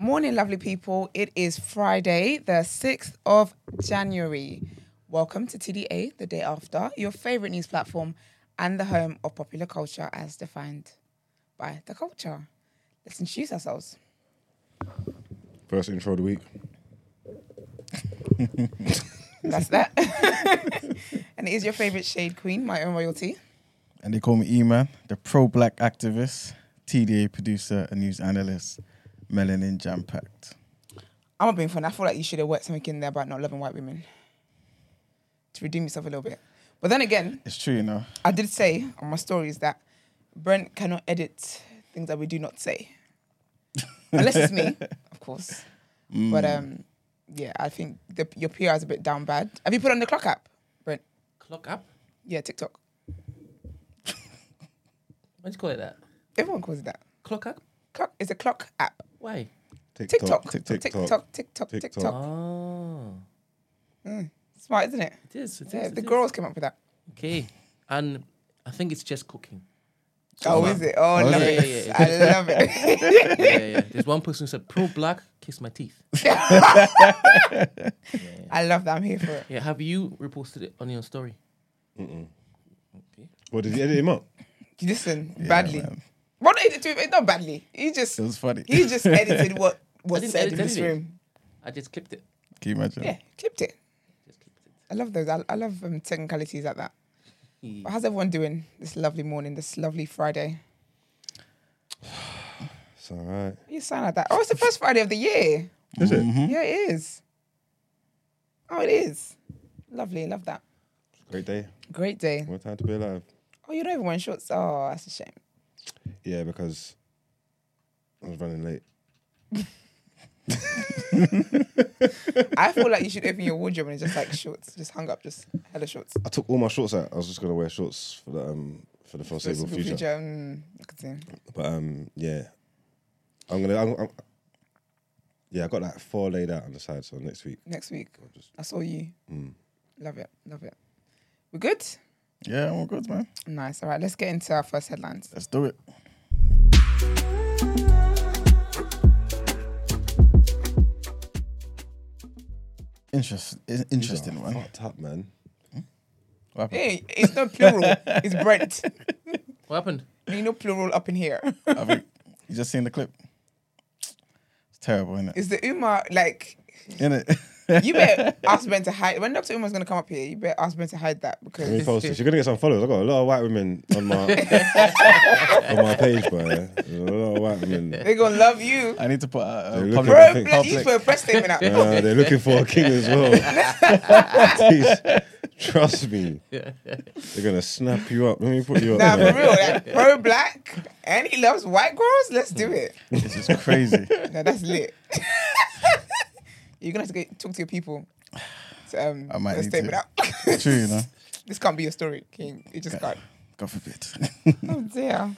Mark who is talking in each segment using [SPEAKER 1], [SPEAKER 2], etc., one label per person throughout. [SPEAKER 1] lovely people. It is Friday, the 6th of January. Welcome to TDA, the day after, your favorite news platform and the home of popular culture as defined by the culture. Let's introduce ourselves.
[SPEAKER 2] First intro of the week.
[SPEAKER 1] That's that. and it is your favorite shade queen, my own royalty.
[SPEAKER 3] and they call me E-Man, the pro-black activist, TDA producer, and news analyst, melanin jam-packed.
[SPEAKER 1] I'm not being fun. I feel like you should have worked something in there about not loving white women to redeem yourself a little bit. But then again,
[SPEAKER 3] It's true, you know.
[SPEAKER 1] I did say on my stories that Brent cannot edit things that we do not say, unless it's me, of course. But um, yeah, I think the, your PR is a bit down bad. Have you put on the clock app, Brent?
[SPEAKER 4] Clock up?
[SPEAKER 1] Yeah, TikTok.
[SPEAKER 4] What do you call it that?
[SPEAKER 1] Everyone calls it that.
[SPEAKER 4] Clock up?
[SPEAKER 1] Clock is a clock app.
[SPEAKER 4] Why?
[SPEAKER 1] TikTok, TikTok,
[SPEAKER 2] TikTok.
[SPEAKER 1] TikTok, TikTok,
[SPEAKER 2] TikTok.
[SPEAKER 4] Oh,
[SPEAKER 1] Smart, isn't it?
[SPEAKER 4] it is. It is
[SPEAKER 1] Yeah,
[SPEAKER 4] it
[SPEAKER 1] the
[SPEAKER 4] is.
[SPEAKER 1] girls came up with that.
[SPEAKER 4] Okay. And I think it's just cooking.
[SPEAKER 1] Oh, is it? Oh, I love
[SPEAKER 4] yeah,
[SPEAKER 1] it.
[SPEAKER 4] yeah, yeah.
[SPEAKER 1] I love it.
[SPEAKER 4] yeah, yeah, yeah. There's one person who said, pro black, kiss my teeth.
[SPEAKER 1] I love that. I'm here for it.
[SPEAKER 4] Yeah, have you reposted it on your story?
[SPEAKER 2] Well, did you edit him up?
[SPEAKER 1] Listen, badly.
[SPEAKER 3] man.
[SPEAKER 1] What did he do? Not badly. He just
[SPEAKER 3] It was funny.
[SPEAKER 1] he just edited what was
[SPEAKER 4] didn't
[SPEAKER 1] said
[SPEAKER 4] edit
[SPEAKER 1] in this
[SPEAKER 4] anything.
[SPEAKER 1] room.
[SPEAKER 4] I just clipped it.
[SPEAKER 3] Can you imagine?
[SPEAKER 1] Yeah, clipped it.
[SPEAKER 4] Just clipped it.
[SPEAKER 1] I love those. I, I love um, technicalities like that. But how's everyone doing this lovely morning, this lovely Friday?
[SPEAKER 2] It's all right.
[SPEAKER 1] You sound like that. Oh, it's the first Friday of the year.
[SPEAKER 2] Is it?
[SPEAKER 4] Mm-hmm.
[SPEAKER 1] Yeah, it is. Oh, it is. Lovely. Love that.
[SPEAKER 2] Great day.
[SPEAKER 1] Great day.
[SPEAKER 2] What time to be alive?
[SPEAKER 1] Oh, you don't even wear shorts. Oh, that's a shame.
[SPEAKER 2] Yeah, because I was running late.
[SPEAKER 1] I feel like you should open your wardrobe and it's just like shorts, just hung up, just hella shorts.
[SPEAKER 2] I took all my shorts out. I was just gonna wear shorts for the um for the foreseeable
[SPEAKER 1] Foreseeable
[SPEAKER 2] future.
[SPEAKER 1] mm, I could see.
[SPEAKER 2] But um yeah, I'm gonna. I'm, I'm, yeah, I got like four laid out on the side. So next week,
[SPEAKER 1] Next week,
[SPEAKER 2] I'll just mm.
[SPEAKER 1] I saw you. Love it. Love it. We good?
[SPEAKER 3] Yeah, I'm all good, man.
[SPEAKER 1] Nice. All right, let's get into our first headlines.
[SPEAKER 3] Let's do it. Interest, in- interesting one.
[SPEAKER 2] fucked up, man.
[SPEAKER 3] What happened?
[SPEAKER 1] Hey, it's not plural. it's Brent.
[SPEAKER 4] What happened?
[SPEAKER 1] Ain't no plural up in here.
[SPEAKER 3] I think you just seen the clip. It's terrible, isn't it?
[SPEAKER 1] Is the Umar like?
[SPEAKER 3] Isn't it?
[SPEAKER 1] You better ask Ben to hide. When Doctor Umar's gonna come up here, you better ask Ben to hide that
[SPEAKER 2] Let me
[SPEAKER 1] because
[SPEAKER 2] post this. You're gonna get some followers. I got a lot of white women on my on my page, bro. There's a lot of white women.
[SPEAKER 1] they're gonna love you.
[SPEAKER 3] I need to put out
[SPEAKER 2] They're
[SPEAKER 3] a
[SPEAKER 2] looking
[SPEAKER 3] public.
[SPEAKER 2] for
[SPEAKER 1] Bro,
[SPEAKER 2] think-
[SPEAKER 1] please put a press statement out.
[SPEAKER 2] Uh, they're looking for a king as well. Jeez, trust me, they're gonna snap you up. Let me put you up.
[SPEAKER 1] Nah,
[SPEAKER 2] man.
[SPEAKER 1] for real, like, pro black, and he loves white girls. Let's do it.
[SPEAKER 3] It's just crazy.
[SPEAKER 1] No, that's lit. You're gonna have to go talk to your people. To, um,
[SPEAKER 3] I might
[SPEAKER 1] put a
[SPEAKER 3] need
[SPEAKER 1] statement
[SPEAKER 3] to.
[SPEAKER 1] out.
[SPEAKER 3] True, you know.
[SPEAKER 1] this can't be your story, King. It just can't.
[SPEAKER 3] God forbid.
[SPEAKER 1] Oh dear.
[SPEAKER 3] All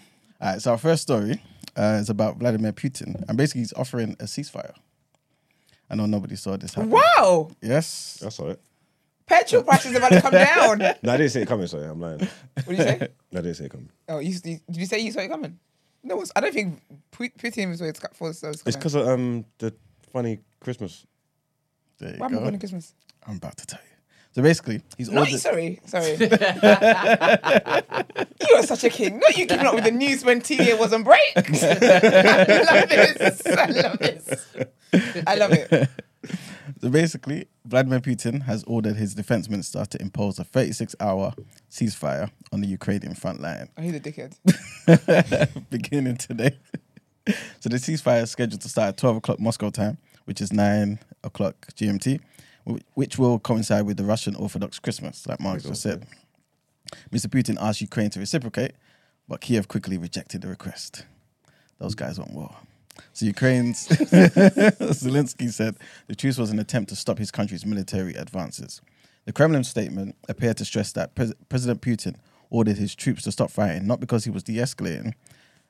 [SPEAKER 3] right, so our first story uh, is about Vladimir Putin, and basically he's offering a ceasefire. I know nobody saw this happen.
[SPEAKER 1] Wow.
[SPEAKER 3] Yes,
[SPEAKER 2] That's all right.
[SPEAKER 1] Petrol prices about to come down. What
[SPEAKER 2] No, I didn't see it coming. Sorry, I'm lying. No,
[SPEAKER 1] did you say?
[SPEAKER 2] I didn't see it coming.
[SPEAKER 1] Oh, you, you did you say you saw it coming? No, it's- I don't think Pu- Putin was where it's for so it's
[SPEAKER 2] It's
[SPEAKER 1] coming.
[SPEAKER 2] because of um the funny Christmas.
[SPEAKER 3] there you
[SPEAKER 1] Why am I
[SPEAKER 3] go.
[SPEAKER 1] going to Christmas?
[SPEAKER 3] I'm about to tell you. So basically, he's
[SPEAKER 1] No,
[SPEAKER 3] ordered.
[SPEAKER 1] sorry, sorry. you are such a king. Not you keeping up with the news when TDA was on break. I love this. I love this. I love it.
[SPEAKER 3] So basically, Vladimir Putin has ordered his defense minister to impose a 36-hour ceasefire on the Ukrainian front line.
[SPEAKER 1] Oh, he's a dickhead.
[SPEAKER 3] beginning today. so the ceasefire is scheduled to start at 12 o'clock Moscow time, which is 9 o'clock GMT, wh- which will coincide with the Russian Orthodox Christmas, like Mark just said. Mr. Putin asked Ukraine to reciprocate, but Kiev quickly rejected the request. Those guys want war. So Ukraine's Zelensky said the truce was an attempt to stop his country's military advances. The Kremlin statement appeared to stress that Pres- President Putin ordered his troops to stop fighting, not because he was de-escalating.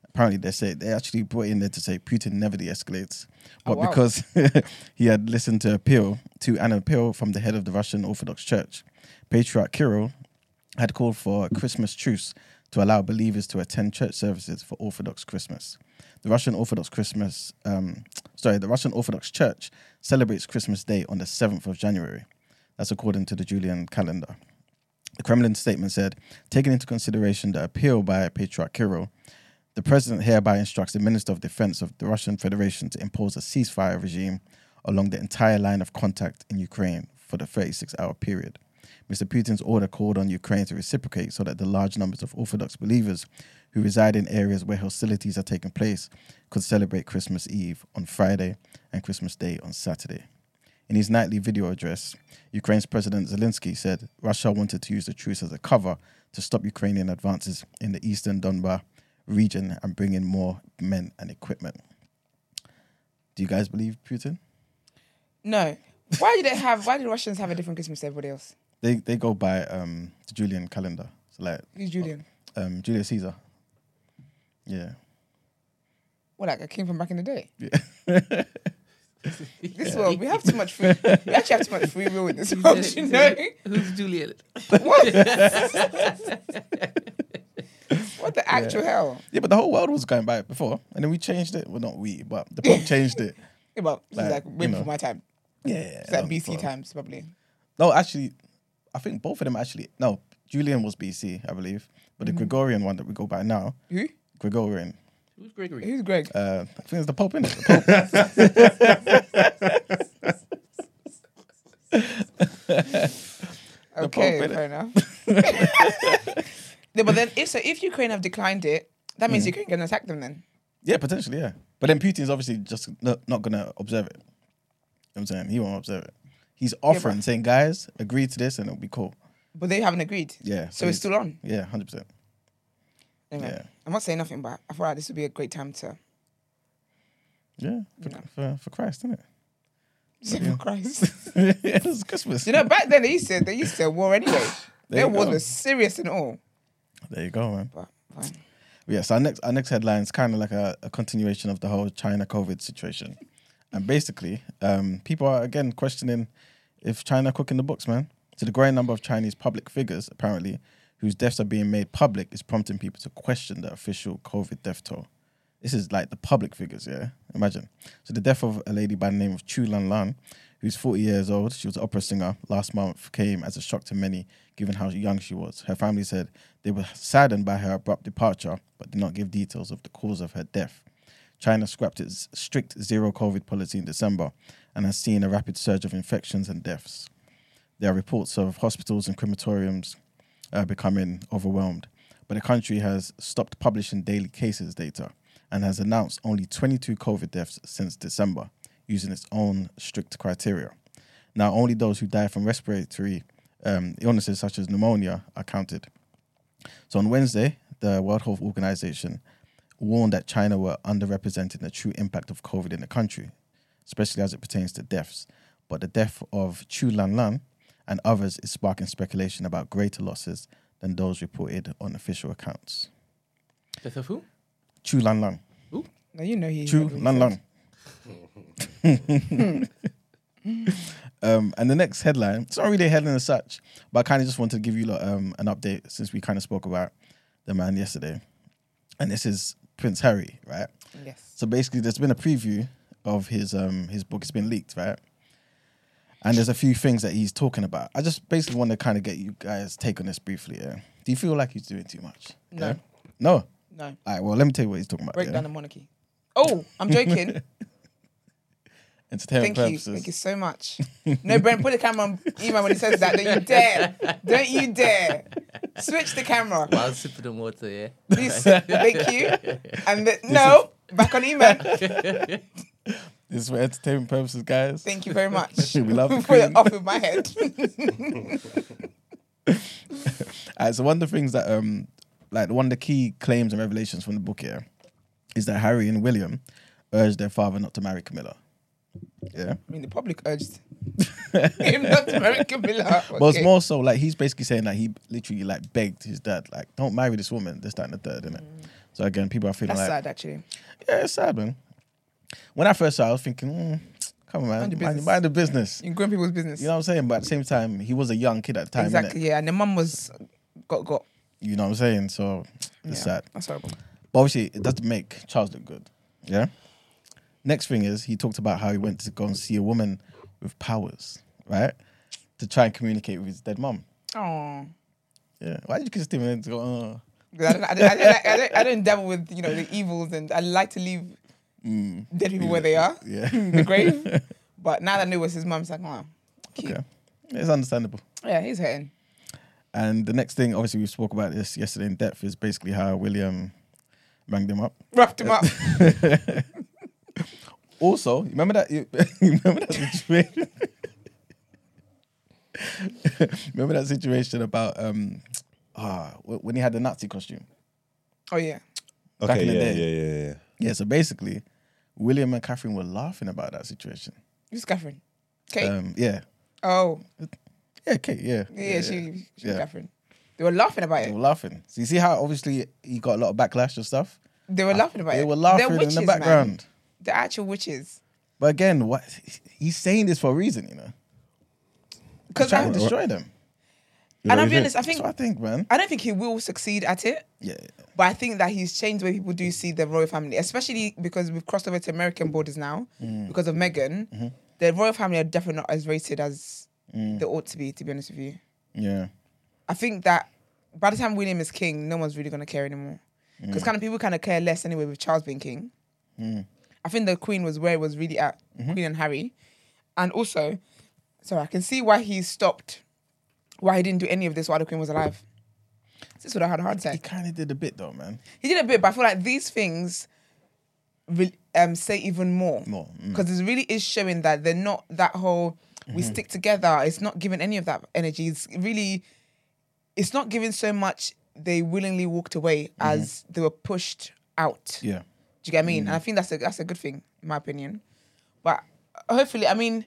[SPEAKER 3] Apparently, they say they actually brought in there to say Putin never de-escalates, but
[SPEAKER 1] wow.
[SPEAKER 3] because he had listened to appeal to an appeal from the head of the Russian Orthodox Church, Patriarch Kirill had called for a Christmas truce to allow believers to attend church services for Orthodox Christmas. The Russian Orthodox Christmas um, sorry, the Russian Orthodox Church celebrates Christmas Day on the 7th of January. That's according to the Julian calendar. The Kremlin statement said, taking into consideration the appeal by Patriarch Kirill, the president hereby instructs the Minister of Defense of the Russian Federation to impose a ceasefire regime along the entire line of contact in Ukraine for the 36 hour period. Mr. Putin's order called on Ukraine to reciprocate so that the large numbers of Orthodox believers who reside in areas where hostilities are taking place could celebrate Christmas Eve on Friday and Christmas Day on Saturday. In his nightly video address, Ukraine's President Zelensky said Russia wanted to use the truce as a cover to stop Ukrainian advances in the eastern Donbas region and bring in more men and equipment. Do you guys believe Putin?
[SPEAKER 1] No. Why do they have? Why do the Russians have a different Christmas to everybody else?
[SPEAKER 3] They they go by um, the Julian calendar. So like
[SPEAKER 1] Who's Julian?
[SPEAKER 3] um, Julius Caesar. Yeah.
[SPEAKER 1] Well, like a king from back in the day.
[SPEAKER 3] Yeah.
[SPEAKER 1] This world, we have too much free. We actually have too much free will in this world, you know.
[SPEAKER 4] Who's Juliet?
[SPEAKER 1] What? what the actual hell?
[SPEAKER 3] Yeah, but the whole world was going by it before. And then we changed it. Well, not we, but the Pope changed it.
[SPEAKER 1] Yeah, well, this is
[SPEAKER 3] Like,
[SPEAKER 1] like way
[SPEAKER 3] you
[SPEAKER 1] before
[SPEAKER 3] know.
[SPEAKER 1] my time.
[SPEAKER 3] Yeah. yeah
[SPEAKER 1] It's like BC times, probably.
[SPEAKER 3] No, actually, I think both of them actually. No, Julian was BC, I believe. But
[SPEAKER 1] Mm-hmm.
[SPEAKER 3] the Gregorian one that we go by now,
[SPEAKER 1] Who?
[SPEAKER 3] Gregorian,
[SPEAKER 4] Who's Gregory?
[SPEAKER 1] Who's Greg?
[SPEAKER 3] uh, I think it's the Pope, innit? The Pope.
[SPEAKER 1] okay,
[SPEAKER 3] Pope, innit?
[SPEAKER 1] fair enough. yeah, but then if so, if Ukraine have declined it, that
[SPEAKER 3] Mm.
[SPEAKER 1] means Ukraine can attack them then.
[SPEAKER 3] yeah, potentially, yeah. But then Putin's obviously just not, not going to observe it. You know what I'm saying? He won't observe it. He's offering, saying, guys, agree to this and it'll be cool.
[SPEAKER 1] But they haven't agreed.
[SPEAKER 3] Yeah.
[SPEAKER 1] So it's
[SPEAKER 3] he's-
[SPEAKER 1] still on.
[SPEAKER 3] Yeah, 100%.
[SPEAKER 1] Anyway,
[SPEAKER 3] Yeah.
[SPEAKER 1] I'm not saying nothing, but I thought this would be a great time to.
[SPEAKER 3] Yeah, for,
[SPEAKER 1] Yeah.
[SPEAKER 3] for, for Christ, isn't it?
[SPEAKER 1] For Christ.
[SPEAKER 3] it was Christmas.
[SPEAKER 1] you know, back then they used to they used to war anyway. Their
[SPEAKER 3] you
[SPEAKER 1] wars
[SPEAKER 3] go.
[SPEAKER 1] were serious and all.
[SPEAKER 3] there you go, man.
[SPEAKER 1] But fine.
[SPEAKER 3] Yeah, so our next our next headline is kind of like a, a continuation of the whole China COVID situation, and basically, um, people are again questioning if China cooking the books, man. So the growing number of Chinese public figures, apparently, whose deaths are being made public, is prompting people to question the official COVID death toll. This is like the public figures, yeah. Imagine. So the death of a lady by the name of Chu Lan Lan, who's 40 years old, she was an opera singer. Last month came as a shock to many, given how young she was. Her family said they were saddened by her abrupt departure, but did not give details of the cause of her death. China scrapped its strict zero COVID policy in December and has seen a rapid surge of infections and deaths. There are reports of hospitals and crematoriums uh, becoming overwhelmed, but the country has stopped publishing daily cases data and has announced only 22 COVID deaths since December, using its own strict criteria. Now, only those who die from respiratory um, illnesses such as pneumonia are counted. So on Wednesday, the World Health Organization warned that China were underrepresenting the true impact of COVID in the country, especially as it pertains to deaths. But the death of Chu Lanlan and others is sparking speculation about greater losses than those reported on official accounts.
[SPEAKER 4] Death of who?
[SPEAKER 3] Chu Lanlan.
[SPEAKER 1] No, you know he
[SPEAKER 3] Chu Lanlan. Um, and the next headline, it's not really a headline as such, but I kind of just wanted to give you lot, um, an update since we kind of spoke about the man yesterday. And this is Prince Harry, right?
[SPEAKER 1] Yes.
[SPEAKER 3] So basically, there's been a preview of his um his book. It's been leaked, right? And there's a few things that he's talking about. I just basically want to kind of get you guys' take on this briefly. Yeah. Do you feel like he's doing too much?
[SPEAKER 1] No.
[SPEAKER 3] Yeah? No. All
[SPEAKER 1] No.
[SPEAKER 3] right. Well, let me tell you what he's talking about.
[SPEAKER 1] Break
[SPEAKER 3] yeah?
[SPEAKER 1] down the monarchy. Oh, I'm joking.
[SPEAKER 3] Entertainment
[SPEAKER 1] Thank you.
[SPEAKER 3] purposes.
[SPEAKER 1] Thank you so much. No, Brent, put the camera on Iman when he says that. Don't you dare. Don't you dare. Switch the camera.
[SPEAKER 4] While sipping on water, yeah.
[SPEAKER 1] Please. Thank you. And the, no, back on Iman.
[SPEAKER 3] This is for entertainment purposes, guys.
[SPEAKER 1] Thank you very much.
[SPEAKER 3] We love the
[SPEAKER 1] Put
[SPEAKER 3] Queen.
[SPEAKER 1] it off with my head.
[SPEAKER 3] All right, so one of the things that um like one of the key claims and revelations from the book here is that Harry and William urged their father not to marry Camilla. Yeah.
[SPEAKER 1] I mean, the public urged him not to marry Camilla.
[SPEAKER 3] But it's
[SPEAKER 1] Okay.
[SPEAKER 3] more so like he's basically saying that he literally like begged his dad, like, don't marry this woman, this, that, and the third, innit? So again, people are feeling
[SPEAKER 1] Mm. That's
[SPEAKER 3] like,
[SPEAKER 1] sad, actually.
[SPEAKER 3] yeah, it's sad, man. When I first saw it, I was thinking, mm, come on, man,
[SPEAKER 1] Mind
[SPEAKER 3] mind,
[SPEAKER 1] your
[SPEAKER 3] mind,
[SPEAKER 1] business.
[SPEAKER 3] the business.
[SPEAKER 1] In grown people's business.
[SPEAKER 3] You know what I'm saying? But at the same time, he was a young kid at the time,
[SPEAKER 1] exactly,
[SPEAKER 3] innit?
[SPEAKER 1] yeah. And the mum was got got.
[SPEAKER 3] You know what I'm saying? So
[SPEAKER 1] Yeah,
[SPEAKER 3] it's sad.
[SPEAKER 1] That's horrible.
[SPEAKER 3] But obviously, it doesn't make Charles look good. Yeah. Next thing is he talked about how he went to go and see a woman with powers, right, to try and communicate with his dead mom.
[SPEAKER 1] Oh.
[SPEAKER 3] Yeah, why did you kiss him and go? Oh.
[SPEAKER 1] I don't, I, don't, I, don't, I, don't, I don't dabble with you know the evils, and I like to leave dead people where they are,
[SPEAKER 3] mm, Yeah.
[SPEAKER 1] the grave. But now that I knew it was his mum, it's like, oh, cute.
[SPEAKER 3] Okay, it's understandable.
[SPEAKER 1] yeah, he's hurting.
[SPEAKER 3] And the next thing, obviously, we spoke about this yesterday in depth, is basically how William rang them up.
[SPEAKER 1] Roughed him up.
[SPEAKER 3] Also, you remember that you, you remember that situation. remember that situation about um, ah, wh- when he had the Nazi costume.
[SPEAKER 1] Oh yeah,
[SPEAKER 2] Okay,
[SPEAKER 3] Back in the
[SPEAKER 2] yeah,
[SPEAKER 3] day.
[SPEAKER 2] yeah, yeah, yeah.
[SPEAKER 3] Yeah, so basically, William and Catherine were laughing about that situation.
[SPEAKER 1] who's Catherine? Kate.
[SPEAKER 3] Um, yeah,
[SPEAKER 1] oh
[SPEAKER 3] yeah, Kate, yeah,
[SPEAKER 1] yeah, she, she
[SPEAKER 3] yeah.
[SPEAKER 1] Catherine. They were laughing about
[SPEAKER 3] They
[SPEAKER 1] it.
[SPEAKER 3] were laughing. So you see how obviously he got a lot of backlash and stuff.
[SPEAKER 1] They were laughing about it.
[SPEAKER 3] They were
[SPEAKER 1] They're
[SPEAKER 3] laughing in
[SPEAKER 1] witches,
[SPEAKER 3] the
[SPEAKER 1] man.
[SPEAKER 3] background.
[SPEAKER 1] The actual witches.
[SPEAKER 3] But again, what he's saying this for a reason, you know. He's
[SPEAKER 1] Because
[SPEAKER 3] trying to
[SPEAKER 1] and
[SPEAKER 3] destroy them.
[SPEAKER 2] what
[SPEAKER 1] I'll be
[SPEAKER 2] you think?
[SPEAKER 1] honest, I
[SPEAKER 3] That's
[SPEAKER 1] think
[SPEAKER 3] what I think, man.
[SPEAKER 1] I don't think he will succeed at it.
[SPEAKER 3] Yeah,
[SPEAKER 1] But I think that he's changed the way people do see the royal family, especially because we've crossed over to American borders now
[SPEAKER 3] Mm.
[SPEAKER 1] because of Meghan.
[SPEAKER 3] Mm-hmm.
[SPEAKER 1] The royal family are definitely not as rated as
[SPEAKER 3] Mm.
[SPEAKER 1] they ought to be, to be honest with you.
[SPEAKER 3] yeah,
[SPEAKER 1] I think that by the time William is king, no one's really going to care anymore. Because kind of people kind of care less anyway with Charles being king. I think the Queen was where it was really at, Queen and Harry. And also, sorry, I can see why he stopped, why he didn't do any of this while the Queen was alive. This would have had a heart
[SPEAKER 3] he
[SPEAKER 1] attack.
[SPEAKER 3] kind of did a bit though, man.
[SPEAKER 1] He did a bit, but I feel like these things re- um, say even more.
[SPEAKER 3] More, mm.
[SPEAKER 1] Because it really is showing that they're not that whole, we stick together. It's not giving any of that energy. It's really, it's not giving so much they willingly walked away as they were pushed out.
[SPEAKER 3] Yeah,
[SPEAKER 1] Do you get what I mean? And I think that's a that's a good thing, in my opinion. But uh, hopefully, I mean,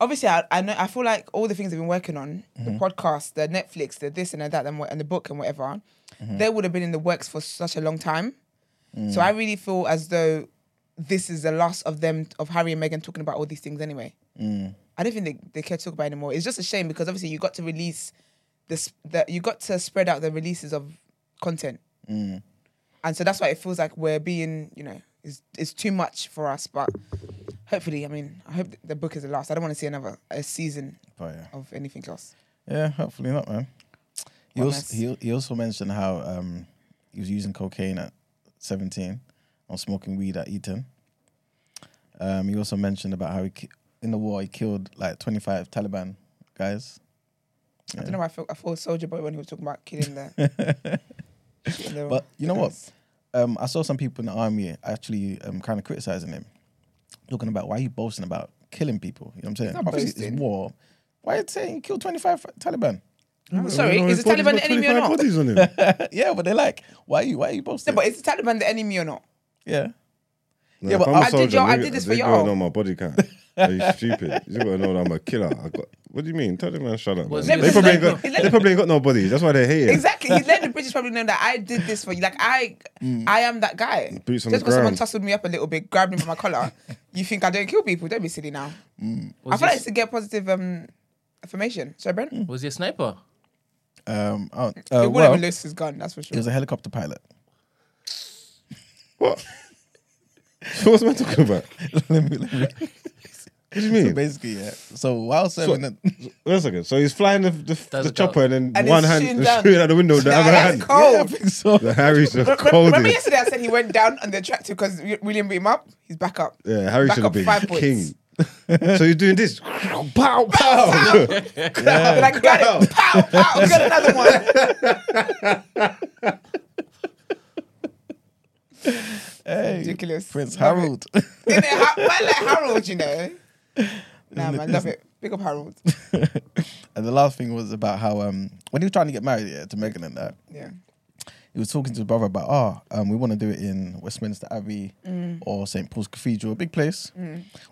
[SPEAKER 1] obviously, I, I know I feel like all the things they've been working on, the podcast, the Netflix, the this and the that, and, what- and the book and whatever, they would have been in the works for such a long time. So I really feel as though this is the last of them of Harry and Meghan talking about all these things anyway. I don't think they, they care to talk about it anymore. It's just a shame because obviously you got to release this that you got to spread out the releases of content. And so that's why it feels like we're being, you know, it's, it's too much for us. But hopefully, I mean, I hope the book is the last. I don't want to see another a season
[SPEAKER 3] but yeah,
[SPEAKER 1] of anything else.
[SPEAKER 3] yeah. Hopefully not, man. He
[SPEAKER 1] Well,
[SPEAKER 3] also, he, he also mentioned how um, he was using cocaine at seventeen or smoking weed at Eton. Um, he also mentioned about how he ki- in the war he killed like twenty five Taliban guys.
[SPEAKER 1] I don't know why I feel I feel Soldier Boy when he was talking about killing the. shooting the-
[SPEAKER 3] But you know
[SPEAKER 1] the
[SPEAKER 3] what?
[SPEAKER 1] guns.
[SPEAKER 3] Um, I saw some people in the army actually um, kind of criticizing him, talking about why are you boasting about killing people. You know what I'm saying?
[SPEAKER 1] not
[SPEAKER 3] Obviously,
[SPEAKER 1] boasting.
[SPEAKER 3] it's war. Why are you saying you killed 25 Taliban?
[SPEAKER 1] I'm sorry,
[SPEAKER 2] Well,
[SPEAKER 1] is the
[SPEAKER 2] his body's
[SPEAKER 1] Taliban
[SPEAKER 2] got
[SPEAKER 1] the enemy or
[SPEAKER 2] 25
[SPEAKER 1] not?
[SPEAKER 2] bodies on him.
[SPEAKER 3] yeah, but they're like, why are you why are you boasting?
[SPEAKER 1] No, but is the Taliban the enemy or not?
[SPEAKER 3] yeah,
[SPEAKER 2] Nah,
[SPEAKER 3] Yeah,
[SPEAKER 2] if
[SPEAKER 3] but
[SPEAKER 2] I'm
[SPEAKER 3] I
[SPEAKER 2] a
[SPEAKER 3] did
[SPEAKER 2] soldier,
[SPEAKER 1] y'all- I
[SPEAKER 2] they-
[SPEAKER 1] did this
[SPEAKER 2] they
[SPEAKER 1] for
[SPEAKER 2] gotta
[SPEAKER 1] y'all.
[SPEAKER 2] know my body count. Are you stupid? You gotta know that I'm a killer. I got. What do you mean? Tell them man, shut up. Man.
[SPEAKER 4] Was
[SPEAKER 2] They
[SPEAKER 1] it
[SPEAKER 2] probably, ain't
[SPEAKER 1] like-
[SPEAKER 2] got, they probably ain't got no bodies. That's why they hate it.
[SPEAKER 1] Exactly. He's letting the British probably know that I did this for you. Like I, I am that guy.
[SPEAKER 2] Boots on
[SPEAKER 1] Just
[SPEAKER 2] the
[SPEAKER 1] because someone
[SPEAKER 2] ground.
[SPEAKER 1] tussled me up a little bit, grabbed me by my collar, you think I don't kill people? Don't be silly now. I
[SPEAKER 4] Was
[SPEAKER 1] feel
[SPEAKER 4] he,
[SPEAKER 1] like it's to get positive um, affirmation. So Brent, he
[SPEAKER 4] was he a sniper?
[SPEAKER 3] um, oh, Mm. uh,
[SPEAKER 1] wouldn't
[SPEAKER 3] well,
[SPEAKER 1] have
[SPEAKER 3] it
[SPEAKER 1] lost his gun. That's for sure.
[SPEAKER 3] was a helicopter pilot.
[SPEAKER 2] What? so what's man talking about?
[SPEAKER 3] Let me- let me-
[SPEAKER 2] What do you mean?
[SPEAKER 3] Basically, yeah. So while serving, the-
[SPEAKER 2] One second. So he's flying the, the, the
[SPEAKER 4] Doesn't
[SPEAKER 2] chopper
[SPEAKER 4] count.
[SPEAKER 2] and then
[SPEAKER 1] And
[SPEAKER 2] one
[SPEAKER 1] he's
[SPEAKER 2] hand
[SPEAKER 1] shooting
[SPEAKER 2] is
[SPEAKER 1] down.
[SPEAKER 2] shooting out the window, the
[SPEAKER 1] Yeah,
[SPEAKER 2] other
[SPEAKER 1] that's
[SPEAKER 2] hand.
[SPEAKER 1] cold. Oh.
[SPEAKER 3] yeah, I think so.
[SPEAKER 2] The Harry's the
[SPEAKER 1] Re- re- Remember
[SPEAKER 2] coldest.
[SPEAKER 1] yesterday I said he went down on the tractor because William beat him up. He's back up.
[SPEAKER 2] Yeah, Harry
[SPEAKER 1] Back
[SPEAKER 2] should have
[SPEAKER 1] up five
[SPEAKER 2] been
[SPEAKER 1] points.
[SPEAKER 2] king. so he's doing this. Pow, pow.
[SPEAKER 1] They're Like got it. Pow pow. Got another one.
[SPEAKER 3] Hey,
[SPEAKER 1] Ridiculous.
[SPEAKER 3] Prince
[SPEAKER 1] Love it.
[SPEAKER 3] Harold.
[SPEAKER 1] Isn't it Har- man like Harold? You know. Nah, man, love it. Big up Harold.
[SPEAKER 3] and the last thing was about how um, when he was trying to get married yeah, to Megan and that,
[SPEAKER 1] Yeah.
[SPEAKER 3] he was talking to his brother about, oh, um, we want to do it in Westminster Abbey
[SPEAKER 1] Mm.
[SPEAKER 3] or St. Paul's Cathedral, a big place.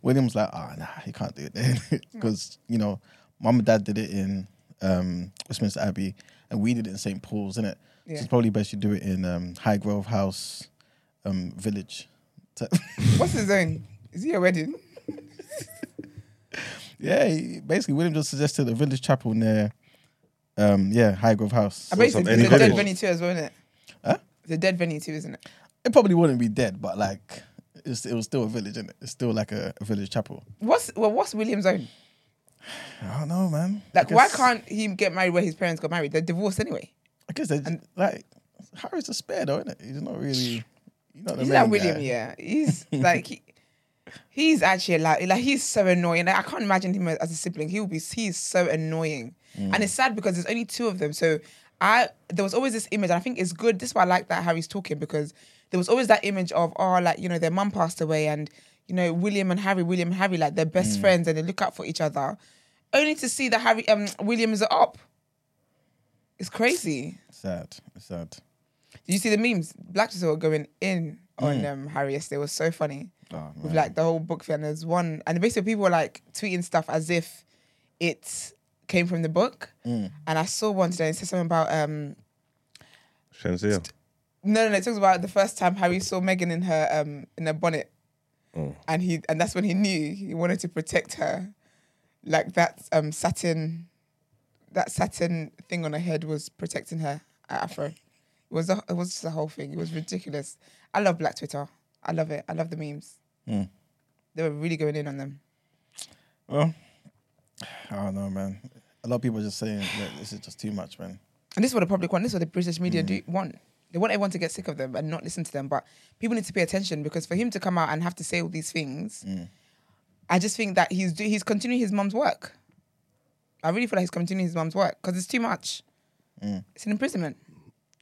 [SPEAKER 3] William was like, ah, nah, you can't do it there.
[SPEAKER 1] Mm.
[SPEAKER 3] Because, you know, mum and dad did it in um, Westminster Abbey and we did it in St. Paul's, innit? So
[SPEAKER 1] Yeah.
[SPEAKER 3] it's probably best you do it in um, High Grove House um, Village. So-
[SPEAKER 1] What's his own? Is he a wedding?
[SPEAKER 3] yeah, he- basically, William just suggested a village chapel near, um, yeah, High Grove House.
[SPEAKER 1] I bet it's,
[SPEAKER 2] some
[SPEAKER 1] it's
[SPEAKER 2] any
[SPEAKER 1] a dead
[SPEAKER 2] village.
[SPEAKER 1] venue too as well, isn't it?
[SPEAKER 3] Huh?
[SPEAKER 1] It's a dead venue too, isn't it?
[SPEAKER 3] It probably wouldn't be dead, but like, it's, it was still a village, is it? It's still like a, a village chapel.
[SPEAKER 1] What's well? What's William's own?
[SPEAKER 3] I don't know, man. I
[SPEAKER 1] Like, why
[SPEAKER 3] guess-
[SPEAKER 1] can't he get married where his parents got married? They're divorced anyway.
[SPEAKER 3] I guess they just, like Harry's a spare though, isn't it? He's not really. He's not the
[SPEAKER 1] He's
[SPEAKER 3] main
[SPEAKER 1] like William,
[SPEAKER 3] guy.
[SPEAKER 1] yeah. He's like he, he's actually like like he's so annoying. Like, I can't imagine him as a sibling. He will be he's so annoying, and
[SPEAKER 3] Mm.
[SPEAKER 1] it's sad because there's only two of them. So I there was always this image, and I think it's good. This is why I like that Harry's talking because there was always that image of oh like you know their mum passed away and you know William and Harry, William and Harry like they're
[SPEAKER 3] Mm.
[SPEAKER 1] best friends and they look out for each other, only to see that Harry um William is up. It's crazy.
[SPEAKER 3] Sad. It's sad.
[SPEAKER 1] Did you see the memes? Black people were going in on um, Harry yesterday. It was so funny
[SPEAKER 3] Oh,
[SPEAKER 1] with
[SPEAKER 3] man.
[SPEAKER 1] like the whole book thing. There's one, and basically people were like tweeting stuff as if it came from the book. And I saw one today. It said something about um
[SPEAKER 2] Shanzia.
[SPEAKER 1] no no no. It talks about the first time Harry saw Meghan in her um in her bonnet,
[SPEAKER 2] Mm.
[SPEAKER 1] and he and that's when he knew he wanted to protect her, like that um satin, that satin thing on her head was protecting her at Afro. It was a, it was just a whole thing. It was ridiculous. I love Black Twitter. I love it. I love the memes.
[SPEAKER 3] Mm.
[SPEAKER 1] They were really going in on them.
[SPEAKER 3] Well, I don't know, man. A lot of people are just saying that this is just too much, man.
[SPEAKER 1] And this is what the public want. This is what the British media do want. They want everyone to get sick of them and not listen to them. But people need to pay attention because for him to come out and have to say all these things, I just think that he's do, he's continuing his mum's work. I really feel like he's continuing his mum's work because it's too much. It's an imprisonment.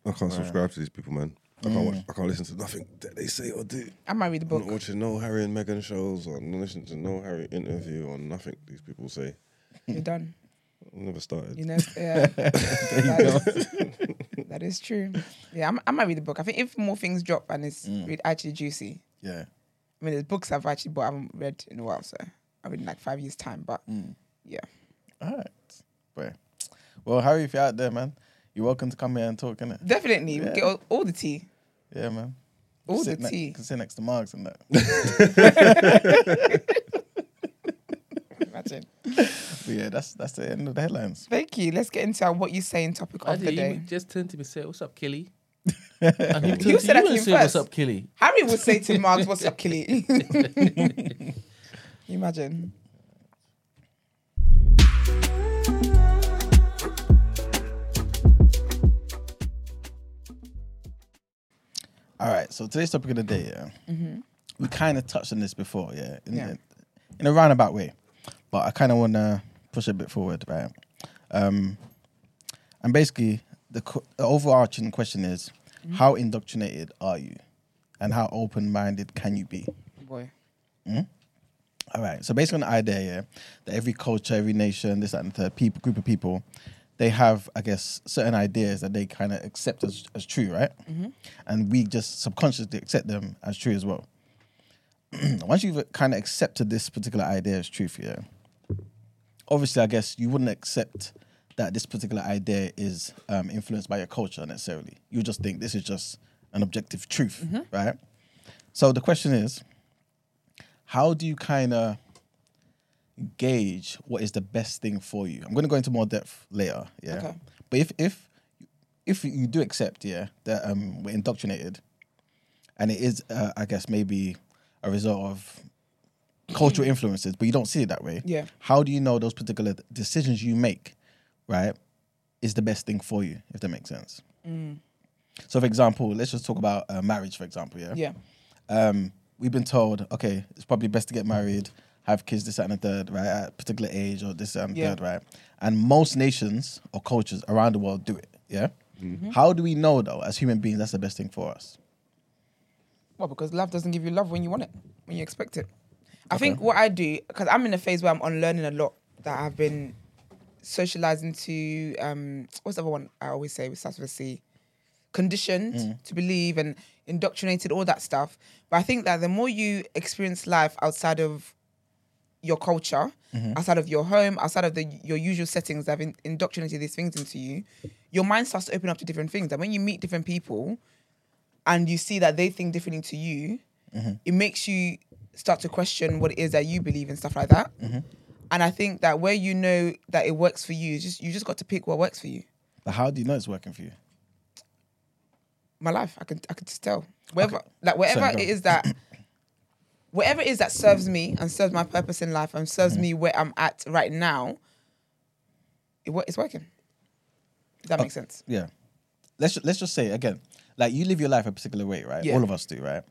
[SPEAKER 2] I can't subscribe to these people, man. I can't, watch, I can't listen to nothing that they say or do.
[SPEAKER 1] I might read the
[SPEAKER 2] I'm not
[SPEAKER 1] book.
[SPEAKER 2] watching no Harry and Meghan shows or not listening to no Harry interview or nothing these people say.
[SPEAKER 1] You're done.
[SPEAKER 2] I've never started.
[SPEAKER 1] You know, yeah. that, is, that is true. Yeah, I'm, I might read the book. I think if more things drop and it's re- actually juicy,
[SPEAKER 3] Yeah.
[SPEAKER 1] I mean, there's books I've actually bought, I haven't read in a while, so I read in like five years' time. But
[SPEAKER 3] Mm.
[SPEAKER 1] yeah,
[SPEAKER 3] All right. But, well, Harry, if you're out there, man, you're welcome to come here and talk, innit?
[SPEAKER 1] definitely we
[SPEAKER 3] Yeah.
[SPEAKER 1] get all, all the tea,
[SPEAKER 3] Yeah, man.
[SPEAKER 1] all
[SPEAKER 3] sit
[SPEAKER 1] the
[SPEAKER 3] ne-
[SPEAKER 1] tea.
[SPEAKER 3] Can sit next to Marks and that.
[SPEAKER 1] Imagine.
[SPEAKER 3] but yeah, that's that's the end of the headlines.
[SPEAKER 1] Thank you. Let's get into our what you saying topic of
[SPEAKER 4] Andy,
[SPEAKER 1] the
[SPEAKER 4] you
[SPEAKER 1] day.
[SPEAKER 4] just turned to me and said, What's up, Killy? and he turned
[SPEAKER 1] You
[SPEAKER 4] to
[SPEAKER 1] said that to him
[SPEAKER 4] you and said, What's
[SPEAKER 1] first.
[SPEAKER 4] up, Killy?
[SPEAKER 1] Harry would say to Marks, "What's up, Killy?" Imagine.
[SPEAKER 3] All right. So today's topic of the day, yeah. We kind of touched on this before, yeah. In,
[SPEAKER 1] Yeah.
[SPEAKER 3] A, in a roundabout way, but I kind of want to push a bit forward about it. Um, and basically, the, co- the overarching question is, how indoctrinated are you, and how open-minded can you be?
[SPEAKER 1] Boy,
[SPEAKER 3] All right. So based on the idea, yeah, that every culture, every nation, this that, and the people, group of people, they have, I guess, certain ideas that they kind of accept as, as true, right? And we just subconsciously accept them as true as well. Once you've kind of accepted this particular idea as truth, yeah, obviously, I guess you wouldn't accept that this particular idea is um, influenced by your culture necessarily. You just think this is just an objective truth, right? So the question is, how do you kind of gauge what is the best thing for you? I'm going to go into more depth later. Yeah.
[SPEAKER 1] Okay.
[SPEAKER 3] But if if if you do accept, yeah, that um, we're indoctrinated, and it is, uh, I guess, maybe a result of cultural influences, but you don't see it that way.
[SPEAKER 1] Yeah.
[SPEAKER 3] How do you know those particular decisions you make, right, is the best thing for you, if that makes sense?
[SPEAKER 1] Mm.
[SPEAKER 3] So, for example, let's just talk about uh, marriage, for example. Yeah
[SPEAKER 1] yeah,
[SPEAKER 3] um, we've been told, okay, it's probably best to get married, have kids, this that, and the third, right, at a particular age or this that, and the
[SPEAKER 1] Yeah.
[SPEAKER 3] third, right? And most nations or cultures around the world do it, yeah? How do we know, though, as human beings, that's the best thing for us?
[SPEAKER 1] well, because love doesn't give you love when you want it, when you expect it. I think what I do because I'm in a phase where I'm unlearning a lot that I've been socializing to. Um, what's the other one I always say? With starts with a C. conditioned to believe and indoctrinated, all that stuff. But I think that the more you experience life outside of your culture, outside of your home, outside of the, your usual settings that have in, indoctrinated these things into you, your mind starts to open up to different things. And when you meet different people and you see that they think differently to you,
[SPEAKER 3] Mm-hmm.
[SPEAKER 1] it makes you start to question what it is that you believe and stuff like that.
[SPEAKER 3] Mm-hmm.
[SPEAKER 1] And I think that where you know that it works for you, it's just you just got to pick what works for you.
[SPEAKER 3] But how do you know it's working for you?
[SPEAKER 1] my life. I can I can just tell wherever
[SPEAKER 3] Okay.
[SPEAKER 1] like wherever
[SPEAKER 3] Sorry, go
[SPEAKER 1] it
[SPEAKER 3] on.
[SPEAKER 1] is that whatever it is that serves me and serves my purpose in life and serves
[SPEAKER 3] Mm-hmm.
[SPEAKER 1] me where I'm at right now, it, wo- it's working. If that makes sense.
[SPEAKER 3] yeah. Let's ju- let's just say again, like you live your life a particular way, right?
[SPEAKER 1] Yeah.
[SPEAKER 3] All of us do, right?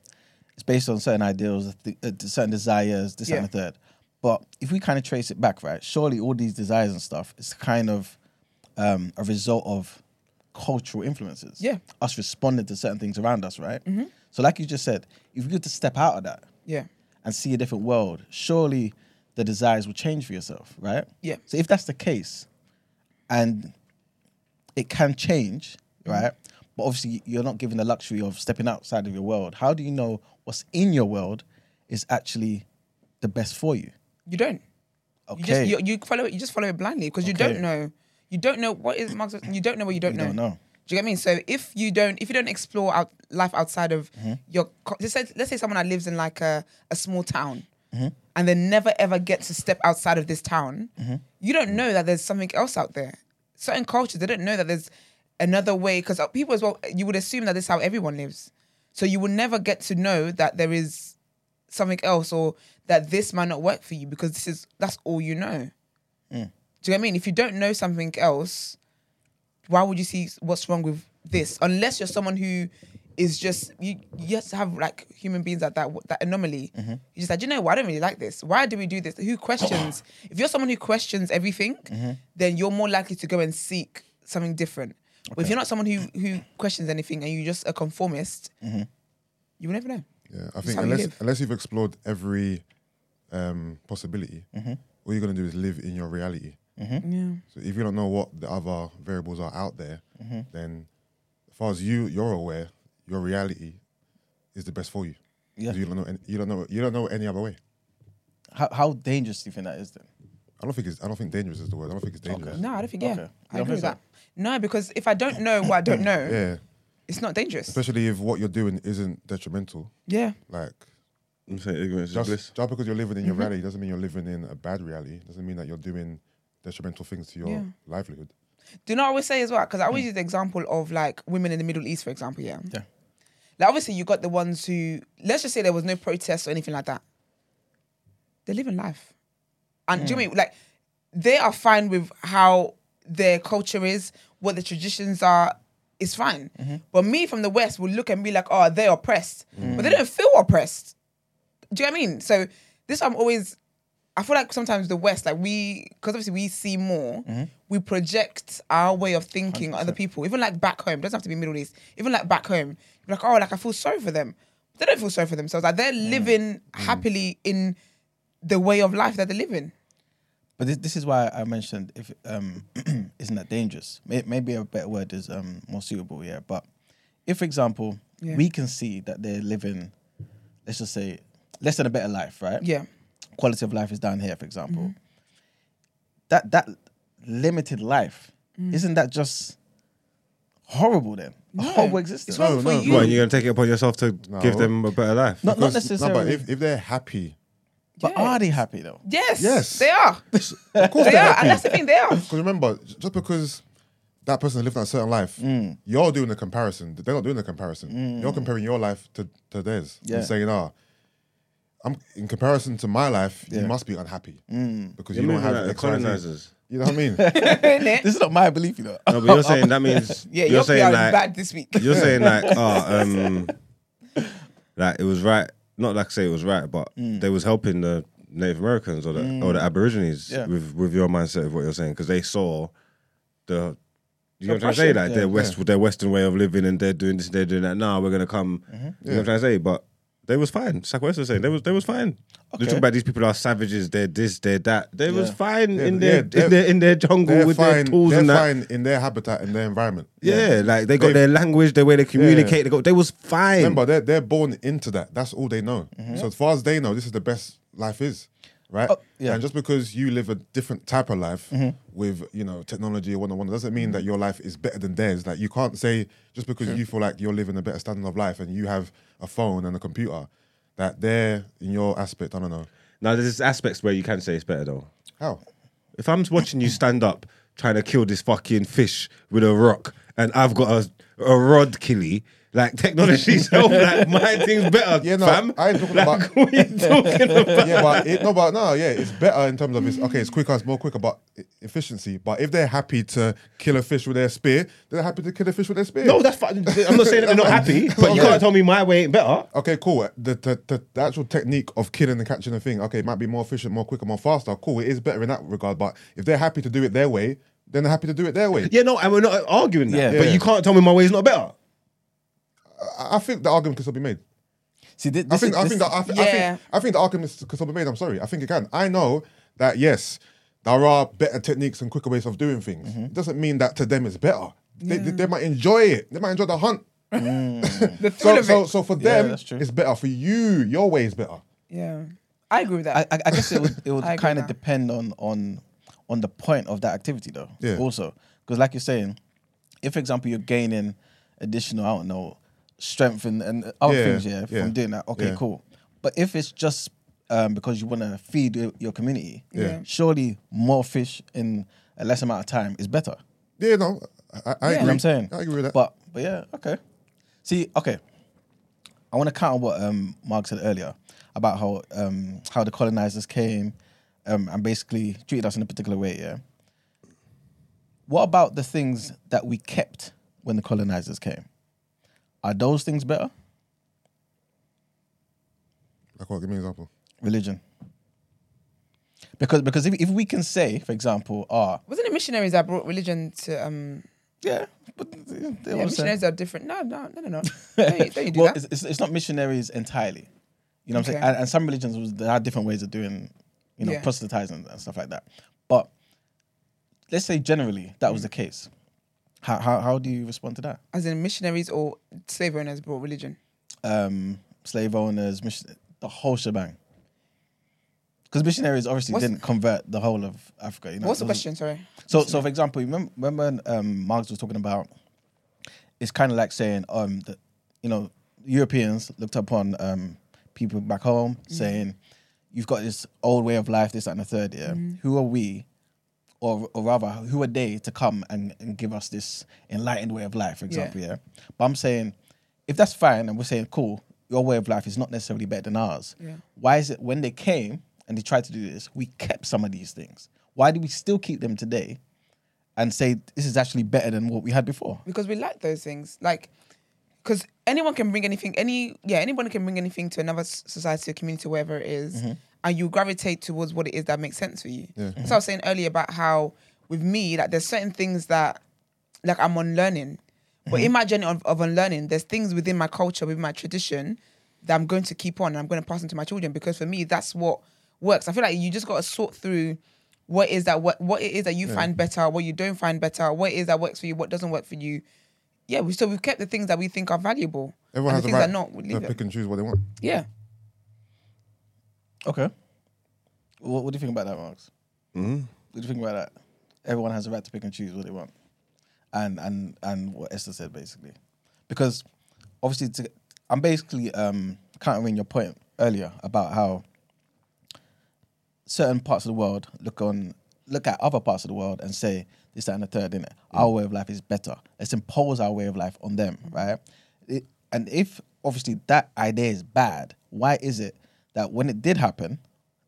[SPEAKER 3] It's based on certain ideals, th- uh, certain desires, this and
[SPEAKER 1] Yeah.
[SPEAKER 3] the third. But if we kind of trace it back, right? Surely all these desires and stuff is kind of um, a result of cultural influences.
[SPEAKER 1] Yeah. Mm-hmm.
[SPEAKER 3] Us responding to certain things around us, right? So, like you just said, if we were to step out of that,
[SPEAKER 1] Yeah.
[SPEAKER 3] and see a different world, surely the desires will change for yourself, right?
[SPEAKER 1] Yeah.
[SPEAKER 3] So if that's the case, and it can change, right? But obviously you're not given the luxury of stepping outside of your world. How do you know what's in your world is actually the best for you?
[SPEAKER 1] You don't. You
[SPEAKER 3] Okay.
[SPEAKER 1] just you, you follow it. You just follow it blindly because you
[SPEAKER 3] Okay.
[SPEAKER 1] don't know. You don't know what is Mark's. You don't know what you don't
[SPEAKER 3] You
[SPEAKER 1] know.
[SPEAKER 3] don't know.
[SPEAKER 1] Do you get what I mean? So if you don't, if you don't explore out life outside of your, co- let's say, let's say someone that lives in like a, a small town, and they never ever get to step outside of this town, you don't know that there's something else out there. Certain cultures they don't know that there's another way because people as well you would assume that this is how everyone lives, so you will never get to know that there is something else or that this might not work for you because this is that's all you know. Do you know what I mean? If you don't know something else, why would you see what's wrong with this? Unless you're someone who is just you, you just have like human beings like that that anomaly.
[SPEAKER 3] Mm-hmm.
[SPEAKER 1] You just like, "Do you know, what? I don't really like this. Why do we do this? Who questions? if you're someone who questions everything,
[SPEAKER 3] Mm-hmm.
[SPEAKER 1] then you're more likely to go and seek something different. But if you're not someone who who questions anything and you're just a conformist,
[SPEAKER 3] Mm-hmm.
[SPEAKER 1] you will never know.
[SPEAKER 5] Yeah, I think
[SPEAKER 1] how you
[SPEAKER 5] unless
[SPEAKER 1] live.
[SPEAKER 5] unless you've explored every um, possibility,
[SPEAKER 1] Mm-hmm.
[SPEAKER 5] all you're gonna do is live in your reality.
[SPEAKER 3] Hmm?
[SPEAKER 1] Yeah.
[SPEAKER 5] So if you don't know what the other variables are out there,
[SPEAKER 1] Mm-hmm.
[SPEAKER 5] then as far as you you're aware, your reality is the best for you.
[SPEAKER 3] Yeah.
[SPEAKER 5] You don't know. Any, you don't know. You don't know any other way.
[SPEAKER 3] How, how dangerous do you think that is then?
[SPEAKER 5] I don't think it's. I don't think dangerous is the word. I don't think it's dangerous.
[SPEAKER 1] No, I don't think. Yeah,
[SPEAKER 3] Okay. You
[SPEAKER 1] I
[SPEAKER 3] don't
[SPEAKER 1] agree with
[SPEAKER 3] think
[SPEAKER 1] that.
[SPEAKER 3] so?
[SPEAKER 1] No, because if I don't know what I don't know,
[SPEAKER 5] Yeah,
[SPEAKER 1] it's not dangerous.
[SPEAKER 5] especially if what you're doing isn't detrimental.
[SPEAKER 1] Yeah,
[SPEAKER 5] Like
[SPEAKER 2] I'm saying ignorance is
[SPEAKER 5] just
[SPEAKER 2] bliss.
[SPEAKER 5] just because you're living in your
[SPEAKER 1] Mm-hmm.
[SPEAKER 5] reality doesn't mean you're living in a bad reality. Doesn't mean that you're doing detrimental things to your
[SPEAKER 1] Yeah.
[SPEAKER 5] livelihood.
[SPEAKER 1] do you know what I always say as well? Because I always use the example of like women in the Middle East, for example. Yeah.
[SPEAKER 3] Yeah.
[SPEAKER 1] Like obviously you got the ones who let's just say there was no protests or anything like that. They're living life, and do you know what I mean like they are fine with how their culture is, what the traditions are. It's fine. But me from the West will look and be like, oh, they're oppressed, but they don't feel oppressed. Do you know what I mean? So this I'm always I feel like sometimes the West, like we, because obviously we see more, we project our way of thinking on other people. Even like back home, doesn't have to be Middle East. Even like back home, you're like, oh, like I feel sorry for them. They don't feel sorry for themselves. Like they're living happily in the way of life that they live in.
[SPEAKER 3] But this, this is why I mentioned if um, isn't that dangerous? May, maybe a better word is um, more suitable. Yeah, but if, for example,
[SPEAKER 1] Yeah.
[SPEAKER 3] we can see that they're living, let's just say, less than a better life, right?
[SPEAKER 1] Yeah,
[SPEAKER 3] Quality of life is down here, for example.
[SPEAKER 1] Mm-hmm.
[SPEAKER 3] That that limited life
[SPEAKER 1] Mm.
[SPEAKER 3] isn't that just horrible? Then a horrible
[SPEAKER 1] it's
[SPEAKER 3] existence.
[SPEAKER 1] wrong for you.
[SPEAKER 2] What, you're going to take it upon yourself to give them a better life?
[SPEAKER 3] Not, not
[SPEAKER 5] Because-
[SPEAKER 3] necessarily.
[SPEAKER 5] No, but if, if they're happy,
[SPEAKER 3] but
[SPEAKER 1] Yeah.
[SPEAKER 3] are they happy though?
[SPEAKER 1] Yes,
[SPEAKER 5] Yes.
[SPEAKER 1] they are.
[SPEAKER 5] of course
[SPEAKER 1] They
[SPEAKER 5] they're
[SPEAKER 1] are,
[SPEAKER 5] happy.
[SPEAKER 1] and that's the thing. They are.
[SPEAKER 5] Because remember, j- just because that person has lived that certain life,
[SPEAKER 2] Mm.
[SPEAKER 5] you're doing the comparison. They're not doing the comparison. You're comparing your life to, to theirs.
[SPEAKER 3] Yeah.
[SPEAKER 5] And saying, ah, I'm in comparison to my life,
[SPEAKER 3] Yeah.
[SPEAKER 5] you must be unhappy. Because
[SPEAKER 2] You're
[SPEAKER 5] you don't
[SPEAKER 2] moving
[SPEAKER 5] have
[SPEAKER 2] like the
[SPEAKER 5] X, Y, Z."
[SPEAKER 2] colonizers.
[SPEAKER 5] You know what I mean?
[SPEAKER 1] Innit?
[SPEAKER 3] This is not my belief, you know.
[SPEAKER 2] No, but you're saying that means
[SPEAKER 1] yeah,
[SPEAKER 2] you're,
[SPEAKER 1] your PR
[SPEAKER 2] saying
[SPEAKER 1] is
[SPEAKER 2] like
[SPEAKER 1] bad this week.
[SPEAKER 2] you're saying like oh um like it was right. Not like I say it was right, but
[SPEAKER 5] Mm.
[SPEAKER 2] they was helping the Native Americans or the or the Aborigines
[SPEAKER 3] Yeah.
[SPEAKER 2] with with your mindset of what you're saying because they saw the. You know what I'm trying to say?
[SPEAKER 3] Oppression.
[SPEAKER 2] Like
[SPEAKER 3] Yeah,
[SPEAKER 2] their West, their Western way of living, and they're doing this, they're doing that. Now we're gonna come.
[SPEAKER 5] Mm-hmm.
[SPEAKER 2] You know what I'm trying to say? But they was fine. It's like what was saying. They was they was fine. They
[SPEAKER 3] Okay.
[SPEAKER 2] talk about these people are savages. They're this, they're that. They was
[SPEAKER 3] Yeah.
[SPEAKER 2] fine in their
[SPEAKER 5] yeah, they're-
[SPEAKER 2] in their in their jungle
[SPEAKER 5] they're
[SPEAKER 2] with their
[SPEAKER 5] fine,
[SPEAKER 2] tools
[SPEAKER 5] they're
[SPEAKER 2] and that.
[SPEAKER 5] fine in their habitat and their environment.
[SPEAKER 2] Yeah, like they got
[SPEAKER 5] They-
[SPEAKER 2] their language, their way they communicate. They got they was fine.
[SPEAKER 5] Remember, they're, they're born into that. That's all they know.
[SPEAKER 2] Mm-hmm.
[SPEAKER 5] So as far as they know, this is the best life is, right?
[SPEAKER 2] Oh,
[SPEAKER 3] yeah.
[SPEAKER 5] And just because you live a different type of life
[SPEAKER 2] Mm-hmm.
[SPEAKER 5] with, you know, technology or one one doesn't mean that your life is better than theirs. Like you can't say just because you feel like you're living a better standard of life and you have a phone and a computer that they're in your aspect, I don't know.
[SPEAKER 2] now there's aspects where you can say it's better though.
[SPEAKER 5] How?
[SPEAKER 2] If I'm watching you stand up trying to kill this fucking fish with a rock, and I've got a a rod killy, Like technology's helped. Like my thing's better,
[SPEAKER 5] Yeah, no,
[SPEAKER 2] fam.
[SPEAKER 5] I ain't talking
[SPEAKER 2] like,
[SPEAKER 5] about-
[SPEAKER 2] What are you talking about?
[SPEAKER 5] yeah, but it, no, but no, yeah, it's better in terms of it's okay. It's quicker, it's more quicker, but e- efficiency. But if they're happy to kill a fish with their spear, they're happy to kill a fish with their spear.
[SPEAKER 2] No, that's fine. I'm not saying that they're not happy, but you
[SPEAKER 5] Yeah.
[SPEAKER 2] can't tell me my way ain't better.
[SPEAKER 5] Okay, cool. The, the, the, the actual technique of killing and catching a thing, okay, it might be more efficient, more quicker, more faster. Cool, it is better in that regard. But if they're happy to do it their way, then they're happy to do it their way.
[SPEAKER 2] Yeah, no, and we're not arguing that.
[SPEAKER 3] Yeah.
[SPEAKER 2] But
[SPEAKER 5] Yeah.
[SPEAKER 2] you can't tell me my way is not better.
[SPEAKER 5] I, I think the argument can still be made.
[SPEAKER 3] See, thi- this
[SPEAKER 5] I
[SPEAKER 3] is-
[SPEAKER 5] think, I
[SPEAKER 3] this
[SPEAKER 5] think,
[SPEAKER 3] is-
[SPEAKER 5] that, I, thi- I
[SPEAKER 1] Yeah.
[SPEAKER 5] think, I think the argument can still be made. I'm sorry. I think it can. I know that yes, there are better techniques and quicker ways of doing things.
[SPEAKER 3] Mm-hmm.
[SPEAKER 5] It doesn't mean that to them it's better. They, they,
[SPEAKER 3] Mm.
[SPEAKER 5] they might enjoy it. They might enjoy the hunt.
[SPEAKER 1] The thrill
[SPEAKER 5] So,
[SPEAKER 1] of
[SPEAKER 5] so,
[SPEAKER 1] it.
[SPEAKER 5] so for
[SPEAKER 3] Yeah,
[SPEAKER 5] them,
[SPEAKER 3] that's true.
[SPEAKER 5] it's better. For you, your way is better.
[SPEAKER 1] Yeah. I agree with that.
[SPEAKER 3] I, I, I guess it would it would
[SPEAKER 1] I agree
[SPEAKER 3] kind of
[SPEAKER 1] now.
[SPEAKER 3] depend on on on the point of that activity though.
[SPEAKER 5] Yeah.
[SPEAKER 3] Also, because like you're saying, if for example you're gaining additional, I don't know, strength and, and other
[SPEAKER 5] Yeah,
[SPEAKER 3] things, yeah,
[SPEAKER 5] yeah,
[SPEAKER 3] from doing that. Okay,
[SPEAKER 5] yeah.
[SPEAKER 3] cool. But if it's just um, because you want to feed your, your community,
[SPEAKER 5] Yeah.
[SPEAKER 3] surely more fish in a less amount of time is better.
[SPEAKER 5] Yeah, no, I, I
[SPEAKER 1] Yeah.
[SPEAKER 5] agree.
[SPEAKER 3] You know what I'm saying?
[SPEAKER 5] I agree with that.
[SPEAKER 3] But but yeah, okay. See, okay. I want to count on what um, Mark said earlier about how um, how the colonizers came um, and basically treated us in a particular way. Yeah. What about the things that we kept when the colonizers came? Are those things better?
[SPEAKER 5] like, what? Give me an example.
[SPEAKER 3] Religion. Because because if, if we can say, for example, ah,
[SPEAKER 1] Wasn't it missionaries that brought religion to um
[SPEAKER 3] yeah, but you know what I'm
[SPEAKER 1] yeah,
[SPEAKER 3] saying?
[SPEAKER 1] missionaries are different. No, no, no, no, no. Don't you, don't you do
[SPEAKER 3] well,
[SPEAKER 1] that.
[SPEAKER 3] it's, it's, it's not missionaries entirely. You know what I'm
[SPEAKER 1] Okay.
[SPEAKER 3] saying? And, and some religions, was, there are different ways of doing, you know,
[SPEAKER 1] Yeah.
[SPEAKER 3] proselytizing and stuff like that. But let's say generally that was the case. How, how, how do you respond to that?
[SPEAKER 1] As in missionaries or slave owners brought religion.
[SPEAKER 3] Um, slave owners, mission, the whole shebang. Because missionaries obviously
[SPEAKER 1] What's-
[SPEAKER 3] didn't convert the whole of Africa. You know,
[SPEAKER 1] What's the
[SPEAKER 3] It wasn't-
[SPEAKER 1] question? Sorry.
[SPEAKER 3] So, so for example, you remember, remember when um, Marx was talking about it's kind of like saying, um, that you know, Europeans looked upon um, people back home saying, you've got this old way of life, this that, and the third. Yeah, who are we, or or rather, who are they to come and, and give us this enlightened way of life? For example, yeah. But I'm saying, if that's fine, and we're saying, cool, your way of life is not necessarily better than ours.
[SPEAKER 1] Yeah.
[SPEAKER 3] Why is it when they came and they tried to do this, we kept some of these things? Why do we still keep them today and say this is actually better than what we had before?
[SPEAKER 1] because we like those things like because anyone can bring anything any yeah anyone can bring anything to another s- society or community wherever it is, and you gravitate towards what it is that makes sense for you so i was saying earlier about how with me like there's certain things that like i'm unlearning
[SPEAKER 5] Mm-hmm.
[SPEAKER 1] but in my journey of, of unlearning there's things within my culture within my tradition that i'm going to keep on and i'm going to pass on to my children because for me that's what works i feel like you just got to sort through what is that what what it is that you find better what you don't find better what it is that works for you what doesn't work for you yeah we so we've kept the things that we think are valuable
[SPEAKER 5] Everyone
[SPEAKER 1] and
[SPEAKER 5] has
[SPEAKER 1] the
[SPEAKER 5] a
[SPEAKER 1] things
[SPEAKER 5] right
[SPEAKER 1] that not we
[SPEAKER 5] to
[SPEAKER 1] leave it.
[SPEAKER 5] pick and choose what they want.
[SPEAKER 1] yeah
[SPEAKER 3] Okay. What, what do you think about that, Marx?
[SPEAKER 2] Mhm.
[SPEAKER 3] What do you think about that? Everyone has a right to pick and choose what they want, and and and what Esther said basically, because obviously to, I'm basically um, countering your point earlier about how certain parts of the world look on look at other parts of the world and say this that, and the third in it our way of life is better let's impose our way of life on them right it, and if obviously that idea is bad why is it that when it did happen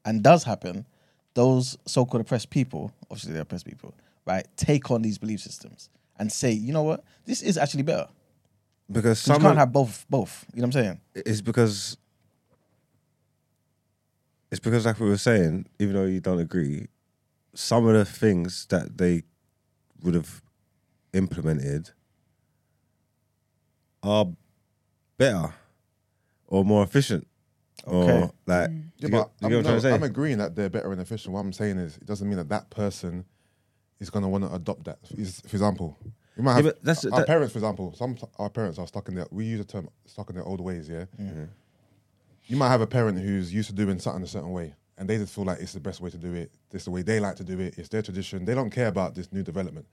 [SPEAKER 3] and does happen those so-called oppressed people obviously they're oppressed people right take on these belief systems and say you know what this is actually better 'Cause
[SPEAKER 2] Because
[SPEAKER 3] you
[SPEAKER 2] some
[SPEAKER 3] can't have both both you know what i'm saying
[SPEAKER 2] it's because it's because like we were saying, even though you don't agree, some of the things that they would have implemented are better or more efficient. Or
[SPEAKER 3] Okay.
[SPEAKER 2] like
[SPEAKER 5] Yeah,
[SPEAKER 2] you
[SPEAKER 5] but
[SPEAKER 2] get, you
[SPEAKER 5] I'm,
[SPEAKER 2] get what I'm
[SPEAKER 5] no,
[SPEAKER 2] trying to
[SPEAKER 5] I'm
[SPEAKER 2] say?
[SPEAKER 5] agreeing that they're better and efficient. What I'm saying is, it doesn't mean that that person is going to want to adopt that. For ex- for example, we might
[SPEAKER 2] Yeah,
[SPEAKER 5] have
[SPEAKER 2] but that's-
[SPEAKER 5] our
[SPEAKER 2] that-
[SPEAKER 5] parents, for example. Some our parents are stuck in their. We use the term stuck in their old ways. Yeah.
[SPEAKER 2] Mm-hmm.
[SPEAKER 5] You might have a parent who's used to doing something a certain way, and they just feel like it's the best way to do it. It's the way they like to do it. It's their tradition. They don't care about this new development.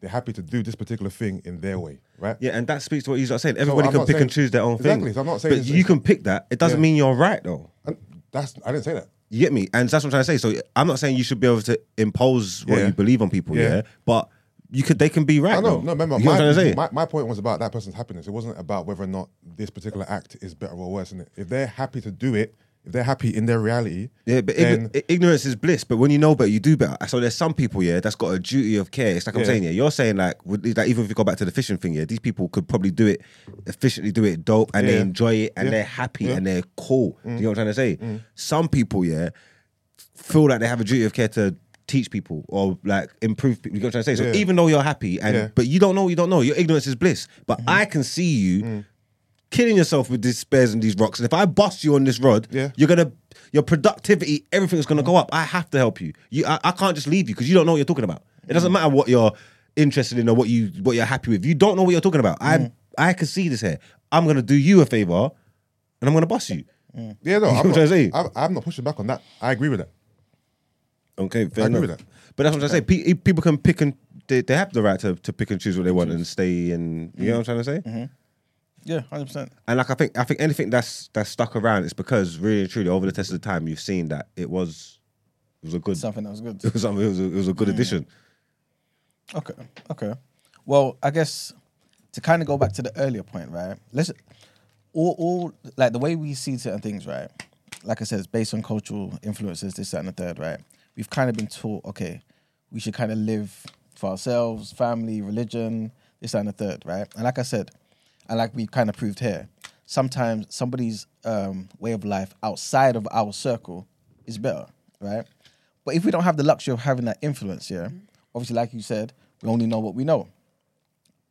[SPEAKER 5] They're happy to do this particular thing in their way, right?
[SPEAKER 2] Yeah, and that speaks to what you are saying. Everybody
[SPEAKER 5] I'm
[SPEAKER 2] can
[SPEAKER 5] not
[SPEAKER 2] pick and
[SPEAKER 5] saying-
[SPEAKER 2] choose their own
[SPEAKER 5] Exactly,
[SPEAKER 2] thing.
[SPEAKER 5] so I'm not saying
[SPEAKER 2] but
[SPEAKER 5] it's-
[SPEAKER 2] you can pick that. It doesn't
[SPEAKER 5] Yeah.
[SPEAKER 2] mean you're right though.
[SPEAKER 5] And that's I didn't say that.
[SPEAKER 2] You get me? And that's what I'm trying to say. So I'm not saying you should be able to impose what
[SPEAKER 5] Yeah.
[SPEAKER 2] you believe on people, yeah.
[SPEAKER 5] Yeah.
[SPEAKER 2] But you could they can be right.
[SPEAKER 5] I know.
[SPEAKER 2] though.
[SPEAKER 5] No, remember,
[SPEAKER 2] you know what I'm trying
[SPEAKER 5] my,
[SPEAKER 2] to say?
[SPEAKER 5] my, my point was about that person's happiness. It wasn't about whether or not this particular act is better or worse. Isn't it? If they're happy to do it, if they're happy in their reality,
[SPEAKER 2] Yeah, but
[SPEAKER 5] then
[SPEAKER 2] ign- ignorance is bliss. But when you know better, you do better. So there's some people, yeah, that's got a duty of care. It's like I'm
[SPEAKER 5] Yeah.
[SPEAKER 2] saying, yeah, you're saying like, would, like, even if you go back to the fishing thing, yeah, these people could probably do it efficiently, do it dope, and they
[SPEAKER 5] Yeah.
[SPEAKER 2] enjoy it, and
[SPEAKER 5] Yeah. Mm.
[SPEAKER 2] they're happy, and they're cool. Do you know what I'm trying to say? Some people, yeah, feel like they have a duty of care to teach people or like improve people. You know what I'm trying to say? So
[SPEAKER 5] Yeah.
[SPEAKER 2] even though you're happy, and
[SPEAKER 5] Yeah. Mm-hmm.
[SPEAKER 2] but you don't know, you don't know. Your ignorance is bliss. But I can see you.
[SPEAKER 5] Mm.
[SPEAKER 2] Killing yourself with these spares and these rocks, and if I bust you on this rod,
[SPEAKER 5] Yeah.
[SPEAKER 2] you're gonna your productivity, everything's gonna go up. I have to help you. You, I, I can't just leave you because you don't know what you're talking about. It doesn't matter what you're interested in or what you what you're happy with. You don't know what you're talking about. I I can see this here. I'm gonna do you a favor, and I'm gonna boss you.
[SPEAKER 5] yeah, no,
[SPEAKER 2] You know
[SPEAKER 5] I'm
[SPEAKER 2] what I'm
[SPEAKER 5] not,
[SPEAKER 2] saying?
[SPEAKER 5] I'm, I'm not pushing back on that. I agree with that.
[SPEAKER 2] Okay, fair
[SPEAKER 5] I agree
[SPEAKER 2] enough.
[SPEAKER 5] with that.
[SPEAKER 2] But that's what I'm trying to say. Pe- people can pick and they, they have the right to, to pick and choose what they want and stay. And you know what I'm trying to say.
[SPEAKER 3] Yeah, hundred percent.
[SPEAKER 2] And like I think I think anything that's that's stuck around, it's because really and truly over the test of time, you've seen that it was it was a good
[SPEAKER 3] Something that was good.
[SPEAKER 2] it was, something- it was a, it was a good addition.
[SPEAKER 3] Okay. Okay. Well, I guess to kind of go back to the earlier point, right? Let's all, all like the way we see certain things, right? Like I said, it's based on cultural influences, this, that, and the third, right? We've kind of been taught, okay, we should kind of live for ourselves, family, religion, this, that, and the third, right? And like I said, and like we kind of proved here, sometimes somebody's um, way of life outside of our circle is better, right? But if we don't have the luxury of having that influence, yeah, obviously, like you said, we only know what we know.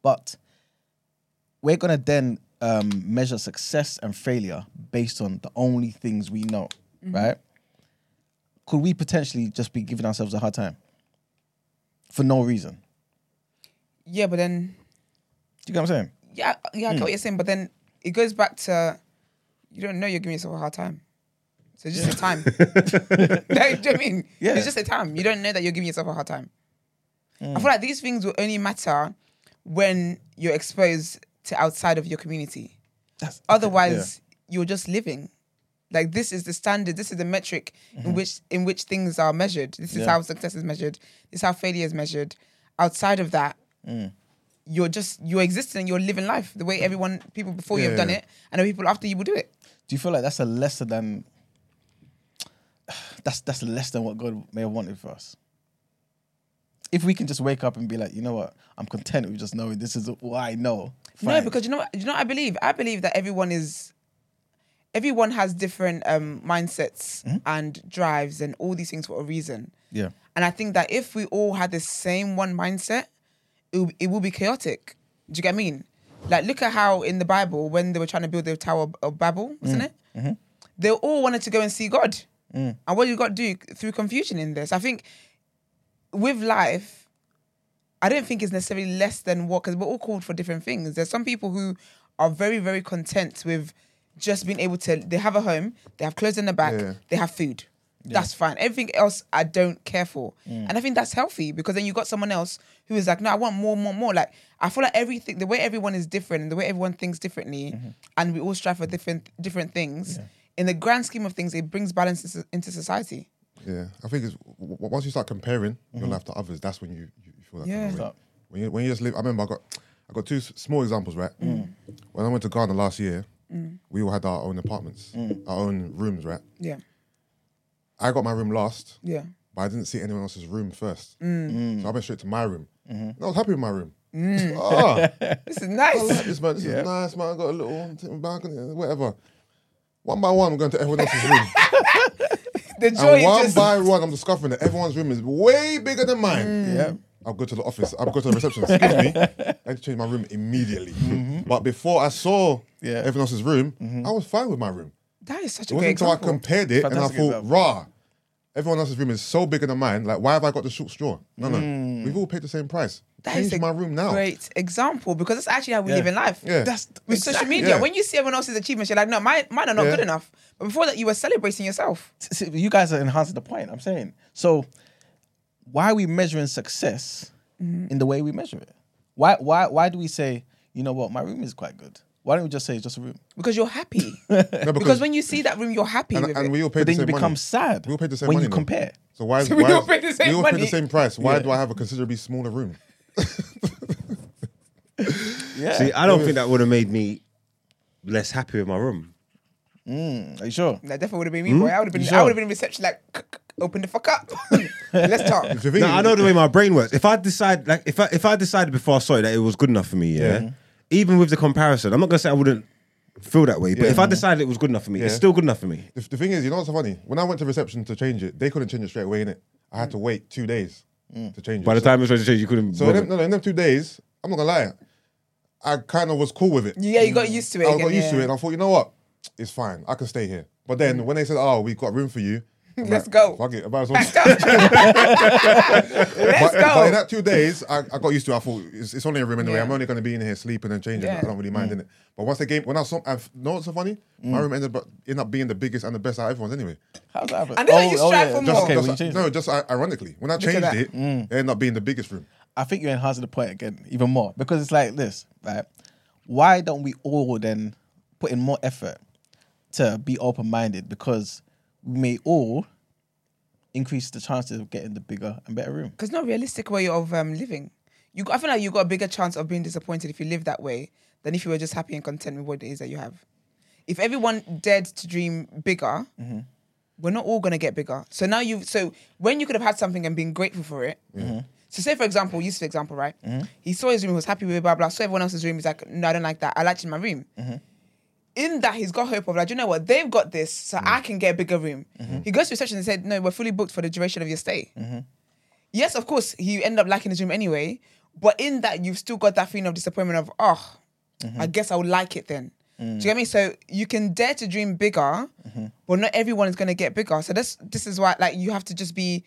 [SPEAKER 3] But we're gonna then um, measure success and failure based on the only things we know, right? Could we potentially just be giving ourselves a hard time for no reason?
[SPEAKER 1] Yeah, but then
[SPEAKER 3] Do you get what I'm saying?
[SPEAKER 1] yeah, yeah, I get what you're saying, but then it goes back to you don't know you're giving yourself a hard time. So it's just a time. like, do you know what I mean?
[SPEAKER 3] Yeah.
[SPEAKER 1] It's just a time. You don't know that you're giving yourself a hard time. I feel like these things will only matter when you're exposed to outside of your community.
[SPEAKER 3] That's,
[SPEAKER 1] Otherwise, you're just living. Like this is the standard. This is the metric in which in which things are measured. This is
[SPEAKER 3] Yeah.
[SPEAKER 1] how success is measured. This is how failure is measured. Outside of that, you're just you're existing. You're living life the way everyone people before you have done
[SPEAKER 5] Yeah.
[SPEAKER 1] it, and the people after you will do it.
[SPEAKER 3] do you feel like that's a lesser than that's that's less than what God may have wanted for us? If we can just wake up and be like, you know what, I'm content with just knowing this is all I know.
[SPEAKER 1] No,
[SPEAKER 3] Fine.
[SPEAKER 1] because you know what you know what I believe? I believe that everyone is everyone has different um, mindsets and drives and all these things for a reason.
[SPEAKER 3] yeah,
[SPEAKER 1] And I think that if we all had the same one mindset, it, will- it will be chaotic. Do you get what I mean? Like, look at how in the Bible, when they were trying to build the Tower of Babel, wasn't it? They all wanted to go and see God. And what you got to do through confusion in this, I think with life, I don't think it's necessarily less than what, because we're all called for different things. There's some people who are very, very content with just being able to, they have a home, they have clothes in the back,
[SPEAKER 5] Yeah.
[SPEAKER 1] they have food. That's fine. Everything else, I don't care for. And I think that's healthy because then you got someone else who is like, no, I want more, more, more. Like, I feel like everything, the way everyone is different and the way everyone thinks differently, and we all strive for different different things, in the grand scheme of things, it brings balance into- into society.
[SPEAKER 5] Yeah, I think it's w- w- once you start comparing your life to others, that's when you, you you feel that. kind
[SPEAKER 1] Yeah.
[SPEAKER 5] of way.
[SPEAKER 3] Stop.
[SPEAKER 5] When you when you just live, I remember I got I got two s- small examples. Right, when I went to Ghana last year, we all had our own apartments, our own rooms. Right,
[SPEAKER 1] Yeah,
[SPEAKER 5] I got my room last,
[SPEAKER 1] yeah.
[SPEAKER 5] but I didn't see anyone else's room first,
[SPEAKER 1] Mm.
[SPEAKER 5] so I went straight to my room.
[SPEAKER 3] Mm-hmm.
[SPEAKER 5] And I was happy with my room.
[SPEAKER 1] Mm.
[SPEAKER 5] Ah,
[SPEAKER 1] This is
[SPEAKER 5] I
[SPEAKER 1] nice.
[SPEAKER 5] like this man. This is nice, man. I got a little t- balcony, uh, whatever. One by one, I'm going to everyone else's room.
[SPEAKER 1] The joy
[SPEAKER 5] And one
[SPEAKER 1] is just.
[SPEAKER 5] by one, I'm discovering that everyone's room is way bigger than mine.
[SPEAKER 1] Mm.
[SPEAKER 3] yeah,
[SPEAKER 5] I'll go to the office. I'll go to the reception. Excuse me. I had to change my room immediately. But before I saw
[SPEAKER 3] Mm-hmm. Yeah. Mm-hmm.
[SPEAKER 5] everyone else's room, I was fine with my room.
[SPEAKER 1] that is such
[SPEAKER 5] It
[SPEAKER 1] a great
[SPEAKER 5] wasn't until I
[SPEAKER 1] example.
[SPEAKER 5] compared it
[SPEAKER 3] Fantastic
[SPEAKER 5] and I thought,
[SPEAKER 3] example.
[SPEAKER 5] rah, everyone else's room is so bigger than mine. Like, why have I got the short straw? No, no. We've all paid the same price.
[SPEAKER 1] Hmm. That is
[SPEAKER 5] change my room now.
[SPEAKER 1] Great example because that's actually how we
[SPEAKER 3] Yeah.
[SPEAKER 1] live in life.
[SPEAKER 5] Yeah.
[SPEAKER 3] that's
[SPEAKER 1] With social
[SPEAKER 3] exactly-
[SPEAKER 1] media,
[SPEAKER 5] Yeah.
[SPEAKER 1] when you see everyone else's achievements, you're like, no, mine, mine are not
[SPEAKER 5] Yeah.
[SPEAKER 1] good enough. But before that, you were celebrating yourself.
[SPEAKER 3] See, you guys are enhancing the point. I'm saying so. Why are we measuring success
[SPEAKER 1] Mm-hmm.
[SPEAKER 3] in the way we measure it? Why why why do we say you know what my room is quite good? Why don't we just say it's just a room?
[SPEAKER 1] Because you're happy.
[SPEAKER 5] No,
[SPEAKER 1] because when you see that room, you're happy
[SPEAKER 5] and,
[SPEAKER 1] with
[SPEAKER 5] and
[SPEAKER 1] it.
[SPEAKER 5] we all paid
[SPEAKER 3] But
[SPEAKER 5] the
[SPEAKER 3] then
[SPEAKER 5] same
[SPEAKER 3] you become
[SPEAKER 5] money.
[SPEAKER 3] sad
[SPEAKER 5] We all paid the same
[SPEAKER 3] when
[SPEAKER 5] money.
[SPEAKER 3] you
[SPEAKER 5] though.
[SPEAKER 3] compare.
[SPEAKER 5] So why? is-
[SPEAKER 1] we
[SPEAKER 5] why
[SPEAKER 1] all
[SPEAKER 5] is-
[SPEAKER 1] paid the same
[SPEAKER 5] We all paid
[SPEAKER 1] money.
[SPEAKER 5] the same price. Why do I have a considerably smaller room?
[SPEAKER 3] Yeah.
[SPEAKER 2] See, I don't think that would have made me less happy with my room.
[SPEAKER 3] Are you sure?
[SPEAKER 1] That definitely would have been me, boy. I would have been.
[SPEAKER 3] sure?
[SPEAKER 1] I would have been in reception like, "K- k- open the fuck up. Let's talk.
[SPEAKER 5] The thing
[SPEAKER 2] No,
[SPEAKER 5] is-
[SPEAKER 2] I know the way my brain works. If I decide, like, if I if I decided before I saw it that it was good enough for me, yeah. Even with the comparison, I'm not gonna say I wouldn't feel that way. But if I decided it was good enough for me, it's
[SPEAKER 5] Yeah.
[SPEAKER 2] still good enough for me.
[SPEAKER 5] The, the thing is, you know what's so funny? When I went to reception to change it, they couldn't change it straight away, innit? I had to
[SPEAKER 1] Mm.
[SPEAKER 5] wait two days to change it.
[SPEAKER 2] By the
[SPEAKER 5] So-
[SPEAKER 2] time it was ready to change, you couldn't.
[SPEAKER 5] So in them, no, no, in them two days, I'm not gonna lie, I kind of was cool with it.
[SPEAKER 1] Yeah, you got used to it.
[SPEAKER 5] I
[SPEAKER 1] again,
[SPEAKER 5] got used
[SPEAKER 1] yeah.
[SPEAKER 5] to it, and I thought, you know what, it's fine. I can stay here. But then when they said, "Oh, we've got room for you," I'm
[SPEAKER 1] Mm. Let's
[SPEAKER 5] like,
[SPEAKER 1] go.
[SPEAKER 5] Fuck it, I might as well.
[SPEAKER 1] Let's
[SPEAKER 5] but, uh, but in
[SPEAKER 1] go.
[SPEAKER 5] that two days, I, I got used to. it. I thought it's, it's only a room anyway. I'm only gonna be in here sleeping and changing.
[SPEAKER 1] Yeah. Mm.
[SPEAKER 5] I don't really mind in it. But once the game, when I saw, I've you know what's so funny. My room ended up ended up being the biggest and the best out of everyone's anyway.
[SPEAKER 3] How's that happen? Oh,
[SPEAKER 1] And then you strive for
[SPEAKER 5] Just,
[SPEAKER 1] more.
[SPEAKER 3] Okay,
[SPEAKER 5] just-
[SPEAKER 3] when you change it.
[SPEAKER 5] no, just uh, ironically, when I
[SPEAKER 1] at
[SPEAKER 5] changed
[SPEAKER 1] that. Mm.
[SPEAKER 5] it, it ended up being the biggest room.
[SPEAKER 3] I think you're enhancing the point again even more because it's like this, right? Why don't we all then put in more effort to be open minded? Because we may all increase the chances of getting the bigger and better room.
[SPEAKER 1] Because not realistic way of um, living. You, I feel like you got a bigger chance of being disappointed if you live that way than if you were just happy and content with what it is that you have. If everyone dared to dream bigger, we're not all gonna get bigger. So now you, so when you could have had something and been grateful for it. So say for example, Yusuf's example, right? He saw his room, he was happy with it, blah blah. Saw everyone else's room, he's like, no, I don't like that. I like in my room in that he's got hope of like, you know what, they've got this, so I can get a bigger room. He goes to reception and said, No, we're fully booked for the duration of your stay. Yes, of course, he ended up liking his room anyway, but in that you've still got that feeling of disappointment of, oh, I guess I would like it then. Do you get me? So you can dare to dream bigger, but not everyone is gonna get bigger. So this this is why like you have to just be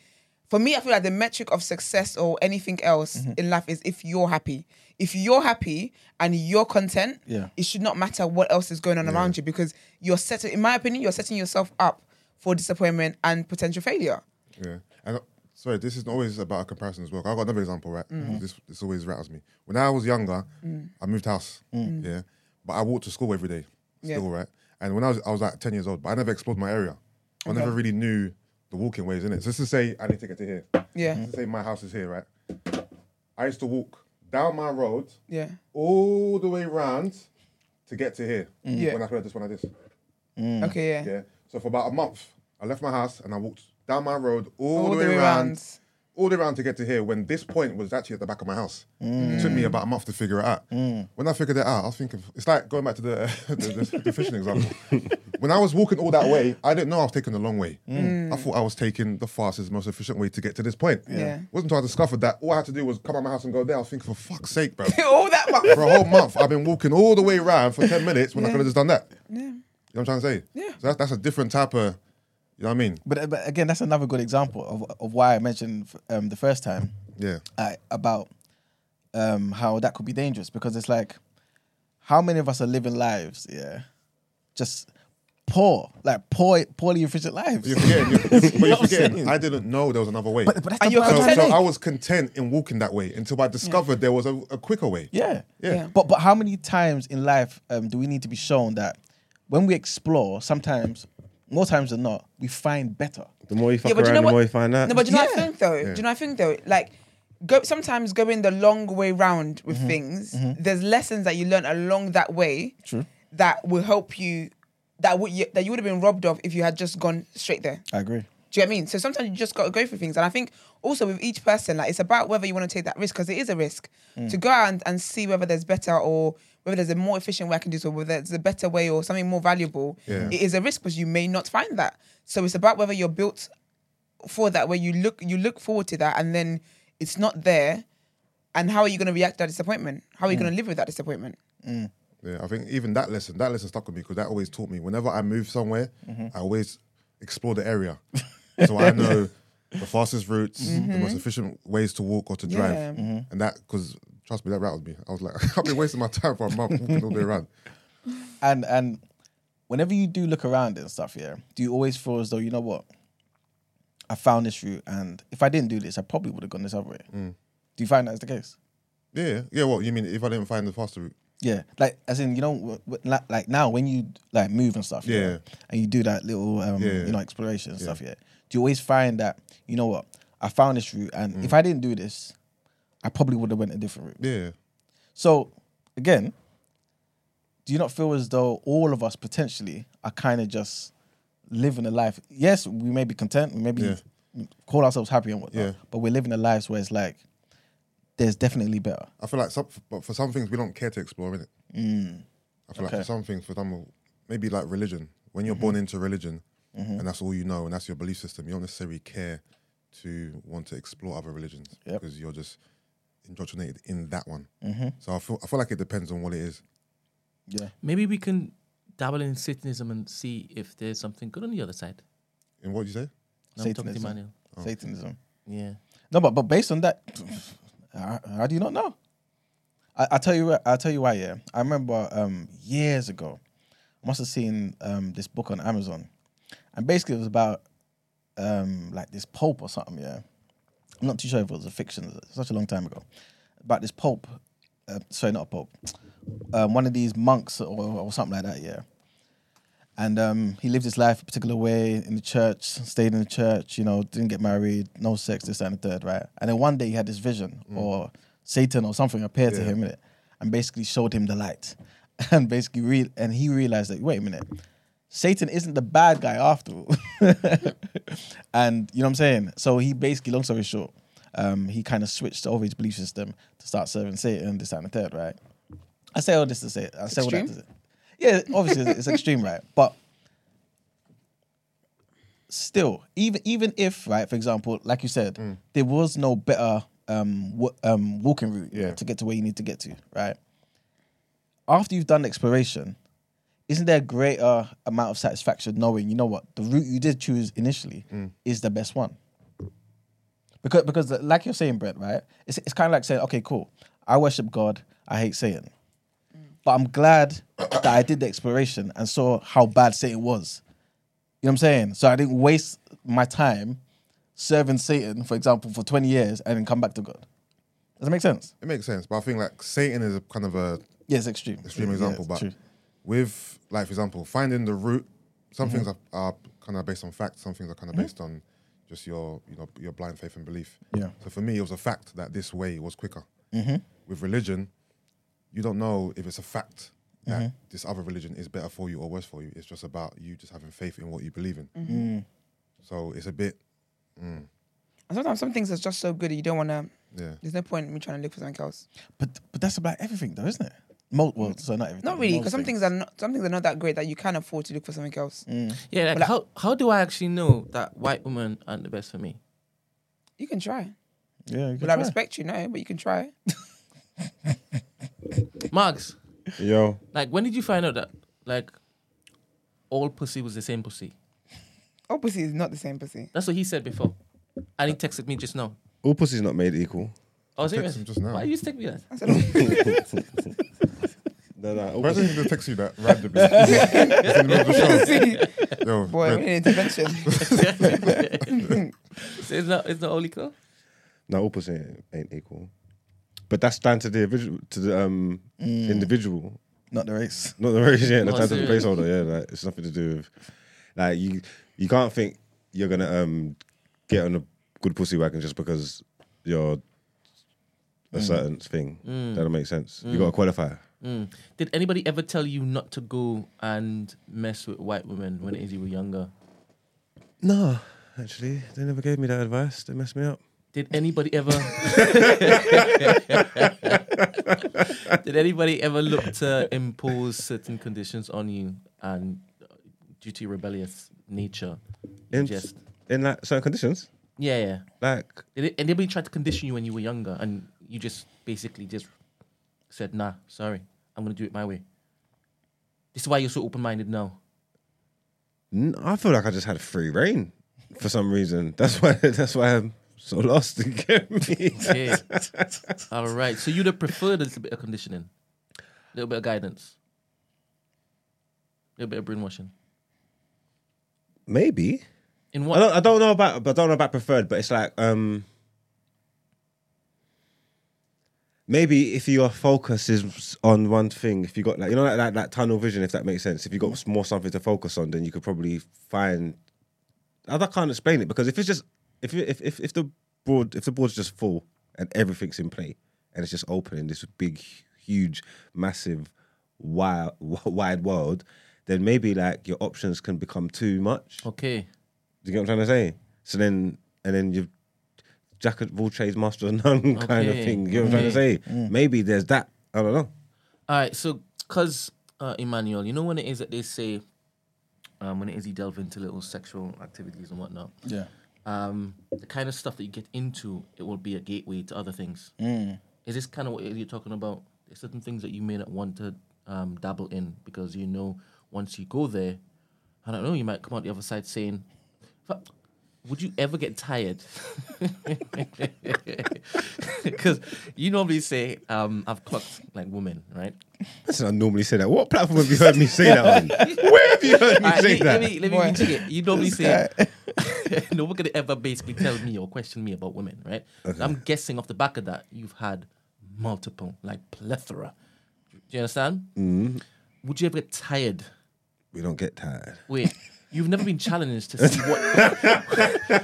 [SPEAKER 1] for me, I feel like the metric of success or anything else in life is if you're happy. If you're happy and you're content,
[SPEAKER 3] Yeah.
[SPEAKER 1] it should not matter what else is going on around you because you're setting, in my opinion, you're setting yourself up for disappointment and potential failure.
[SPEAKER 5] Yeah. And uh, sorry, this isn't always about a comparison as well. I've got another example, right?
[SPEAKER 1] Mm.
[SPEAKER 5] This this always rattles me. When I was younger, I moved house. Yeah. But I walked to school every day.
[SPEAKER 1] Mm. Yeah.
[SPEAKER 5] Still, right? And when I was I was like 10 years old, but I never explored my area. I never really knew the walking ways in it. So let's just say I need to get to here.
[SPEAKER 1] Yeah.
[SPEAKER 5] Let's just say my house is here, right? I used to walk down my road
[SPEAKER 1] Yeah.
[SPEAKER 5] all the way round to get to here.
[SPEAKER 1] Mm. Yeah.
[SPEAKER 5] When I heard this one like this.
[SPEAKER 1] Okay. Yeah.
[SPEAKER 5] Yeah. So for about a month, I left my house and I walked down my road all,
[SPEAKER 1] All
[SPEAKER 5] the way, around, all the way around to get to here. When this point was actually at the back of my house, it took me about a month to figure it out. When I figured it out, I was thinking it's like going back to the the, the, the fishing example. when I was walking all that way, I didn't know I was taking the long way. I thought I was taking the fastest, most efficient way to get to this point.
[SPEAKER 1] Yeah.
[SPEAKER 5] It wasn't until I discovered that all I had to do was come out of my house and go there. I was thinking, for fuck's sake, bro.
[SPEAKER 1] All that month.
[SPEAKER 5] for a whole month, I've been walking all the way around for 10 minutes when I could have just done that.
[SPEAKER 1] Yeah.
[SPEAKER 5] You know what I'm trying to say?
[SPEAKER 1] Yeah.
[SPEAKER 5] So that's, that's a different type of, you know what I mean?
[SPEAKER 3] But, but again, that's another good example of, of why I mentioned um, the first time
[SPEAKER 5] Yeah.
[SPEAKER 3] I, about um, how that could be dangerous because it's like, how many of us are living lives, yeah, just poor, like poor, poorly efficient lives.
[SPEAKER 5] You're forgetting. You're, but you're
[SPEAKER 3] what I'm
[SPEAKER 5] forgetting.
[SPEAKER 3] saying?
[SPEAKER 5] I didn't know there was another way.
[SPEAKER 3] But, but that's
[SPEAKER 1] And
[SPEAKER 3] the
[SPEAKER 1] you're
[SPEAKER 3] problem.
[SPEAKER 5] so,
[SPEAKER 1] content-
[SPEAKER 5] so I was content in walking that way until I discovered there was a, a quicker way.
[SPEAKER 3] Yeah.
[SPEAKER 5] Yeah.
[SPEAKER 1] Yeah.
[SPEAKER 3] But but how many times in life um, do we need to be shown that when we explore, sometimes, more times than not, we find better.
[SPEAKER 2] The more you fuck
[SPEAKER 1] yeah, but do
[SPEAKER 2] around,
[SPEAKER 1] you know
[SPEAKER 2] the
[SPEAKER 1] what?
[SPEAKER 2] more you find out.
[SPEAKER 1] No, but do you know what I
[SPEAKER 3] Yeah.
[SPEAKER 1] think though? Do you know what I think though? Like, go sometimes going the long way round with things. There's lessons that you learn along that way.
[SPEAKER 3] True.
[SPEAKER 1] That will help you. That would you, that you would have been robbed of if you had just gone straight there.
[SPEAKER 3] I agree.
[SPEAKER 1] Do you know what I mean? So sometimes you just got to go through things. And I think also with each person, like it's about whether you want to take that risk because it is a risk to go out and, and see whether there's better or whether there's a more efficient way I can do so, whether there's a better way or something more valuable.
[SPEAKER 5] Yeah.
[SPEAKER 1] It is a risk because you may not find that. So it's about whether you're built for that, where you look you look forward to that and then it's not there. And how are you going to react to that disappointment? How are you going to live with that disappointment?
[SPEAKER 5] Yeah, I think even that lesson, that lesson stuck with me because that always taught me. Whenever I move somewhere, I always explore the area, so I know the fastest routes, the most efficient ways to walk or to drive,
[SPEAKER 1] Yeah.
[SPEAKER 5] and that because trust me, that rattled me. I was like, I've been wasting my time for a month walking all the way around.
[SPEAKER 3] And and whenever you do look around and stuff, yeah, do you always feel as though you know what? I found this route, and if I didn't do this, I probably would have gone this other way. Do you find that is the case?
[SPEAKER 5] Yeah, yeah. What you mean? If I didn't find the faster route,
[SPEAKER 3] Yeah, like as in you know, w- w- li- like now when you like move and stuff,
[SPEAKER 5] Yeah.
[SPEAKER 3] and you do that little um,
[SPEAKER 5] Yeah.
[SPEAKER 3] you know exploration and stuff, yeah. Do you always find that you know what I found this route, and if I didn't do this, I probably would have went a different route.
[SPEAKER 5] Mm. Yeah.
[SPEAKER 3] So again, do you not feel as though all of us potentially are kind of just living a life? Yes, we may be content, we maybe call ourselves happy and whatnot,
[SPEAKER 5] Yeah.
[SPEAKER 3] but we're living a lives where it's like there's definitely better.
[SPEAKER 5] I feel like some, but for some things we don't care to explore, innit? I feel like
[SPEAKER 3] Mm. Okay. Mm-hmm.
[SPEAKER 5] for some things, for example, maybe like religion. When you're born into religion and that's all you know and that's your belief system, you don't necessarily care to want to explore other religions
[SPEAKER 3] Yep. Mm-hmm.
[SPEAKER 5] because you're just indoctrinated in that one. So I feel I feel like it depends on what it is.
[SPEAKER 3] Yeah.
[SPEAKER 4] Maybe we can dabble in Satanism and see if there's something good on the other side.
[SPEAKER 5] And what did you say?
[SPEAKER 4] No, I'm talking to
[SPEAKER 3] Satanism.
[SPEAKER 4] Emmanuel.
[SPEAKER 3] Satanism.
[SPEAKER 4] Yeah.
[SPEAKER 3] No, but but based on that, how, how do you not know? I, I tell you, wh- I tell you why. Yeah, I remember um, years ago, I must have seen um, this book on Amazon, and basically it was about um, like this pope or something. Yeah, I'm not too sure if it was a fiction. it was Such a long time ago, about this pope. Uh, sorry, not a pope. Um, one of these monks or, or something like that. Yeah, and um, he lived his life a particular way in the church, stayed in the church, you know, didn't get married, no sex, this that, and the third, right? And then one day he had this vision, or Satan or something appeared to him, innit? and basically showed him the light, and basically re- and he realized that wait a minute, Satan isn't the bad guy after all, and you know what I'm saying. So he basically, long story short, um, he kind of switched over his belief system to start serving Satan, this that, and the third, right? I say all this to say, I say all that
[SPEAKER 1] Extreme?
[SPEAKER 3] to say. Yeah, obviously it's it's extreme, right? But still, even even if, right, for example, like you said, there was no better um, w- um walking route to get to where you need to get to, right? After you've done exploration, isn't there a greater amount of satisfaction knowing, you know what, the route you did choose initially is the best one? Because because like you're saying, Brett, right? It's it's kind of like saying, okay, cool. I worship God. I hate Satan. But I'm glad that I did the exploration and saw how bad Satan was. You know what I'm saying? So I didn't waste my time serving Satan, for example, for 20 years and then come back to God. Does that make sense?
[SPEAKER 5] It makes sense, but I think like Satan is a kind of a
[SPEAKER 3] Yes, extreme.
[SPEAKER 5] extreme
[SPEAKER 3] Yeah,
[SPEAKER 5] example,
[SPEAKER 3] it's
[SPEAKER 5] but
[SPEAKER 3] true.
[SPEAKER 5] with like for example, finding the root. Some
[SPEAKER 3] Mm-hmm.
[SPEAKER 5] things are, are kind of based on fact. Some things are kind of based on just your you know your blind faith and belief.
[SPEAKER 3] Yeah. Mm-hmm.
[SPEAKER 5] So for me, it was a fact that this way was quicker. With religion, you don't know if it's a fact that this other religion is better for you or worse for you. It's just about you just having faith in what you believe in. So it's a bit
[SPEAKER 1] And sometimes some things are just so good that you don't want to.
[SPEAKER 5] yeah.
[SPEAKER 1] There's no point in me trying to look for something else.
[SPEAKER 3] But but that's about everything though, isn't it? Mo- well, so not everything.
[SPEAKER 1] Not really,
[SPEAKER 3] most
[SPEAKER 1] because some things are not some things are not that great that you can afford to look for something else.
[SPEAKER 4] Yeah, like,
[SPEAKER 1] Well, like-
[SPEAKER 4] how, how do I actually know that white women aren't the best for me?
[SPEAKER 1] You can try.
[SPEAKER 3] Yeah, you can
[SPEAKER 1] Will I
[SPEAKER 3] try.
[SPEAKER 1] respect you? No, but you can try.
[SPEAKER 4] Max,
[SPEAKER 2] Yo.
[SPEAKER 4] like, when did you find out that, like, all pussy was the same pussy?
[SPEAKER 1] All Oh, pussy is not the same pussy.
[SPEAKER 4] That's what he said before. And he texted me just now. Oh,
[SPEAKER 2] All pussy's not made equal.
[SPEAKER 4] I was
[SPEAKER 5] Text
[SPEAKER 4] serious.
[SPEAKER 5] him just now.
[SPEAKER 4] Why you text me that?
[SPEAKER 1] I said, oh,
[SPEAKER 2] No, no. all
[SPEAKER 5] Brad
[SPEAKER 2] pussy-
[SPEAKER 5] didn't even text you that randomly. It's in the middle of the
[SPEAKER 1] pussy.
[SPEAKER 5] show. Yo,
[SPEAKER 1] Boy, we
[SPEAKER 5] Brad,
[SPEAKER 1] need intervention.
[SPEAKER 4] So it's not it's not all equal.
[SPEAKER 2] No, all pussy ain't- ain't equal. But that's down to the individual, to the um, individual,
[SPEAKER 3] Not the race.
[SPEAKER 2] not the race. Yeah, that's
[SPEAKER 4] Oh,
[SPEAKER 2] down to the
[SPEAKER 4] serious?
[SPEAKER 2] placeholder. Yeah, like, it's nothing to do with like you. You can't think you're gonna um get on a good pussy wagon just because you're a certain thing. That don't make sense. You got to qualify.
[SPEAKER 4] Mm. Did anybody ever tell you not to go and mess with white women when it is you were younger?
[SPEAKER 2] No, actually, they never gave me that advice. They messed me up.
[SPEAKER 4] Did anybody ever? Did anybody ever look to impose certain conditions on you and uh, due to your rebellious nature? You
[SPEAKER 2] In,
[SPEAKER 4] just
[SPEAKER 2] in like certain conditions,
[SPEAKER 4] yeah, yeah.
[SPEAKER 2] like
[SPEAKER 4] Did it- anybody try to condition you when you were younger and you just basically just said, "Nah, sorry, I'm gonna do it my way." This is why you're so open-minded now.
[SPEAKER 2] N- I feel like I just had free reign for some reason. That's why. That's why I'm so lost. You get me?
[SPEAKER 4] Okay. All right. So you'd have preferred a little bit of conditioning, a little bit of guidance, a little bit of brainwashing.
[SPEAKER 2] Maybe.
[SPEAKER 4] In
[SPEAKER 2] I
[SPEAKER 4] what?
[SPEAKER 2] don't. I don't know about. I don't know about preferred, but it's like um. Maybe if your focus is on one thing, if you got like you know like that, that tunnel vision, if that makes sense, if you got more something to focus on, then you could probably find. I I can't explain it because if it's just if you- if if, if the board if the board's just full and everything's in play, and it's just open in this big, huge, massive, wide, wide world. Then maybe like your options can become too much.
[SPEAKER 4] Okay.
[SPEAKER 2] Do you get what I'm trying to say? So then, and then you've jack of all trades, master of none kind of
[SPEAKER 4] Okay, Mm.
[SPEAKER 2] thing. You know what I'm trying to say? Maybe there's that. I don't know.
[SPEAKER 4] All right, so because uh, Emmanuel, you know when it is that they say, um, when it is you delve into little sexual activities and whatnot,
[SPEAKER 3] Yeah.
[SPEAKER 4] um, the kind of stuff that you get into, it will be a gateway to other things. Is this kind of what you're talking about? There's certain things that you may not want to um, dabble in because you know once you go there, I don't know, you might come out the other side saying, "Fuck, would you ever get tired? Because you normally say, um, I've clocked like women, right?
[SPEAKER 2] Listen, I normally say that. What platform have you heard me say that on? Where have you heard me
[SPEAKER 4] Alright,
[SPEAKER 2] say
[SPEAKER 4] let,
[SPEAKER 2] that?
[SPEAKER 4] let me let me
[SPEAKER 1] Boy.
[SPEAKER 4] recheck it. You normally say no one could ever basically tell me or question me about women, right? I'm guessing off the back of that you've had multiple, like plethora. Do you understand?
[SPEAKER 2] Mm-hmm.
[SPEAKER 4] Would you ever get tired?
[SPEAKER 2] we don't get tired.
[SPEAKER 4] Wait, you've never been challenged to see what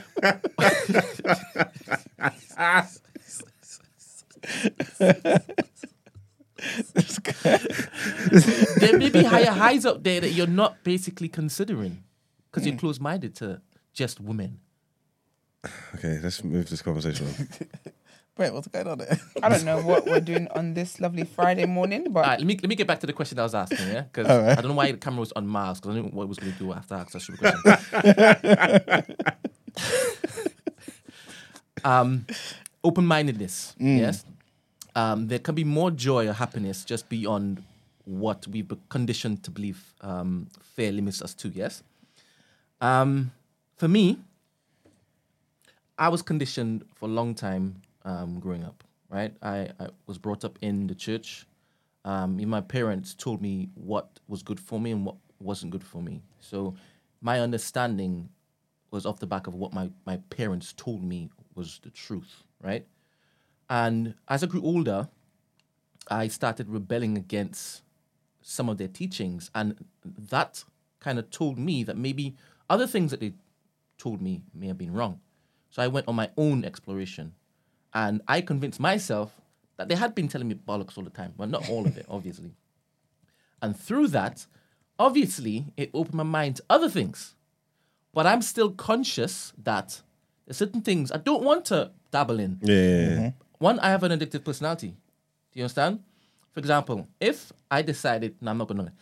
[SPEAKER 4] there may be higher highs up there that you're not basically considering because you're close-minded to just women.
[SPEAKER 2] Okay, let's move this conversation on.
[SPEAKER 3] Wait, what's going on there?
[SPEAKER 1] I don't know what we're doing on this lovely Friday morning, but
[SPEAKER 4] All right, let me let me get back to the question I was asking, yeah, because I don't know why the camera was on Mars because I didn't know what it was going to do after I asked that stupid question. um, open-mindedness, yes. Um, there can be more joy or happiness just beyond what we've been conditioned to believe um, fear limits us to. Yes. Um, for me, I was conditioned for a long time um, growing up, right? I, I was brought up in the church. Um, and my parents told me what was good for me and what wasn't good for me. So my understanding was off the back of what my, my parents told me was the truth, right? And as I grew older, I started rebelling against some of their teachings. And that kind of told me that maybe other things that they told me may have been wrong. So I went on my own exploration. And I convinced myself that they had been telling me bollocks all the time. Well, not all of it, obviously. And through that, obviously, it opened my mind to other things. But I'm still conscious that there's certain things I don't want to dabble in
[SPEAKER 2] Yeah, yeah, yeah.
[SPEAKER 4] one, I have an addictive personality. Do you understand? For example, if I decided, no, I'm not going to,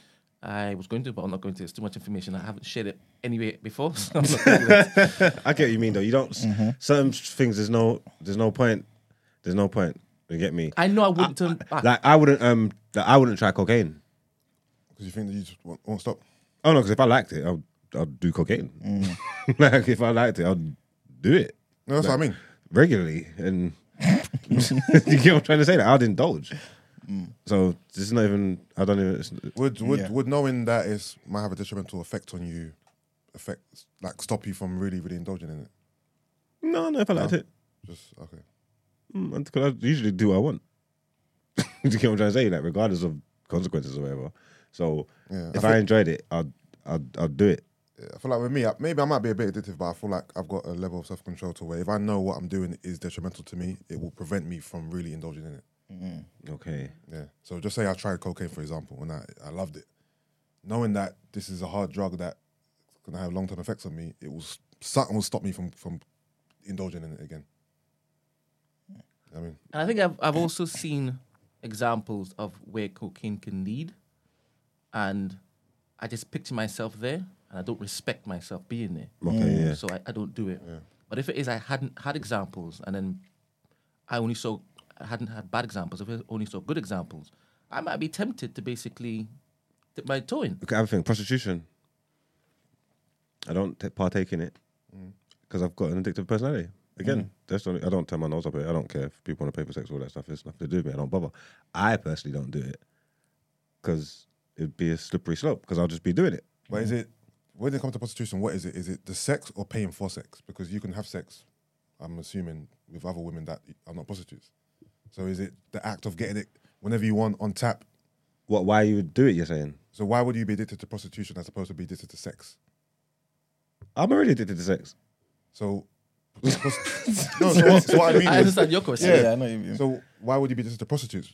[SPEAKER 4] I was going to, but I'm not going to. It's too much information. I haven't shared it anywhere before. So I'm not gonna do that.
[SPEAKER 2] I get what you mean though. You don't
[SPEAKER 4] Mm-hmm.
[SPEAKER 2] certain things. There's no there's no point. There's no point. You get me?
[SPEAKER 4] I know I wouldn't turn back.
[SPEAKER 2] like I wouldn't um like, I wouldn't try cocaine.
[SPEAKER 5] Because you think that you just won't, won't stop.
[SPEAKER 2] Oh no, because if I liked it, I'd I'd do cocaine.
[SPEAKER 5] Mm.
[SPEAKER 2] like if I liked it, I'd do it
[SPEAKER 5] No, that's what I mean.
[SPEAKER 2] regularly and. you get what I'm trying to say? That I'd indulge.
[SPEAKER 5] Mm.
[SPEAKER 2] So this is not even. I don't even. It's,
[SPEAKER 5] Would would
[SPEAKER 3] Yeah.
[SPEAKER 5] would knowing that it might have a detrimental effect on you, affect like stop you from really really indulging in it?
[SPEAKER 2] no, no. If I
[SPEAKER 5] Oh.
[SPEAKER 2] liked it,
[SPEAKER 5] Just okay.
[SPEAKER 2] Mm, because I usually do what I want. do you get what I'm trying to say? Like regardless of consequences or whatever. So
[SPEAKER 5] Yeah,
[SPEAKER 2] if
[SPEAKER 5] I
[SPEAKER 2] I, enjoyed it, I'd I'd I'd do it.
[SPEAKER 5] Yeah, I feel like with me, I- maybe I might be a bit addictive, but I feel like I've got a level of self control to where if I know what I'm doing is detrimental to me, it will prevent me from really indulging in it.
[SPEAKER 2] Okay.
[SPEAKER 5] Yeah. So just say I tried cocaine, for example, and I, I loved it. Knowing that this is a hard drug that's going to have long term effects on me, it will s- something will stop me from, from indulging in it again. I mean,
[SPEAKER 4] And I think I've, I've also seen examples of where cocaine can lead. And I just picture myself there and I don't respect myself being there.
[SPEAKER 2] Okay. Yeah.
[SPEAKER 4] So I, I don't do it. But if it is, I hadn't had examples and then I only saw, I hadn't had bad examples, if I only saw good examples, I might be tempted to basically dip my toe in.
[SPEAKER 2] Look at everything. Prostitution. I don't t- partake in it
[SPEAKER 5] Mm.
[SPEAKER 2] because I've got an addictive personality. Again, that's only, I don't turn my nose up at it. I don't care if people want to pay for sex, all that stuff. It's nothing to do with me. I don't bother. I personally don't do it because it'd be a slippery slope because I'll just be doing it.
[SPEAKER 5] but is it, when it comes to prostitution, what is it? Is it the sex or paying for sex? Because you can have sex, I'm assuming, with other women that are not prostitutes. So is it the act of getting it whenever you want on tap?
[SPEAKER 2] What? Why you would do it? You're saying
[SPEAKER 5] So why would you be addicted to prostitution as opposed to be addicted to sex?
[SPEAKER 2] I'm already addicted to sex.
[SPEAKER 5] So no, so what, so what I mean
[SPEAKER 4] I
[SPEAKER 5] is,
[SPEAKER 4] understand your question.
[SPEAKER 3] Yeah, I know what you mean.
[SPEAKER 5] so why would you be just to prostitutes?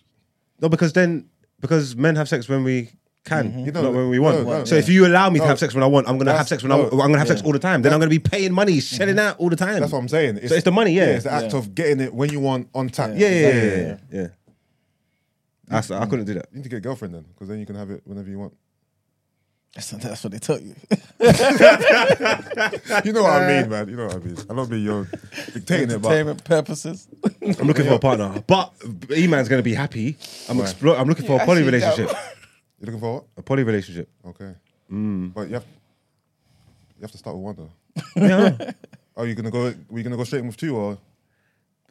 [SPEAKER 2] No, because then because men have sex when we can,
[SPEAKER 5] You know,
[SPEAKER 2] not when we want.
[SPEAKER 5] Mm-hmm. no, no,
[SPEAKER 2] so
[SPEAKER 5] yeah.
[SPEAKER 2] if you allow me
[SPEAKER 5] No.
[SPEAKER 2] to have sex when I want, I'm gonna have
[SPEAKER 5] That's-
[SPEAKER 2] sex when I
[SPEAKER 5] no. Mm-hmm.
[SPEAKER 2] want. I'm gonna have sex all the time. Then I'm gonna be paying money, shedding out all the time.
[SPEAKER 5] That's what I'm saying.
[SPEAKER 2] So it's the money, yeah.
[SPEAKER 5] it's the act of getting it when you want on tap.
[SPEAKER 2] yeah, yeah, yeah,
[SPEAKER 5] Exactly.
[SPEAKER 2] yeah, yeah. yeah. That's, I couldn't do that.
[SPEAKER 5] You need to get a girlfriend then, because then you can have it whenever you want.
[SPEAKER 3] That's, that's what they tell you.
[SPEAKER 5] You know what I mean, man. You know what I mean. I'm not being your dictating it, but
[SPEAKER 3] Entertainment purposes.
[SPEAKER 2] I'm looking for a partner, but E man's gonna be happy. I'm explo- I'm looking for a poly
[SPEAKER 1] actually don't.
[SPEAKER 2] relationship.
[SPEAKER 5] you're looking for
[SPEAKER 2] A poly relationship.
[SPEAKER 5] what? Okay.
[SPEAKER 2] Mm.
[SPEAKER 5] But you have you have to start with one though.
[SPEAKER 2] Yeah.
[SPEAKER 5] Are you gonna go? Were you gonna go straight in with two or?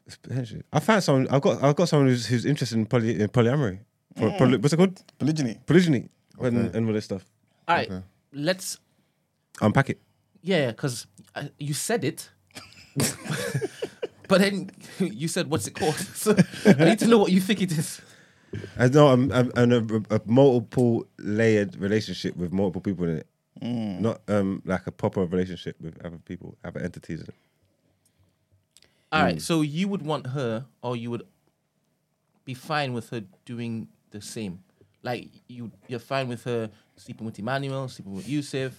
[SPEAKER 2] It's potentially- I found someone. I've got. I've got someone who's, who's interested in poly in polyamory. Poly, poly- what's it called?
[SPEAKER 3] Polygyny.
[SPEAKER 2] Polygyny and, and all this stuff.
[SPEAKER 4] All right, let's
[SPEAKER 2] Unpack it.
[SPEAKER 4] yeah, because you said it, but then you said what's it called? So I need to know what you think it is.
[SPEAKER 2] I know I'm, I'm, I'm a, a multiple layered relationship with multiple people in it. Not um like a proper relationship with other people, other entities. In it.
[SPEAKER 4] All right, so you would want her, or you would be fine with her doing the same. Like you, you're fine with her sleeping with Emmanuel, sleeping with Yusuf.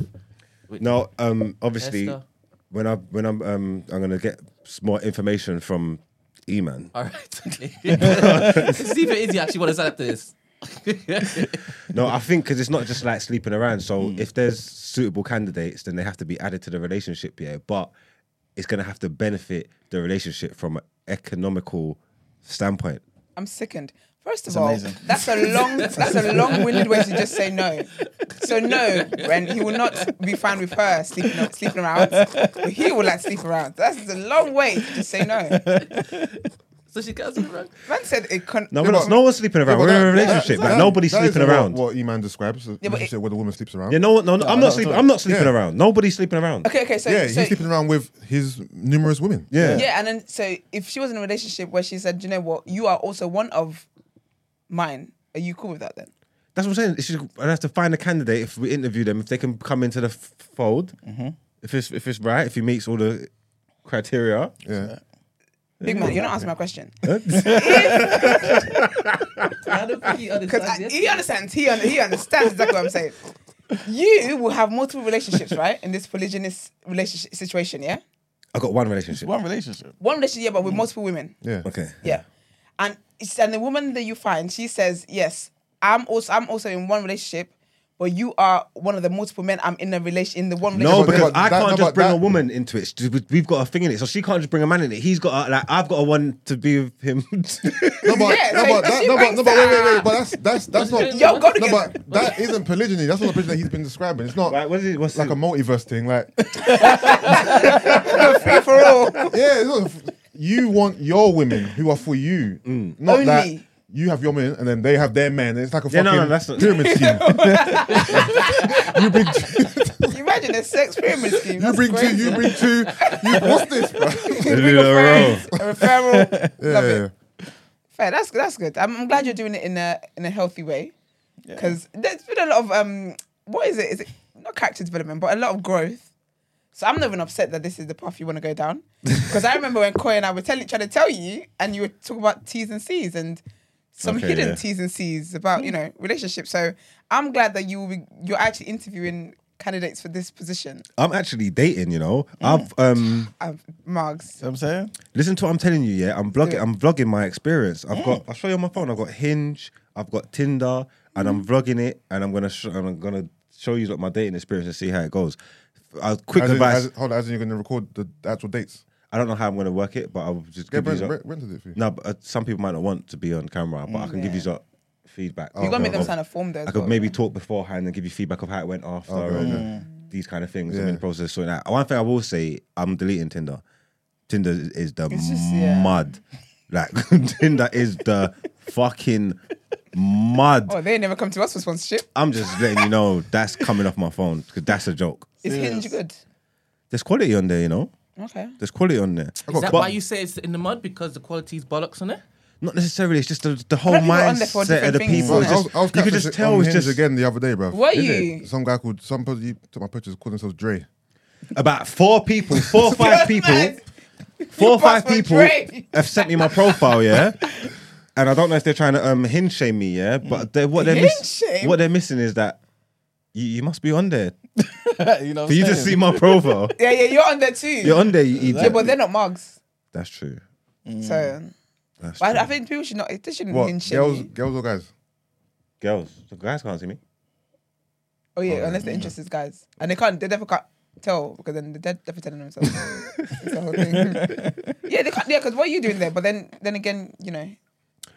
[SPEAKER 4] With
[SPEAKER 2] No, um, obviously,
[SPEAKER 4] Esther?
[SPEAKER 2] when I when I'm um I'm gonna get s- more information from E man.
[SPEAKER 4] All right. okay. See if it is you actually want to sign up to this.
[SPEAKER 2] No, I think because it's not just like sleeping around. So if there's suitable candidates, then they have to be added to the relationship. Yeah, but it's gonna have to benefit the relationship from an economical standpoint.
[SPEAKER 1] I'm sickened. First of all,
[SPEAKER 3] amazing.
[SPEAKER 1] that's a long that's a long-winded way to just say no. So no, when he will not be fine with her sleeping sleeping around, but he will like sleep around. That's a long way to just say no.
[SPEAKER 4] So she gets it right.
[SPEAKER 1] Man said it can
[SPEAKER 2] No, we're not. No one's sleeping around.
[SPEAKER 5] Yeah,
[SPEAKER 2] we're
[SPEAKER 5] but
[SPEAKER 2] in a
[SPEAKER 5] that- that-
[SPEAKER 2] relationship.
[SPEAKER 5] that-
[SPEAKER 2] like
[SPEAKER 5] that-
[SPEAKER 2] nobody's
[SPEAKER 5] that
[SPEAKER 2] sleeping
[SPEAKER 5] isn't what-
[SPEAKER 2] around.
[SPEAKER 5] What Eman describes, a relationship where the woman sleeps around.
[SPEAKER 2] Yeah, no, no, no I'm not
[SPEAKER 3] that's
[SPEAKER 2] sleeping.
[SPEAKER 3] all.
[SPEAKER 2] I'm not sleeping
[SPEAKER 5] Yeah.
[SPEAKER 2] around. Nobody's sleeping around.
[SPEAKER 1] Okay, okay, so
[SPEAKER 5] yeah,
[SPEAKER 1] so,
[SPEAKER 5] he's sleeping around with his numerous women.
[SPEAKER 2] Yeah.
[SPEAKER 1] Yeah, and then so if she was in a relationship where she said, you know what, you are also one of mine, are you cool with that then?
[SPEAKER 2] that's what I'm saying. It's just, I'd have to find a candidate if we interview them, if they can come into the f- fold, if it's if it's right, if he meets all the criteria.
[SPEAKER 5] yeah.
[SPEAKER 1] Big man, you're not answering my question.
[SPEAKER 4] I don't think he
[SPEAKER 1] Because
[SPEAKER 4] understands
[SPEAKER 1] he understands. He, un- he understands exactly what I'm saying. You will have multiple relationships, right? In this polygynous relationship situation, yeah.
[SPEAKER 2] I got one relationship.
[SPEAKER 3] One relationship.
[SPEAKER 1] One relationship, yeah, but with multiple women.
[SPEAKER 5] Mm. yeah.
[SPEAKER 2] Okay.
[SPEAKER 1] Yeah, and it's, and the woman that you find, she says, yes, I'm also I'm also in one relationship, but you are one of the multiple men I'm in a relation in the one
[SPEAKER 2] No,
[SPEAKER 1] relationship.
[SPEAKER 5] but-
[SPEAKER 2] because
[SPEAKER 5] but
[SPEAKER 2] I
[SPEAKER 5] that-
[SPEAKER 2] can't
[SPEAKER 5] no,
[SPEAKER 2] just
[SPEAKER 5] but
[SPEAKER 2] bring
[SPEAKER 5] that-
[SPEAKER 2] a woman into it. She- We've got a thing in it, so she can't just bring a man in it. He's got a, like I've got a one to be with him.
[SPEAKER 5] No, but,
[SPEAKER 1] Yeah, so
[SPEAKER 5] no, but,
[SPEAKER 1] if
[SPEAKER 5] that,
[SPEAKER 1] she
[SPEAKER 5] no, but,
[SPEAKER 1] brings
[SPEAKER 5] no, but wait, wait,
[SPEAKER 1] that-
[SPEAKER 5] wait. But that's that's that's not.
[SPEAKER 4] Yo,
[SPEAKER 1] go
[SPEAKER 5] no,
[SPEAKER 1] together.
[SPEAKER 5] but that isn't polygyny. That's not the polygyny that he's been describing. It's not
[SPEAKER 2] Right, what is it- what's
[SPEAKER 5] like
[SPEAKER 2] it-
[SPEAKER 5] a multiverse thing. Like,
[SPEAKER 1] free for all.
[SPEAKER 5] yeah, it's not- you want your women who are for you,
[SPEAKER 2] Mm.
[SPEAKER 5] not
[SPEAKER 1] Only.
[SPEAKER 5] that you have your men and then they have their men. It's like a
[SPEAKER 2] Yeah,
[SPEAKER 5] fucking
[SPEAKER 2] no, no, that's not-
[SPEAKER 5] pyramid scheme.
[SPEAKER 1] You Imagine a sex pyramid scheme.
[SPEAKER 5] you
[SPEAKER 1] That's
[SPEAKER 5] bring
[SPEAKER 1] crazy.
[SPEAKER 5] two, you bring two. You, what's this, bro?
[SPEAKER 1] Bring
[SPEAKER 2] Leave it
[SPEAKER 1] a friend,
[SPEAKER 2] alone.
[SPEAKER 1] a referral. Love
[SPEAKER 5] Yeah.
[SPEAKER 1] it. Fair. That's that's good. I'm, I'm glad you're doing it in a in a healthy way, because there's been a lot of um, what is it? Is it not character development, but a lot of growth. So I'm not even upset that this is the path you want to go down, because I remember when Koi and I were telling trying to tell you, and you were talking about T's and C's and some
[SPEAKER 2] Okay,
[SPEAKER 1] hidden
[SPEAKER 2] yeah.
[SPEAKER 1] T's and C's about you know relationships. So I'm glad that you will be, you're actually interviewing candidates for this position.
[SPEAKER 2] I'm actually dating. You know, I've um.
[SPEAKER 1] Um, Margs.
[SPEAKER 3] See what I'm saying?
[SPEAKER 2] Listen to what I'm telling you, yeah. I'm blogging. I'm vlogging my experience. I've got. I'll show you on my phone. I've got Hinge. I've got Tinder, and
[SPEAKER 5] Mm-hmm.
[SPEAKER 2] I'm vlogging it. And I'm gonna. Sh- and I'm gonna show you like my dating experience and see how it goes. Uh, quick
[SPEAKER 5] As in,
[SPEAKER 2] advice.
[SPEAKER 5] as, hold on, as in you're going to record the actual dates.
[SPEAKER 2] I don't know how I'm gonna work it, but I'll just give
[SPEAKER 5] Yeah,
[SPEAKER 2] you.
[SPEAKER 5] Brent,
[SPEAKER 2] some-
[SPEAKER 5] Brent, Brent did it for you.
[SPEAKER 2] No, but, uh, some people might not want to be on camera,
[SPEAKER 5] Mm,
[SPEAKER 2] but I can give you some feedback.
[SPEAKER 1] You gotta make them
[SPEAKER 2] Of-
[SPEAKER 1] sign a form though. as
[SPEAKER 2] Oh, I could
[SPEAKER 1] well,
[SPEAKER 2] maybe
[SPEAKER 1] right?
[SPEAKER 2] talk beforehand and give you feedback of how it went after
[SPEAKER 5] Okay,
[SPEAKER 2] and
[SPEAKER 5] okay.
[SPEAKER 2] these kind of things. I'm
[SPEAKER 5] Oh, Yeah.
[SPEAKER 2] in the process of sorting out. One thing I will say, I'm deleting Tinder. Tinder is the
[SPEAKER 1] It's just- yeah.
[SPEAKER 2] mud. Like Tinder is the fucking mud.
[SPEAKER 1] Oh, they never come to us for sponsorship.
[SPEAKER 2] I'm just letting you know that's coming off my phone because that's a joke.
[SPEAKER 1] Is
[SPEAKER 3] Yes.
[SPEAKER 1] Hinge good?
[SPEAKER 2] There's quality on there, you know.
[SPEAKER 1] Okay.
[SPEAKER 2] There's quality on there.
[SPEAKER 4] Is that why you say it's in the mud? Because the quality is bollocks on it?
[SPEAKER 2] Not necessarily. It's just the, the whole
[SPEAKER 1] people are on there for
[SPEAKER 2] mindset of the
[SPEAKER 1] different things, isn't
[SPEAKER 2] people. It's
[SPEAKER 1] it?
[SPEAKER 5] I was,
[SPEAKER 2] just,
[SPEAKER 5] I was
[SPEAKER 2] you could
[SPEAKER 5] catfishing
[SPEAKER 2] just
[SPEAKER 5] on
[SPEAKER 2] tell. It's
[SPEAKER 5] Hinge
[SPEAKER 2] just
[SPEAKER 5] again the other day, bro.
[SPEAKER 1] Were
[SPEAKER 5] Is
[SPEAKER 1] you?
[SPEAKER 5] it? Some guy called some person he took my pictures, called themselves Dre.
[SPEAKER 2] about four people, four or five people.
[SPEAKER 1] Nice.
[SPEAKER 2] four or five
[SPEAKER 1] passed my
[SPEAKER 2] people
[SPEAKER 1] trade.
[SPEAKER 2] have sent me my profile, yeah. And I don't know if they're trying to um hinge shame me, yeah. But they're, what they're
[SPEAKER 1] Mm. Hinge
[SPEAKER 2] miss-
[SPEAKER 1] shame?
[SPEAKER 2] what they're missing is that you, you must be on there
[SPEAKER 3] you know, what
[SPEAKER 2] for
[SPEAKER 3] I'm
[SPEAKER 2] you to see
[SPEAKER 3] saying?
[SPEAKER 2] my profile.
[SPEAKER 1] Yeah, yeah, you're on there too.
[SPEAKER 2] You're on there, you idiot.
[SPEAKER 1] yeah, but they're not mugs.
[SPEAKER 2] That's true.
[SPEAKER 1] So,
[SPEAKER 2] That's
[SPEAKER 1] but
[SPEAKER 2] true.
[SPEAKER 1] I think people should not. They shouldn't
[SPEAKER 5] What?
[SPEAKER 1] hinge
[SPEAKER 5] Girls,
[SPEAKER 1] me.
[SPEAKER 5] girls or guys?
[SPEAKER 2] Girls, the guys can't see me.
[SPEAKER 1] Oh yeah, unless the interest is guys, and they can't. They definitely can't tell because then they're definitely telling themselves. It's the whole thing. yeah, they can't. Yeah, because what are you doing there? But then, then again, you know,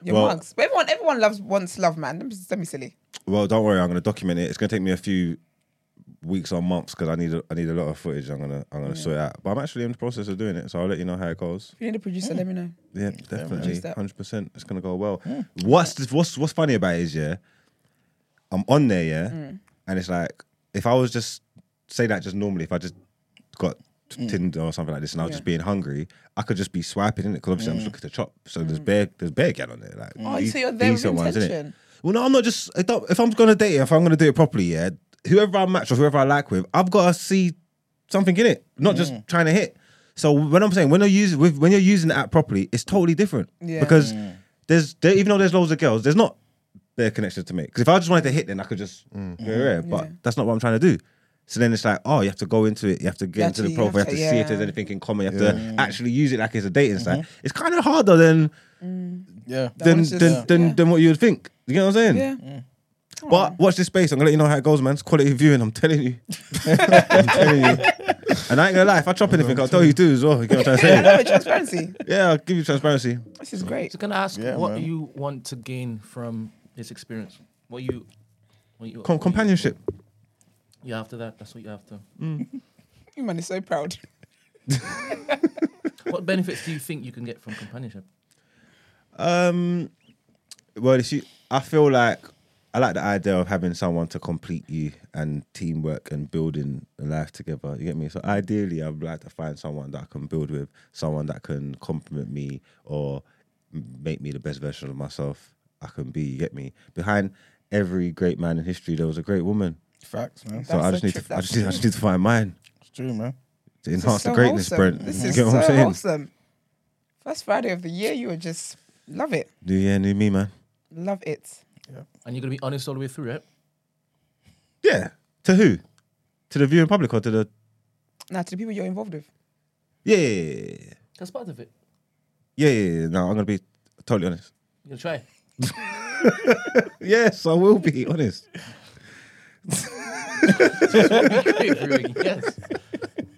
[SPEAKER 1] your
[SPEAKER 2] Well-
[SPEAKER 1] mugs. But everyone, everyone loves wants love, man. Don't be, don't be silly.
[SPEAKER 2] Well, don't worry. I'm going to document it. It's going to take me a few weeks or months because I need a, I need a lot of footage. I'm gonna I'm gonna sort it out. But I'm actually in the process of doing it, so I'll let you know how it goes.
[SPEAKER 1] If you need a producer, let me know.
[SPEAKER 2] Yeah, definitely,
[SPEAKER 1] Just that.
[SPEAKER 2] hundred percent. It's gonna go well. What's the, what's what's funny about it is yeah, I'm on there yeah,
[SPEAKER 1] Mm.
[SPEAKER 2] and it's like if I was just say that just normally, if I just got t-
[SPEAKER 1] Mm.
[SPEAKER 2] Tinder or something like this, and I was just being hungry, I could just be swiping in it because obviously I'm just looking to chop. So there's bare there's bare gal on there like
[SPEAKER 1] Mm. Oh,
[SPEAKER 2] de-
[SPEAKER 1] so you're there with
[SPEAKER 2] decent ones, innit?
[SPEAKER 1] intention.
[SPEAKER 2] Well, no, I'm not just. I don't, if I'm gonna date, if I'm gonna do it properly, yeah, whoever I match with, whoever I like with, I've got to see something in it, not just
[SPEAKER 1] Mm.
[SPEAKER 2] trying to hit. So when I'm saying when you're using with, when you're using the app properly, it's totally different
[SPEAKER 1] Yeah. Mm.
[SPEAKER 2] because there's there, even though there's loads of girls, there's not their connection to make. Because if I just wanted to hit, then I could just yeah, yeah,
[SPEAKER 1] Mm.
[SPEAKER 2] but
[SPEAKER 1] Yeah.
[SPEAKER 2] that's not what I'm trying to do. So then it's like, oh, you have to go into it, you have to get
[SPEAKER 1] You
[SPEAKER 2] into the
[SPEAKER 1] actually- you have
[SPEAKER 2] profile, you have to,
[SPEAKER 1] to-
[SPEAKER 2] see
[SPEAKER 1] yeah. Mm. Mm-hmm.
[SPEAKER 2] if there's anything in common, you have to actually use it like it's a dating site. It's kind of harder than
[SPEAKER 3] Yeah.
[SPEAKER 2] than
[SPEAKER 1] one's
[SPEAKER 2] than,
[SPEAKER 1] just-
[SPEAKER 2] than,
[SPEAKER 1] yeah.
[SPEAKER 2] than what you would think. You get what I'm saying?
[SPEAKER 1] Yeah.
[SPEAKER 2] But watch this space. I'm gonna let you know how it goes, man. It's quality viewing. I'm telling you. I'm telling you. And I ain't gonna lie. If I chop anything, I'll tell you too as well. You get what I'm
[SPEAKER 1] I
[SPEAKER 2] trying to say?
[SPEAKER 1] love it, transparency.
[SPEAKER 2] Yeah, I'll give you transparency.
[SPEAKER 1] This is great.
[SPEAKER 4] So can I ask
[SPEAKER 3] Yeah,
[SPEAKER 4] what
[SPEAKER 3] man.
[SPEAKER 4] you want to gain from this experience? What you, what you
[SPEAKER 2] Com-
[SPEAKER 4] what
[SPEAKER 2] companionship.
[SPEAKER 4] You, you're after that. That's what you're after.
[SPEAKER 1] You man is so proud.
[SPEAKER 4] what benefits do you think you can get from companionship?
[SPEAKER 2] Um, well, it's, you- I feel like I like the idea of having someone to complete you and teamwork and building a life together. You get me? So ideally, I'd like to find someone that I can build with, someone that can complement me or m- make me the best version of myself I can be. You get me? Behind every great man in history, there was a great woman.
[SPEAKER 3] Facts, man.
[SPEAKER 2] So I
[SPEAKER 1] That's
[SPEAKER 2] just
[SPEAKER 1] a
[SPEAKER 2] need
[SPEAKER 1] trip,
[SPEAKER 2] to, I
[SPEAKER 1] that's
[SPEAKER 2] just need, I just need to find mine
[SPEAKER 3] It's true, man.
[SPEAKER 2] to
[SPEAKER 1] This is
[SPEAKER 2] enhance
[SPEAKER 1] so
[SPEAKER 2] the greatness,
[SPEAKER 1] wholesome.
[SPEAKER 2] Brent.
[SPEAKER 1] This
[SPEAKER 2] you
[SPEAKER 1] is
[SPEAKER 2] get what
[SPEAKER 1] so
[SPEAKER 2] I'm saying?
[SPEAKER 1] awesome. First Friday of the year, you would just love it.
[SPEAKER 2] New year, new me, man.
[SPEAKER 1] Love it.
[SPEAKER 4] And you're gonna be honest all the way through, right?
[SPEAKER 2] Yeah. To who? To the viewing public or to the
[SPEAKER 1] Now, to the people you're involved with.
[SPEAKER 2] Yeah, yeah, yeah, yeah.
[SPEAKER 4] That's part of it.
[SPEAKER 2] yeah, yeah, yeah. No, I'm gonna be totally honest.
[SPEAKER 4] You gonna try?
[SPEAKER 2] Yes, I will be honest.
[SPEAKER 4] yes.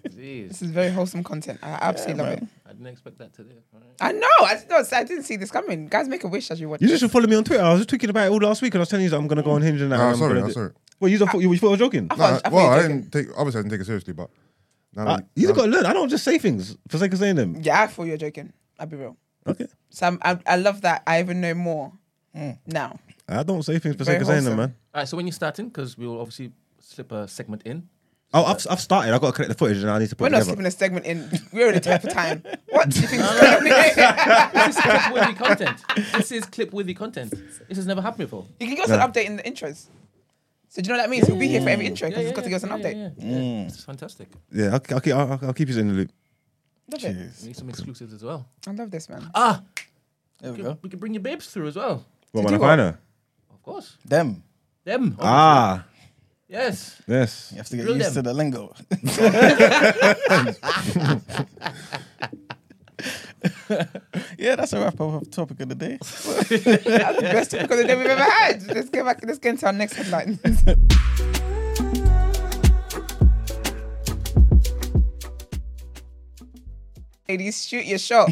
[SPEAKER 1] This
[SPEAKER 4] Jeez,
[SPEAKER 1] is very wholesome content. I absolutely love it.
[SPEAKER 4] I didn't expect that today. All right.
[SPEAKER 1] I know. I, no, I didn't see this coming. Guys, make a wish as you watch.
[SPEAKER 2] You just should follow me on Twitter. I was just tweaking about it all last week, and I was telling you that I'm gonna go on Hinge and that. and
[SPEAKER 5] Nah,
[SPEAKER 2] I'm
[SPEAKER 5] Ah, sorry,
[SPEAKER 2] gonna
[SPEAKER 5] nah,
[SPEAKER 2] do-
[SPEAKER 5] sorry.
[SPEAKER 2] Well, you thought you thought you joking.
[SPEAKER 1] I thought- I thought
[SPEAKER 5] well,
[SPEAKER 1] you
[SPEAKER 5] I
[SPEAKER 1] were joking.
[SPEAKER 5] didn't take. Obviously, I didn't take it seriously, but now
[SPEAKER 2] I,
[SPEAKER 5] that
[SPEAKER 2] Ah, you
[SPEAKER 5] now-
[SPEAKER 2] just gotta learn. I don't just say things for sake of saying them.
[SPEAKER 1] Yeah, I thought you were joking. I'll be real.
[SPEAKER 2] Okay,
[SPEAKER 1] So I'm, I, I love that. I even know more
[SPEAKER 2] Mm.
[SPEAKER 1] now.
[SPEAKER 2] I don't say things for
[SPEAKER 1] Very
[SPEAKER 2] sake of saying them,
[SPEAKER 1] wholesome.
[SPEAKER 2] man.
[SPEAKER 4] All right. So when you're starting, because we will obviously slip a segment in.
[SPEAKER 2] Oh, I've, I've started. I've got to collect the footage, and I need to put
[SPEAKER 1] We're
[SPEAKER 2] it
[SPEAKER 1] not
[SPEAKER 2] together.
[SPEAKER 1] slipping a segment in. We're already tight for time. What do you think is going on?
[SPEAKER 4] This is clip worthy content. This is clip worthy content. This has never happened before.
[SPEAKER 1] You can give us an update in the intros. So do you know what that means? We'll be here for every intro because it's got to give us an
[SPEAKER 4] yeah,
[SPEAKER 1] update.
[SPEAKER 4] yeah, yeah. Yeah, It's fantastic.
[SPEAKER 2] Yeah, I'll, I'll, keep, I'll, I'll keep you in the loop.
[SPEAKER 1] Love it.
[SPEAKER 4] We
[SPEAKER 3] Jeez.
[SPEAKER 4] need some exclusives as well.
[SPEAKER 1] I love this man.
[SPEAKER 4] Ah,
[SPEAKER 3] There we
[SPEAKER 4] we
[SPEAKER 3] go.
[SPEAKER 4] could, we could bring your babes through as well.
[SPEAKER 2] Well,
[SPEAKER 1] To
[SPEAKER 2] when I
[SPEAKER 1] do what?
[SPEAKER 2] find her.
[SPEAKER 4] Of course,
[SPEAKER 3] Them.
[SPEAKER 4] them. obviously.
[SPEAKER 2] Ah,
[SPEAKER 4] yes.
[SPEAKER 2] yes.
[SPEAKER 3] You have to get
[SPEAKER 4] Drill
[SPEAKER 3] used
[SPEAKER 4] them.
[SPEAKER 3] to the lingo. yeah, that's a wrap up of topic of the day.
[SPEAKER 1] That's the best because the day we've ever had. Let's get back. Let's get into our next headline. Ladies, shoot your shot.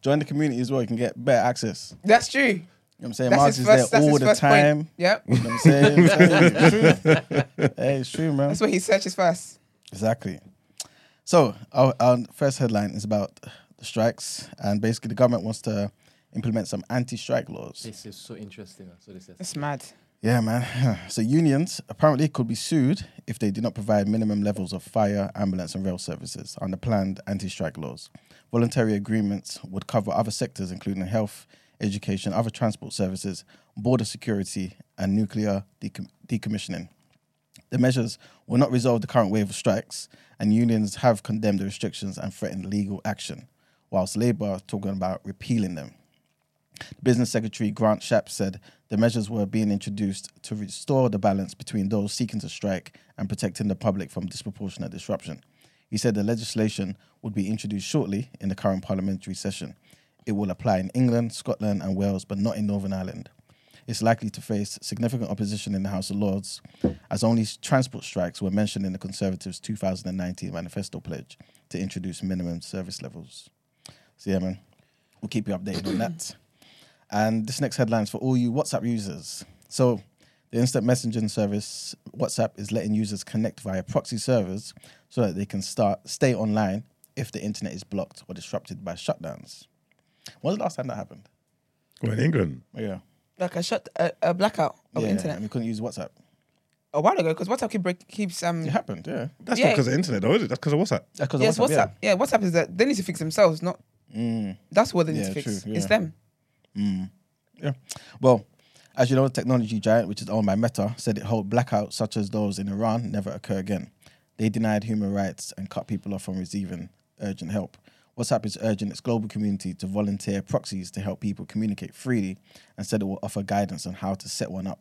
[SPEAKER 3] Join the community as well. You can get better access. You
[SPEAKER 1] That's true.
[SPEAKER 3] know what I'm saying?
[SPEAKER 1] That's
[SPEAKER 3] Mars
[SPEAKER 1] his
[SPEAKER 3] is
[SPEAKER 1] first.
[SPEAKER 3] there
[SPEAKER 1] That's
[SPEAKER 3] all
[SPEAKER 1] his
[SPEAKER 3] the
[SPEAKER 1] first
[SPEAKER 3] time.
[SPEAKER 1] point. Yep.
[SPEAKER 3] You know what I'm saying? it's true. Hey, it's true, man.
[SPEAKER 1] That's what he searches first.
[SPEAKER 3] Exactly. So our, our first headline is about the strikes, and basically the government wants to implement some anti-strike laws.
[SPEAKER 4] This is so interesting. So this is.
[SPEAKER 1] That's mad.
[SPEAKER 3] Yeah, man. So unions apparently could be sued if they do not provide minimum levels of fire, ambulance, and rail services under planned anti-strike laws. Voluntary agreements would cover other sectors, including health, education, other transport services, border security, and nuclear decom- decommissioning. the measures will not resolve the current wave of strikes, and unions have condemned the restrictions and threatened legal action, whilst Labour are talking about repealing them. Business Secretary Grant Shapps said the measures were being introduced to restore the balance between those seeking to strike and protecting the public from disproportionate disruption. He said the legislation would be introduced shortly in the current parliamentary session. It will apply in England, Scotland, and Wales, but not in Northern Ireland. It's likely to face significant opposition in the House of Lords, as only transport strikes were mentioned in the Conservatives' 2019 manifesto pledge to introduce minimum service levels. So yeah, man, we'll keep you updated on that. And this next headline is for all you WhatsApp users. So the instant messaging service WhatsApp is letting users connect via proxy servers so that they can start stay online if the internet is blocked or disrupted by shutdowns. When was the last time that happened?
[SPEAKER 2] Well, in England.
[SPEAKER 3] Yeah,
[SPEAKER 1] Like a shut, a, a blackout of
[SPEAKER 3] yeah,
[SPEAKER 1] Oh, internet
[SPEAKER 3] and we couldn't use WhatsApp.
[SPEAKER 1] a while ago because WhatsApp keep break, keeps um.
[SPEAKER 3] It happened. Yeah,
[SPEAKER 2] That's
[SPEAKER 1] Yeah.
[SPEAKER 2] not because of internet, though, is it? That's because of WhatsApp.
[SPEAKER 3] that's because
[SPEAKER 1] Yes,
[SPEAKER 3] of WhatsApp. Mm.
[SPEAKER 1] WhatsApp. Yeah. WhatsApp is that they need to fix themselves. Not that's what they need
[SPEAKER 3] Yeah,
[SPEAKER 1] to fix.
[SPEAKER 3] true,
[SPEAKER 1] It's
[SPEAKER 3] yeah.
[SPEAKER 1] them.
[SPEAKER 3] Yeah. Well, as you know, the technology giant, which is owned by Meta, said it hoped blackouts such as those in Iran never occur again. They denied human rights and cut people off from receiving urgent help. WhatsApp is urging its global community to volunteer proxies to help people communicate freely and said it will offer guidance on how to set one up.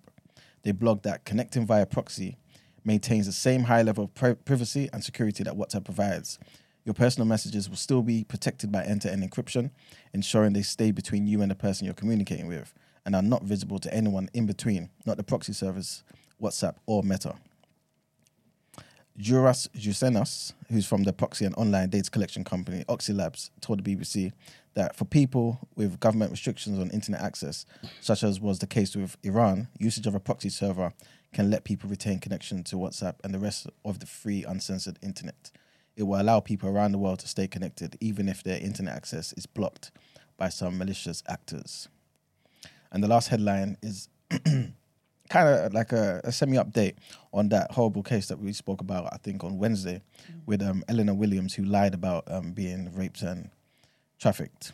[SPEAKER 3] They blogged that connecting via proxy maintains the same high level of pri- privacy and security that WhatsApp provides. Your personal messages will still be protected by end to end encryption, ensuring they stay between you and the person you're communicating with and are not visible to anyone in between, not the proxy service, WhatsApp, or Meta. Juras Jusenas, who's from the proxy and online data collection company Oxylabs, told the BBC that for people with government restrictions on internet access, such as was the case with Iran, usage of a proxy server can let people retain connection to WhatsApp and the rest of the free, uncensored internet. It will allow people around the world to stay connected, even if their internet access is blocked by some malicious actors. And the last headline is kind of like a, a semi update on that horrible case that we spoke about, I think, on Wednesday with um, Eleanor Williams, who lied about um, being raped and trafficked.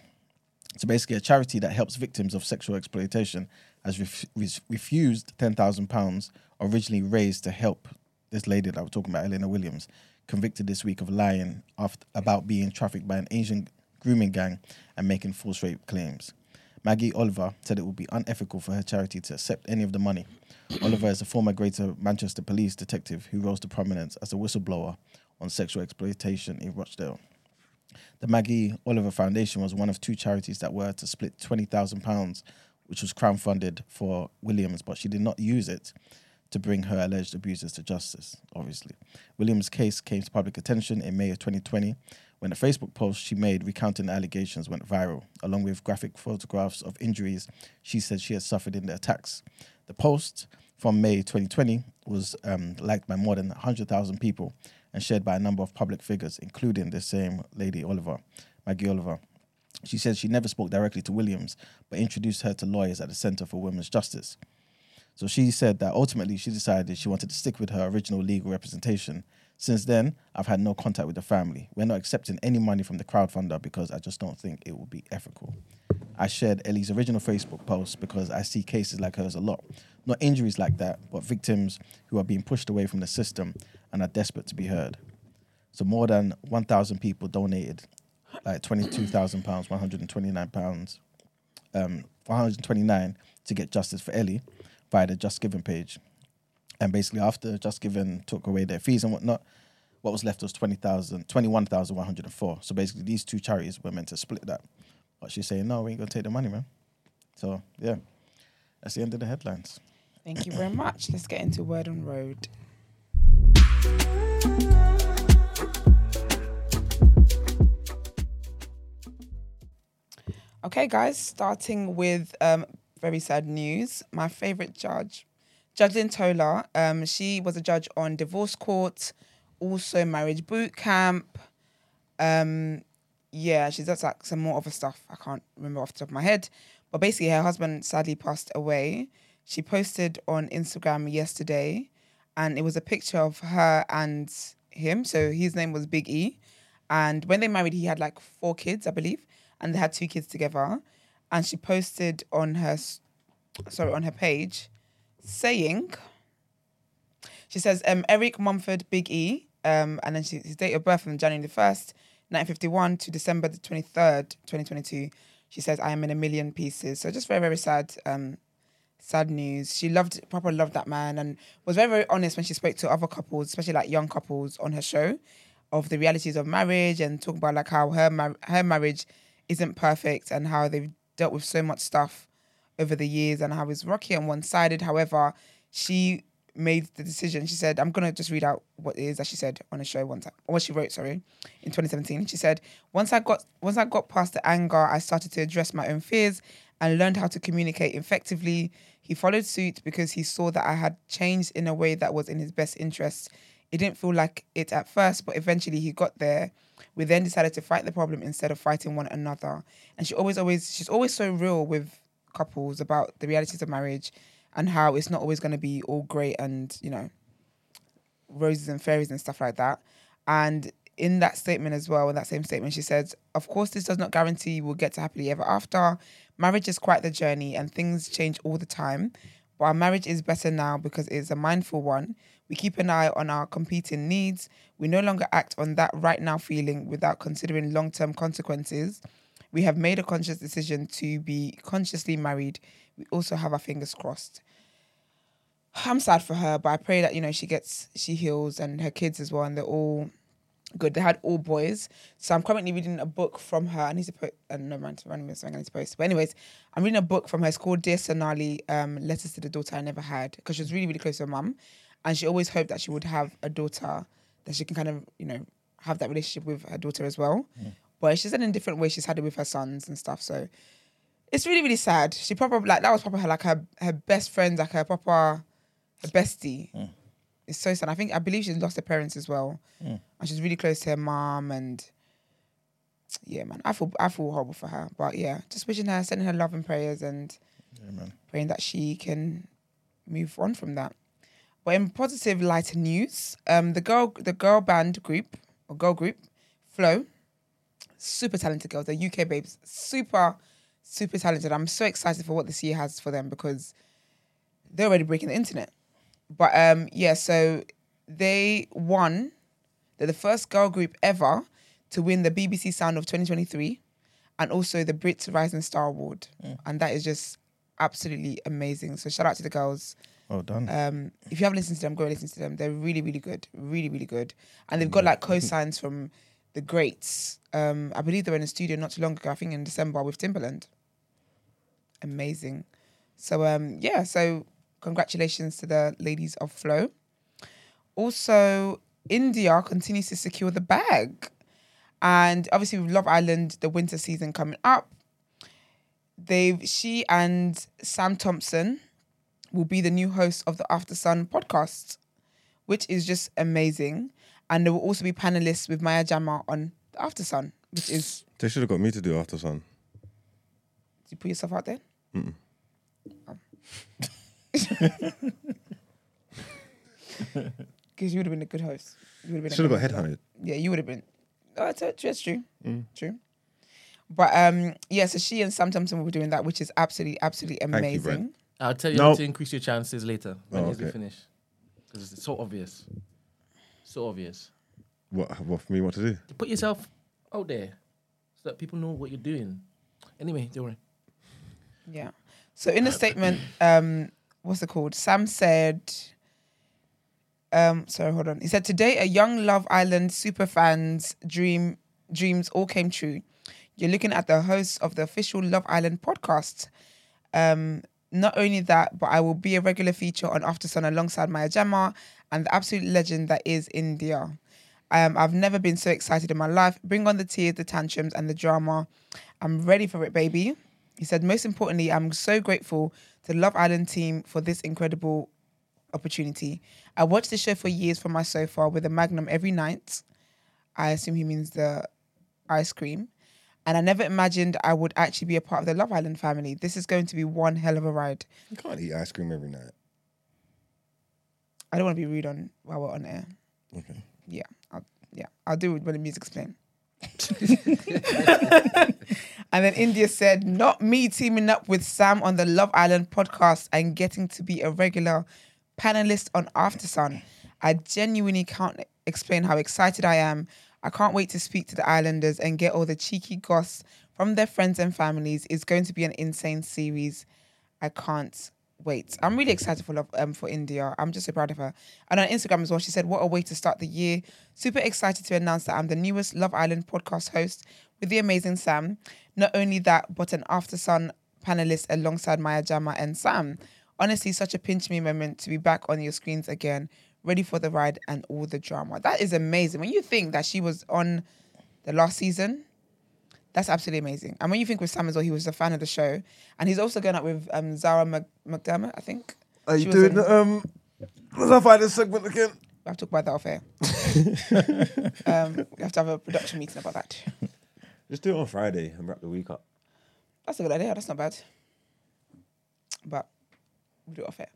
[SPEAKER 3] So basically, a charity that helps victims of sexual exploitation has ref- ref- refused £10,000 originally raised to help this lady that we're talking about, Eleanor Williams, convicted this week of lying after, about being trafficked by an Asian grooming gang and making false rape claims. Maggie Oliver said it would be unethical for her charity to accept any of the money. Oliver is a former Greater Manchester police detective who rose to prominence as a whistleblower on sexual exploitation in Rochdale. The Maggie Oliver Foundation was one of two charities that were to split £20,000, which was crowdfunded for Williams, but she did not use it to bring her alleged abusers to justice, obviously. Williams' case came to public attention in May of 2020 when a Facebook post she made recounting the allegations went viral, along with graphic photographs of injuries she said she had suffered in the attacks. The post from May 2020 was um, liked by more than 100,000 people and shared by a number of public figures, including the same lady Oliver, Maggie Oliver. She said she never spoke directly to Williams, but introduced her to lawyers at the Center for Women's Justice. So she said that ultimately she decided she wanted to stick with her original legal representation. Since then, I've had no contact with the family. We're not accepting any money from the crowdfunder because I just don't think it would be ethical. I shared Ellie's original Facebook post because I see cases like hers a lot. Not injuries like that, but victims who are being pushed away from the system and are desperate to be heard. So more than 1,000 people donated like 22,000 pounds, 129 pounds, um, 129 to get justice for Ellie via the Just Giving page. And basically, after Just Giving took away their fees and whatnot, what was left was 20,000, 21,104. So basically, these two charities were meant to split that. But she's saying, no, we ain't going to take the money, man. So, yeah, that's the end of the headlines.
[SPEAKER 1] Thank you very much. Let's get into word on road. Okay, guys, starting with um, very sad news. My favorite judge, Judge Lynn Tola, um, she was a judge on divorce court, also marriage boot camp. Um, yeah, she does like some more other stuff. I can't remember off the top of my head. But basically, her husband sadly passed away. She posted on Instagram yesterday, and it was a picture of her and him. So his name was Big E. And when they married, he had like four kids, I believe, and they had two kids together. And she posted on her, s- sorry, on her page, saying, She says um, Eric Mumford Big E, um, and then she, his date of birth from January the first, nineteen fifty one to December the twenty third, twenty twenty two. She says I am in a million pieces. So just very very sad. Um, sad news. She loved proper loved that man and was very very honest when she spoke to other couples, especially like young couples on her show, of the realities of marriage and talking about like how her mar- her marriage isn't perfect and how they've dealt with so much stuff over the years and how it's rocky and one sided. However, she made the decision. She said, I'm gonna just read out what it is that she said on a show one time. Or what she wrote, sorry, in 2017. She said, Once I got once I got past the anger, I started to address my own fears and learned how to communicate effectively. He followed suit because he saw that I had changed in a way that was in his best interest. It didn't feel like it at first, but eventually he got there. We then decided to fight the problem instead of fighting one another. And she always always she's always so real with couples about the realities of marriage and how it's not always going to be all great and you know roses and fairies and stuff like that and in that statement as well in that same statement she says of course this does not guarantee we'll get to happily ever after marriage is quite the journey and things change all the time but our marriage is better now because it is a mindful one we keep an eye on our competing needs we no longer act on that right now feeling without considering long-term consequences we have made a conscious decision to be consciously married. We also have our fingers crossed. I'm sad for her, but I pray that you know she gets she heals and her kids as well, and they're all good. They had all boys, so I'm currently reading a book from her. I need to put uh, no man running this thing I need to post. But anyways, I'm reading a book from her. It's called Dear Sonali, um, Letters to the Daughter I Never Had, because she was really really close to her mum, and she always hoped that she would have a daughter that she can kind of you know have that relationship with her daughter as well. But she said in different ways she's had it with her sons and stuff. So it's really really sad. She probably like that was probably her like her her best friend, like her proper her bestie. It's so sad. I think I believe she's lost her parents as well, and she's really close to her mom. And yeah, man, I feel I feel horrible for her. But yeah, just wishing her, sending her love and prayers, and praying that she can move on from that. But in positive lighter news, um, the girl the girl band group or girl group, Flow, super talented girls. They're UK babes, super, super talented. I'm so excited for what this year has for them because they're already breaking the internet. But um, yeah, so they won. They're the first girl group ever to win the BBC Sound of 2023 and also the Brit Rising Star Award. And that is just absolutely amazing. So shout out to the girls.
[SPEAKER 3] Well done.
[SPEAKER 1] Um, if you haven't listened to them, go and listen to them. They're really, really good. Really, really good. And they've got like co-signs from the greats. Um, I believe they were in a studio not too long ago, I think in December with Timberland. Amazing. So um, yeah, so congratulations to the ladies of Flow. Also, India continues to secure the bag. And obviously with Love Island, the winter season coming up. They've she and Sam Thompson will be the new host of the After Sun podcast, which is just amazing. And there will also be panelists with Maya Jama on the After Sun, which is
[SPEAKER 2] They should have got me to do after sun.
[SPEAKER 1] did you put yourself out there. Oh. Because you would have been a good host. You would have been. a
[SPEAKER 2] Should have
[SPEAKER 1] good
[SPEAKER 2] got Mm.
[SPEAKER 1] host for that.
[SPEAKER 2] headhunted.
[SPEAKER 1] Yeah, you would have been. Oh, that's, that's true. True. But um, yeah, so she and Sam Thompson will be doing that, which is absolutely, absolutely
[SPEAKER 2] you,
[SPEAKER 1] amazing.
[SPEAKER 2] Brent.
[SPEAKER 4] I'll tell you
[SPEAKER 2] No.
[SPEAKER 4] how to increase your chances later when
[SPEAKER 2] Oh,
[SPEAKER 4] we
[SPEAKER 2] okay.
[SPEAKER 4] finish. Because it's so obvious. So obvious.
[SPEAKER 2] What, what for me? What to do?
[SPEAKER 4] Put yourself out there so that people know what you're doing. Anyway, don't worry.
[SPEAKER 1] Yeah. So in the statement, um, what's it called? Sam said, um, sorry, hold on. He said, Today a young Love Island superfans dream dreams all came true. You're looking at the hosts of the official Love Island podcast. Um, not only that, but I will be a regular feature on After Sun alongside Maya Jama and the absolute legend that is India. Um, I've never been so excited in my life. Bring on the tears, the tantrums, and the drama. I'm ready for it, baby. He said, most importantly, I'm so grateful to the Love Island team for this incredible opportunity. I watched the show for years from my sofa with a magnum every night. I assume he means the ice cream. And I never imagined I would actually be a part of the Love Island family. This is going to be one hell of a ride.
[SPEAKER 2] You can't eat ice cream every night.
[SPEAKER 1] I don't want to be rude on while we're on air.
[SPEAKER 2] Okay.
[SPEAKER 1] yeah, I'll, yeah, I'll do it when the music's playing. and then India said, "Not me teaming up with Sam on the Love Island podcast and getting to be a regular panelist on After Sun. I genuinely can't explain how excited I am. I can't wait to speak to the Islanders and get all the cheeky goss from their friends and families. It's going to be an insane series. I can't wait. I'm really excited for love, um, for India. I'm just so proud of her. And on Instagram as well, she said, "What a way to start the year! Super excited to announce that I'm the newest Love Island podcast host with the amazing Sam. Not only that, but an after sun panelist alongside Maya Jama and Sam. Honestly, such a pinch me moment to be back on your screens again, ready for the ride and all the drama. That is amazing. When you think that she was on the last season." That's absolutely amazing. And when you think with Sam as well, he was a fan of the show, and he's also going out with um, Zara Mc- McDermott, I think.
[SPEAKER 6] Are
[SPEAKER 1] She
[SPEAKER 6] you
[SPEAKER 1] was
[SPEAKER 6] doing
[SPEAKER 1] in-
[SPEAKER 6] the, um? Let's not find this segment again.
[SPEAKER 1] we have to talk about that off air. um, we have to have a production meeting about that.
[SPEAKER 2] Just do it on Friday and wrap the week up.
[SPEAKER 1] That's a good idea. That's not bad. But we'll do it off air.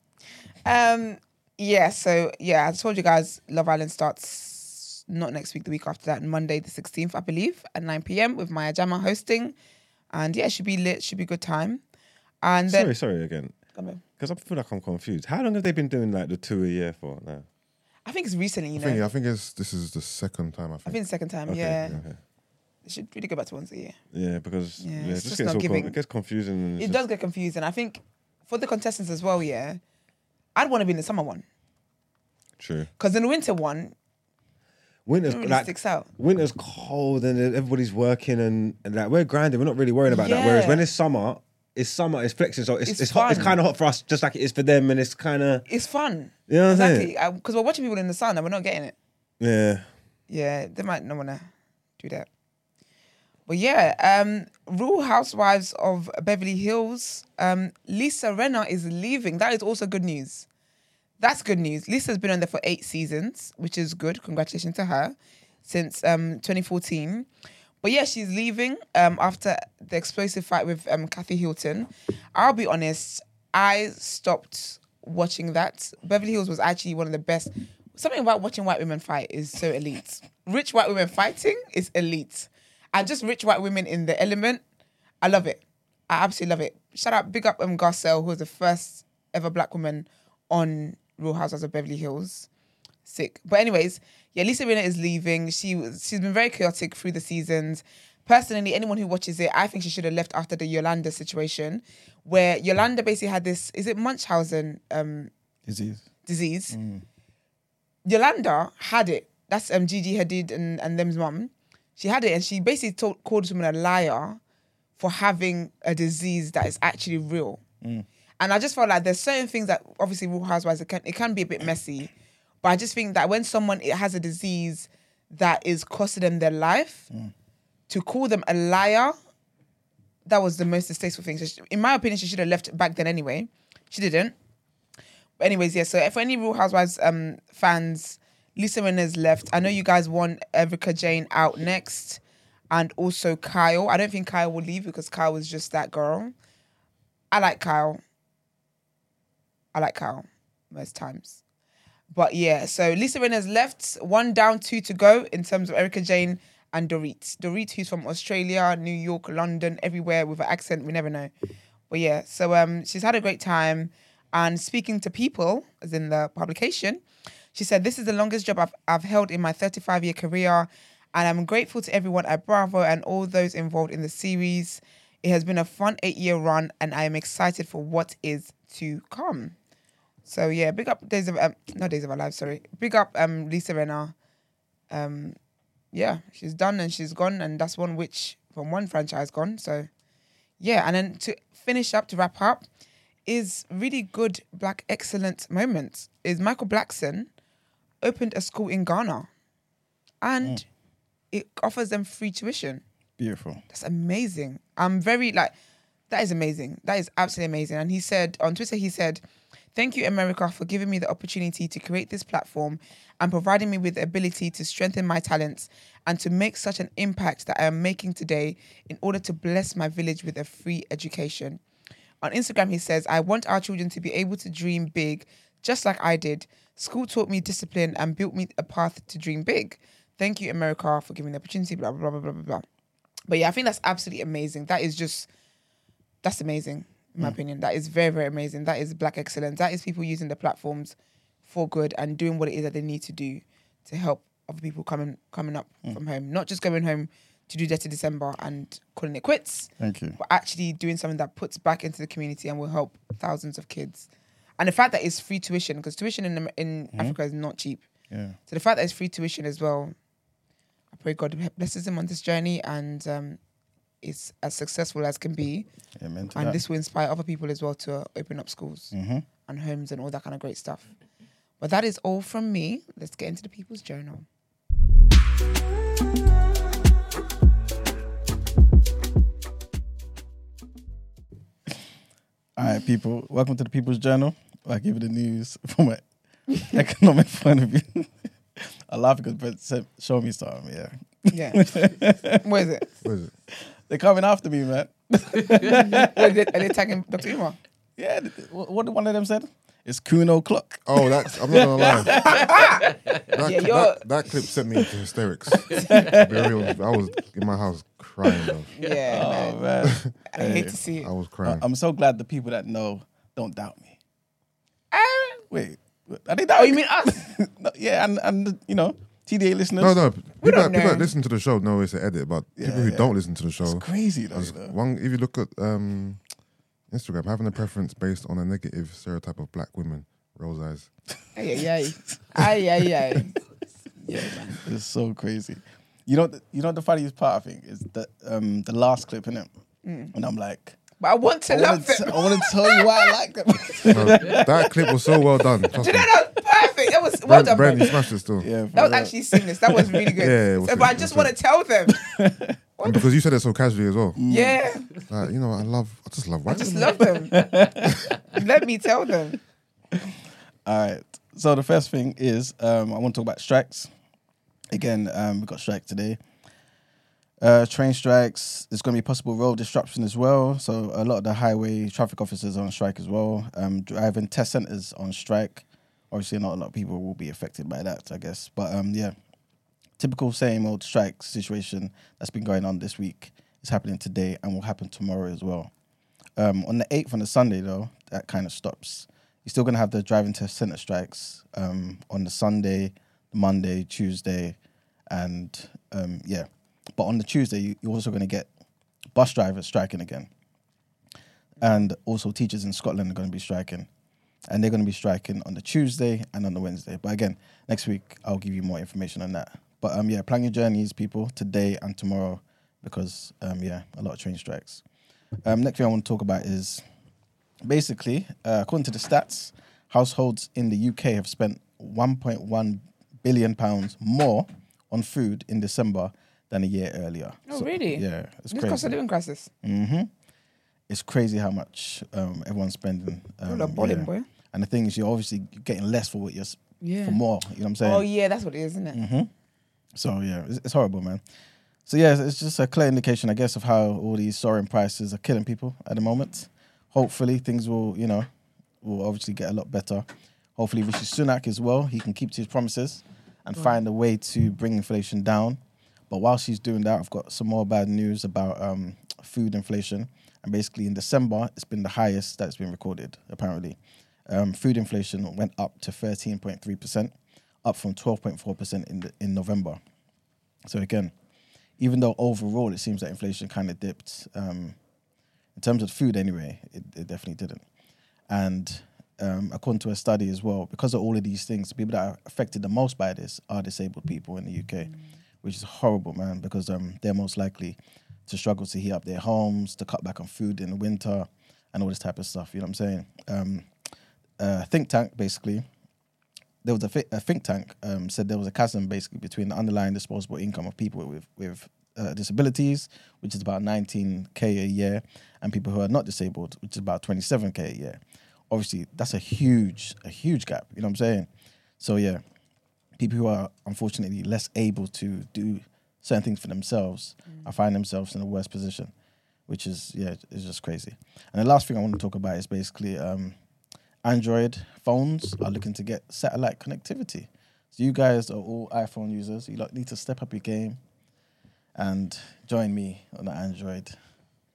[SPEAKER 1] Um, yeah, so yeah, I told you guys Love Island starts not next week, the week after that, Monday the 16th, I believe, at 9 p.m. with Maya Jama hosting. And yeah, it should be lit, should be good time. And then
[SPEAKER 2] sorry, sorry again.
[SPEAKER 1] Come on.
[SPEAKER 2] Because I feel like I'm confused. How long have they been doing like the two a year for now?
[SPEAKER 1] I think it's recently, you
[SPEAKER 5] I
[SPEAKER 1] know.
[SPEAKER 5] think, I think it's, this is the second time I
[SPEAKER 1] I
[SPEAKER 5] think.
[SPEAKER 1] think the second time,
[SPEAKER 2] Okay,
[SPEAKER 1] yeah.
[SPEAKER 2] okay.
[SPEAKER 1] It should really go back to once a year.
[SPEAKER 2] Yeah, because
[SPEAKER 1] Yeah,
[SPEAKER 2] yeah,
[SPEAKER 1] it's
[SPEAKER 2] it just,
[SPEAKER 1] just not
[SPEAKER 2] gets all con-
[SPEAKER 1] giving.
[SPEAKER 2] it gets confusing. And it's
[SPEAKER 1] it
[SPEAKER 2] just-
[SPEAKER 1] does get confusing. I think for the contestants as well, yeah, I'd want to be in the summer one
[SPEAKER 2] true.
[SPEAKER 1] because in the winter one,
[SPEAKER 2] Winter's
[SPEAKER 1] it really
[SPEAKER 2] like
[SPEAKER 1] sticks out.
[SPEAKER 2] winter's cold and then everybody's working and, and like we're grinding. We're not really worrying about that. Whereas
[SPEAKER 1] Yeah.
[SPEAKER 2] when it's summer, it's summer. It's flexing. So it's
[SPEAKER 1] It's
[SPEAKER 2] it's, hot. It's
[SPEAKER 1] fun.
[SPEAKER 2] kind of hot for us, just like it is for them. And it's kind of
[SPEAKER 1] It's fun.
[SPEAKER 2] You know what I'm saying?
[SPEAKER 1] exactly. Because we're watching people in the sun and we're not getting it.
[SPEAKER 2] yeah.
[SPEAKER 1] Yeah, they might not want to do that. But yeah, um, Real Housewives of Beverly Hills. Um, Lisa Renner is leaving. That is also good news. That's good news. Lisa's been on there for eight seasons, which is good. Congratulations to her since um, 2014. But yeah, she's leaving um, after the explosive fight with um, Kathy Hilton. I'll be honest, I stopped watching that. Beverly Hills was actually one of the best. Something about watching white women fight is so elite. Rich white women fighting is elite. And just rich white women in the element, I love it. I absolutely love it. Shout out, big up um, Garcelle, who was the first ever black woman on Real Housewives of Beverly Hills. Sick. But anyways, yeah, Lisa Rinna is leaving. She was she's been very chaotic through the seasons. Personally, anyone who watches it, I think she should have left after the Yolanda situation, where Yolanda basically had this is it Munchausen um,
[SPEAKER 3] Disease.
[SPEAKER 1] disease. Yolanda had it. That's um, Gigi Hadid and, and them's mum. She had it, and she basically told, called this woman a liar for having a disease that is actually real. And I just felt like there's certain things that obviously Real Housewives it can it can be a bit messy, but I just think that when someone it has a disease that is costing them their life, to call them a liar, that was the most distasteful thing. So she- in my opinion, she should have left back then anyway. She didn't. But anyways, yeah. So for any Real Housewives um fans, Lisa Rinna's left. I know you guys want Erica Jane out next, and also Kyle. I don't think Kyle will leave because Kyle was just that girl. I like Kyle. I like Kyle most times. But yeah, so Lisa Rinna's left, one down, two to go in terms of Erica Jane and Dorit. Dorit, who's from Australia, New York, London, everywhere with an accent, we never know. But yeah, so um, she's had a great time. And speaking to people, as in the publication, she said, This is the longest job I've, I've held in my 35 year career. And I'm grateful to everyone at Bravo and all those involved in the series. It has been a fun eight year run, and I am excited for what is to come. So yeah, big up days of um, not days of our lives. Sorry, big up um Lisa Renner. Um, yeah, she's done and she's gone, and that's one which from one franchise gone. So yeah, and then to finish up to wrap up is really good black excellence moments. Is Michael Blackson opened a school in Ghana, and it offers them free tuition.
[SPEAKER 3] Beautiful.
[SPEAKER 1] That's amazing. I'm very like, that is amazing. That is absolutely amazing. And he said on Twitter, he said, Thank you, America, for giving me the opportunity to create this platform and providing me with the ability to strengthen my talents and to make such an impact that I am making today in order to bless my village with a free education. On Instagram, he says, I want our children to be able to dream big, just like I did. School taught me discipline and built me a path to dream big. Thank you, America, for giving me the opportunity, blah, blah, blah, blah, blah, blah. But yeah, I think that's absolutely amazing. That is just, that's amazing, in my opinion. That is very, very amazing. That is black excellence. That is people using the platforms for good and doing what it is that they need to do to help other people coming coming up from home, not just going home to do Dirty December and calling it quits,
[SPEAKER 3] Thank you.
[SPEAKER 1] but actually doing something that puts back into the community and will help thousands of kids. And the fact that it's free tuition, because tuition in Am- in Africa is not cheap.
[SPEAKER 3] Yeah.
[SPEAKER 1] So the fact that it's free tuition as well, I pray God blesses him on this journey and um, it's as successful as can be.
[SPEAKER 3] Amen to
[SPEAKER 1] And
[SPEAKER 3] that.
[SPEAKER 1] this will inspire other people as well to uh, open up schools and homes and all that kind of great stuff. But that is all from me. Let's get into the people's journal.
[SPEAKER 3] All right, people, welcome to the People's Journal. where I give you the news from an economic point of view. I laugh because Brent said, show me something, yeah.
[SPEAKER 1] Yeah. Where is it?
[SPEAKER 5] What is it?
[SPEAKER 3] They're coming after me, man.
[SPEAKER 1] Are they, are they tagging Dr. Umar?
[SPEAKER 3] Yeah, th- th- what what did one of them said? It's Kuno Clock.
[SPEAKER 5] Oh, that's I'm not gonna lie. That,
[SPEAKER 1] Yeah,
[SPEAKER 5] cli-
[SPEAKER 1] you're-
[SPEAKER 5] that, that clip sent me into hysterics. To be real, I was in my house crying. Though.
[SPEAKER 1] Yeah,
[SPEAKER 3] Oh,
[SPEAKER 1] man.
[SPEAKER 3] man.
[SPEAKER 1] I hate to see it.
[SPEAKER 5] I was
[SPEAKER 3] I-
[SPEAKER 5] crying.
[SPEAKER 3] I'm so glad the people that know don't doubt me.
[SPEAKER 1] Ah,
[SPEAKER 3] Wait, are they
[SPEAKER 1] oh,
[SPEAKER 3] doubting
[SPEAKER 1] you mean us?
[SPEAKER 3] me? No, yeah, and, and, you know, TDA listeners.
[SPEAKER 5] no, no. People,
[SPEAKER 1] don't
[SPEAKER 5] that, people that
[SPEAKER 1] know.
[SPEAKER 5] listen to the show know it's an edit, but people who
[SPEAKER 3] yeah.
[SPEAKER 5] don't listen to the show,
[SPEAKER 3] It's crazy, though. you know.
[SPEAKER 5] one if you look at um, Instagram, having a preference based on a negative stereotype of black women rolls eyes.
[SPEAKER 1] Ay, ay, ay. Ay, ay, ay. Yeah, man.
[SPEAKER 3] It's so crazy. You know, th- you know the funniest part I think is the um the last clip in it, and I'm like,
[SPEAKER 1] But Mm. I want to
[SPEAKER 3] I
[SPEAKER 1] love
[SPEAKER 3] want to
[SPEAKER 1] them.
[SPEAKER 3] tell you why I like them.
[SPEAKER 5] No, that clip was so well done. Trust me.
[SPEAKER 1] No, no, perfect. That was well
[SPEAKER 5] Brand,
[SPEAKER 1] done,
[SPEAKER 5] Brand,
[SPEAKER 1] Brent.
[SPEAKER 5] you smashed it still.
[SPEAKER 3] yeah, for
[SPEAKER 1] That was
[SPEAKER 3] real.
[SPEAKER 1] actually seamless. That was really good.
[SPEAKER 5] Yeah, it was
[SPEAKER 1] so,
[SPEAKER 5] good,
[SPEAKER 1] but I
[SPEAKER 5] it was
[SPEAKER 1] just
[SPEAKER 5] good.
[SPEAKER 1] want to tell them.
[SPEAKER 5] And because you said it so casually as well.
[SPEAKER 1] Yeah,
[SPEAKER 5] Like, you know, what, I love, I just love white
[SPEAKER 1] I just
[SPEAKER 5] women.
[SPEAKER 1] love them. Let me tell them.
[SPEAKER 3] All right. So the first thing is um, I want to talk about strikes. Again, um, we got strike today. Uh, train strikes. There's going to be possible road disruption as well. So a lot of the highway traffic officers are on strike as well. Um, driving test centers on strike. Obviously, not a lot of people will be affected by that, I guess. But um, yeah, typical same old strike situation that's been going on this week. It's happening today and will happen tomorrow as well. Um, on the 8th, on the Sunday, though, that kind of stops. You're still going to have the driving test centre strikes um, on the Sunday, Monday, Tuesday, and um, yeah. But on the Tuesday, you, you're also going to get bus drivers striking again. And also, teachers in Scotland are going to be striking. And they're going to be striking on the Tuesday and on the Wednesday. But again, next week, I'll give you more information on that. But um, yeah, plan your journeys, people, today and tomorrow, because um, yeah, a lot of train strikes. Um, next thing I want to talk about is basically, uh, according to the stats, households in the UK have spent 1.1 billion pounds more on food in December than a year earlier.
[SPEAKER 1] Oh, really?
[SPEAKER 3] Yeah, it's
[SPEAKER 1] This cost of
[SPEAKER 3] crazy.
[SPEAKER 1] living crisis.
[SPEAKER 3] Mm-hmm. It's crazy how much um, everyone's spending. Um,
[SPEAKER 1] People are balling, boy.
[SPEAKER 3] And the thing is, you're obviously getting less for what you're s-
[SPEAKER 1] Yeah.
[SPEAKER 3] for more. You know what I'm saying?
[SPEAKER 1] Oh yeah, that's what it is, isn't it?
[SPEAKER 3] Mm-hmm. So yeah, it's, it's horrible, man. So yeah, it's- it's just a clear indication, I guess, of how all these soaring prices are killing people at the moment. Hopefully, things will, you know, will obviously get a lot better. Hopefully, Rishi Sunak as well, he can keep to his promises and find a way to bring inflation down. But whilst he's doing that, I've got some more bad news about um, food inflation. And basically, in December, it's been the highest that's been recorded, apparently. Um, food inflation went up to 13.3%, up from 12.4% in, the, in November. So again, even though overall it seems that inflation kind of dipped, um, in terms of food anyway, it, it definitely didn't. And um, according to a study as well, because of all of these things, the people that are affected the most by this are disabled people in the UK, which is horrible, man, because um, they're most likely to struggle to heat up their homes, to cut back on food in the winter, and all this type of stuff. You know what I'm saying? Um, uh, think tank basically there was a, thi- a think tank um, said there was a chasm basically between the underlying disposable income of people with with uh, disabilities, which is about 19k a year, and people who are not disabled, which is about 27k a year. Obviously, that's a huge a huge gap. You know what I'm saying? So yeah, people who are unfortunately less able to do certain things for themselves are finding themselves in a worse position, which is yeah, it's just crazy. And the last thing I want to talk about is basically um, Android phones are looking to get satellite connectivity. So you guys are all iPhone users. You lot need to step up your game and join me on the Android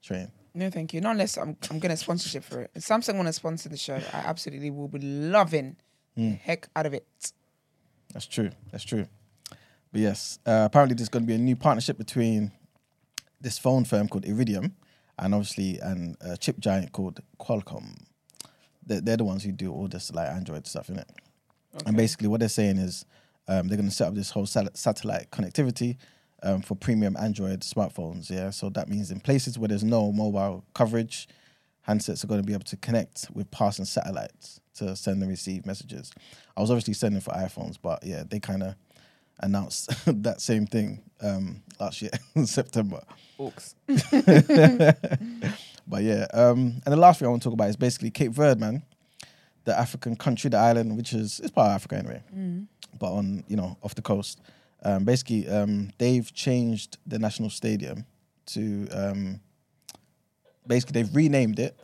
[SPEAKER 3] train.
[SPEAKER 1] No, thank you. Not unless I'm I'm gonna sponsorship for it. If Samsung want to sponsor the show, I absolutely will be loving
[SPEAKER 3] Mm.
[SPEAKER 1] heck out of it.
[SPEAKER 3] That's true. That's true. But yes, uh, apparently there's going to be a new partnership between this phone firm called Iridium and obviously an a chip giant called Qualcomm. They're, they're the ones who do all this like Android stuff, innit? And basically, what they're saying is um, they're going to set up this whole sal- satellite connectivity um, for premium Android smartphones. Yeah, so that means in places where there's no mobile coverage, handsets are going to be able to connect with passing satellites to send and receive messages. I was obviously sending for iPhones, but yeah, they kind of announced that same thing um, last year in September.
[SPEAKER 4] Oaks.
[SPEAKER 3] But yeah, um, and the last thing I want to talk about is basically Cape Verde, man, the African country, the island, which is it's part of Africa anyway, but on you know off the coast. Um, basically, um, they've changed the national stadium to um, basically they've renamed it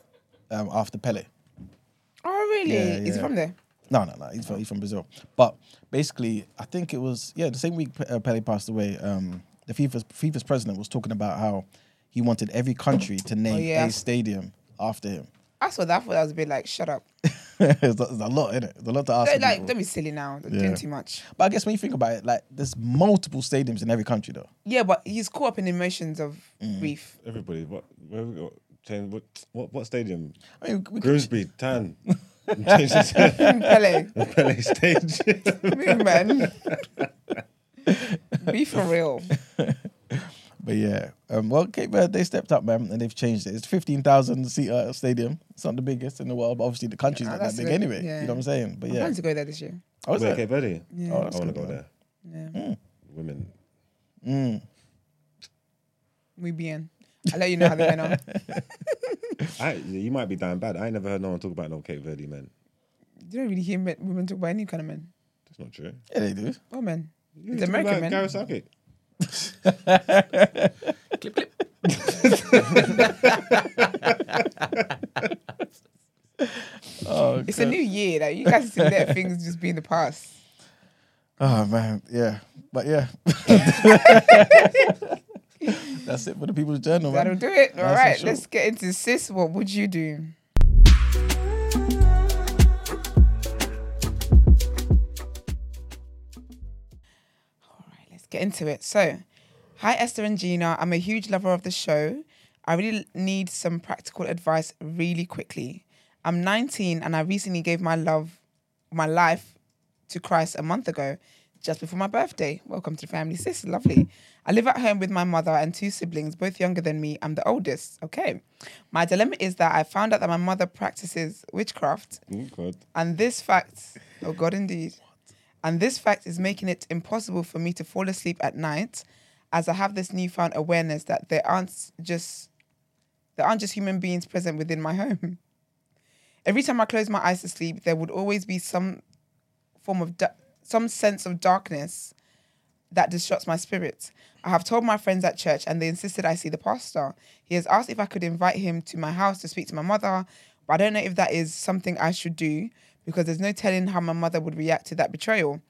[SPEAKER 3] um, after Pele.
[SPEAKER 1] Oh, really?
[SPEAKER 3] Yeah,
[SPEAKER 1] Is he
[SPEAKER 3] yeah.
[SPEAKER 1] from there?
[SPEAKER 3] No, no, no. He's from, he's from Brazil. But basically, I think it was yeah the same week Pe- uh, Pele passed away. Um, the FIFA's, FIFA's president was talking about how he wanted every country to name
[SPEAKER 1] yeah.
[SPEAKER 3] a stadium after him.
[SPEAKER 1] I saw that. I thought that was a bit like, shut up.
[SPEAKER 3] it's, a, it's a lot, is it? It's a lot to ask.
[SPEAKER 1] Don't,
[SPEAKER 3] of
[SPEAKER 1] like,
[SPEAKER 3] people.
[SPEAKER 1] don't be silly now. They're
[SPEAKER 3] Yeah.
[SPEAKER 1] doing too much.
[SPEAKER 3] But I guess when you think about it, like there's multiple stadiums in every country, though.
[SPEAKER 1] Yeah, but he's caught up in the emotions of
[SPEAKER 3] Mm.
[SPEAKER 1] grief.
[SPEAKER 2] Everybody, what, where we got? Change, what, what, what stadium?
[SPEAKER 3] I mean, we could,
[SPEAKER 2] Grimsby, Tan. Change the
[SPEAKER 1] Pele,
[SPEAKER 2] Pele stage.
[SPEAKER 1] move, man. be for real.
[SPEAKER 3] but yeah, um, well, Cape Verde they stepped up, man, and they've changed it. It's fifteen thousand seat uh, stadium. It's not the biggest in the world, but obviously the country's
[SPEAKER 1] Yeah,
[SPEAKER 3] not
[SPEAKER 1] that's
[SPEAKER 3] that big
[SPEAKER 1] good.
[SPEAKER 3] anyway.
[SPEAKER 1] Yeah.
[SPEAKER 3] You know what I'm saying?
[SPEAKER 1] I
[SPEAKER 3] But Ah, yeah,
[SPEAKER 1] plan to go there this year.
[SPEAKER 3] I was
[SPEAKER 2] Where,
[SPEAKER 3] like,
[SPEAKER 2] Cape Verde?
[SPEAKER 1] Yeah.
[SPEAKER 3] oh,
[SPEAKER 2] I
[SPEAKER 3] that's
[SPEAKER 2] want to
[SPEAKER 3] good,
[SPEAKER 2] go
[SPEAKER 3] man.
[SPEAKER 2] there. Hmm.
[SPEAKER 1] Yeah.
[SPEAKER 2] Women.
[SPEAKER 3] mm.
[SPEAKER 1] We be in. I'll let you know how they're going on.
[SPEAKER 2] I, you might be damn bad. I ain't never heard no one talk about no Cape Verde man.
[SPEAKER 1] You don't really hear men, women talk about any kind of men.
[SPEAKER 2] That's not true.
[SPEAKER 3] Yeah, they do.
[SPEAKER 1] Oh, men.
[SPEAKER 2] You
[SPEAKER 1] It's
[SPEAKER 2] talk
[SPEAKER 1] American
[SPEAKER 2] about
[SPEAKER 1] men.
[SPEAKER 2] Kawasaki.
[SPEAKER 4] clip, clip.
[SPEAKER 3] Oh,
[SPEAKER 1] It's a new year. Like, you guys just let things just be in the past.
[SPEAKER 3] oh man, yeah, but yeah, that's it for the People's Journal,
[SPEAKER 1] That'll
[SPEAKER 3] Oh, man.
[SPEAKER 1] do it. All
[SPEAKER 3] Nice and
[SPEAKER 1] right,
[SPEAKER 3] short.
[SPEAKER 1] let's get into sis. What would you do? All right, let's get into it. So, hi Esther and Gina. I'm a huge lover of the show. I really need some practical advice really quickly. I'm 19 and I recently gave my love, my life to Christ a month ago, just before my birthday. Welcome to the family, sis. Lovely. I live at home with my mother and two siblings, both younger than me. I'm the oldest. Okay. My dilemma is that I found out that my mother practices witchcraft,
[SPEAKER 2] Mm, God.
[SPEAKER 1] and this fact, oh God, indeed. And this fact is making it impossible for me to fall asleep at night as I have this newfound awareness that there aren't just there aren't just human beings present within my home. Every time I close my eyes to sleep, there would always be some form of da- some sense of darkness that distracts my spirit. I have told my friends at church and they insisted I see the pastor. He has asked if I could invite him to my house to speak to my mother, but I don't know if that is something I should do because there's no telling how my mother would react to that betrayal.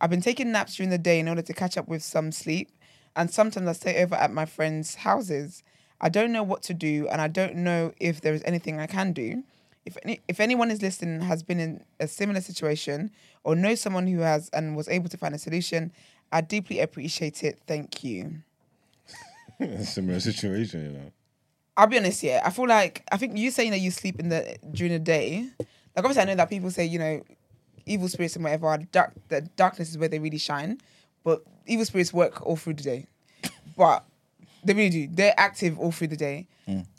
[SPEAKER 1] I've been taking naps during the day in order to catch up with some sleep, and sometimes I stay over at my friends' houses. I don't know what to do, and I don't know if there is anything I can do. If any, if anyone is listening and has been in a similar situation or knows someone who has and was able to find a solution, I deeply appreciate it. Thank you.
[SPEAKER 2] Similar situation, you know.
[SPEAKER 1] I'll be honest, yeah. I feel like I think you saying that you sleep in the during the day, like obviously I know that people say you know, evil spirits and whatever. are Dark, the darkness is where they really shine, but evil spirits work all through the day, but they really do. They're active all through the day.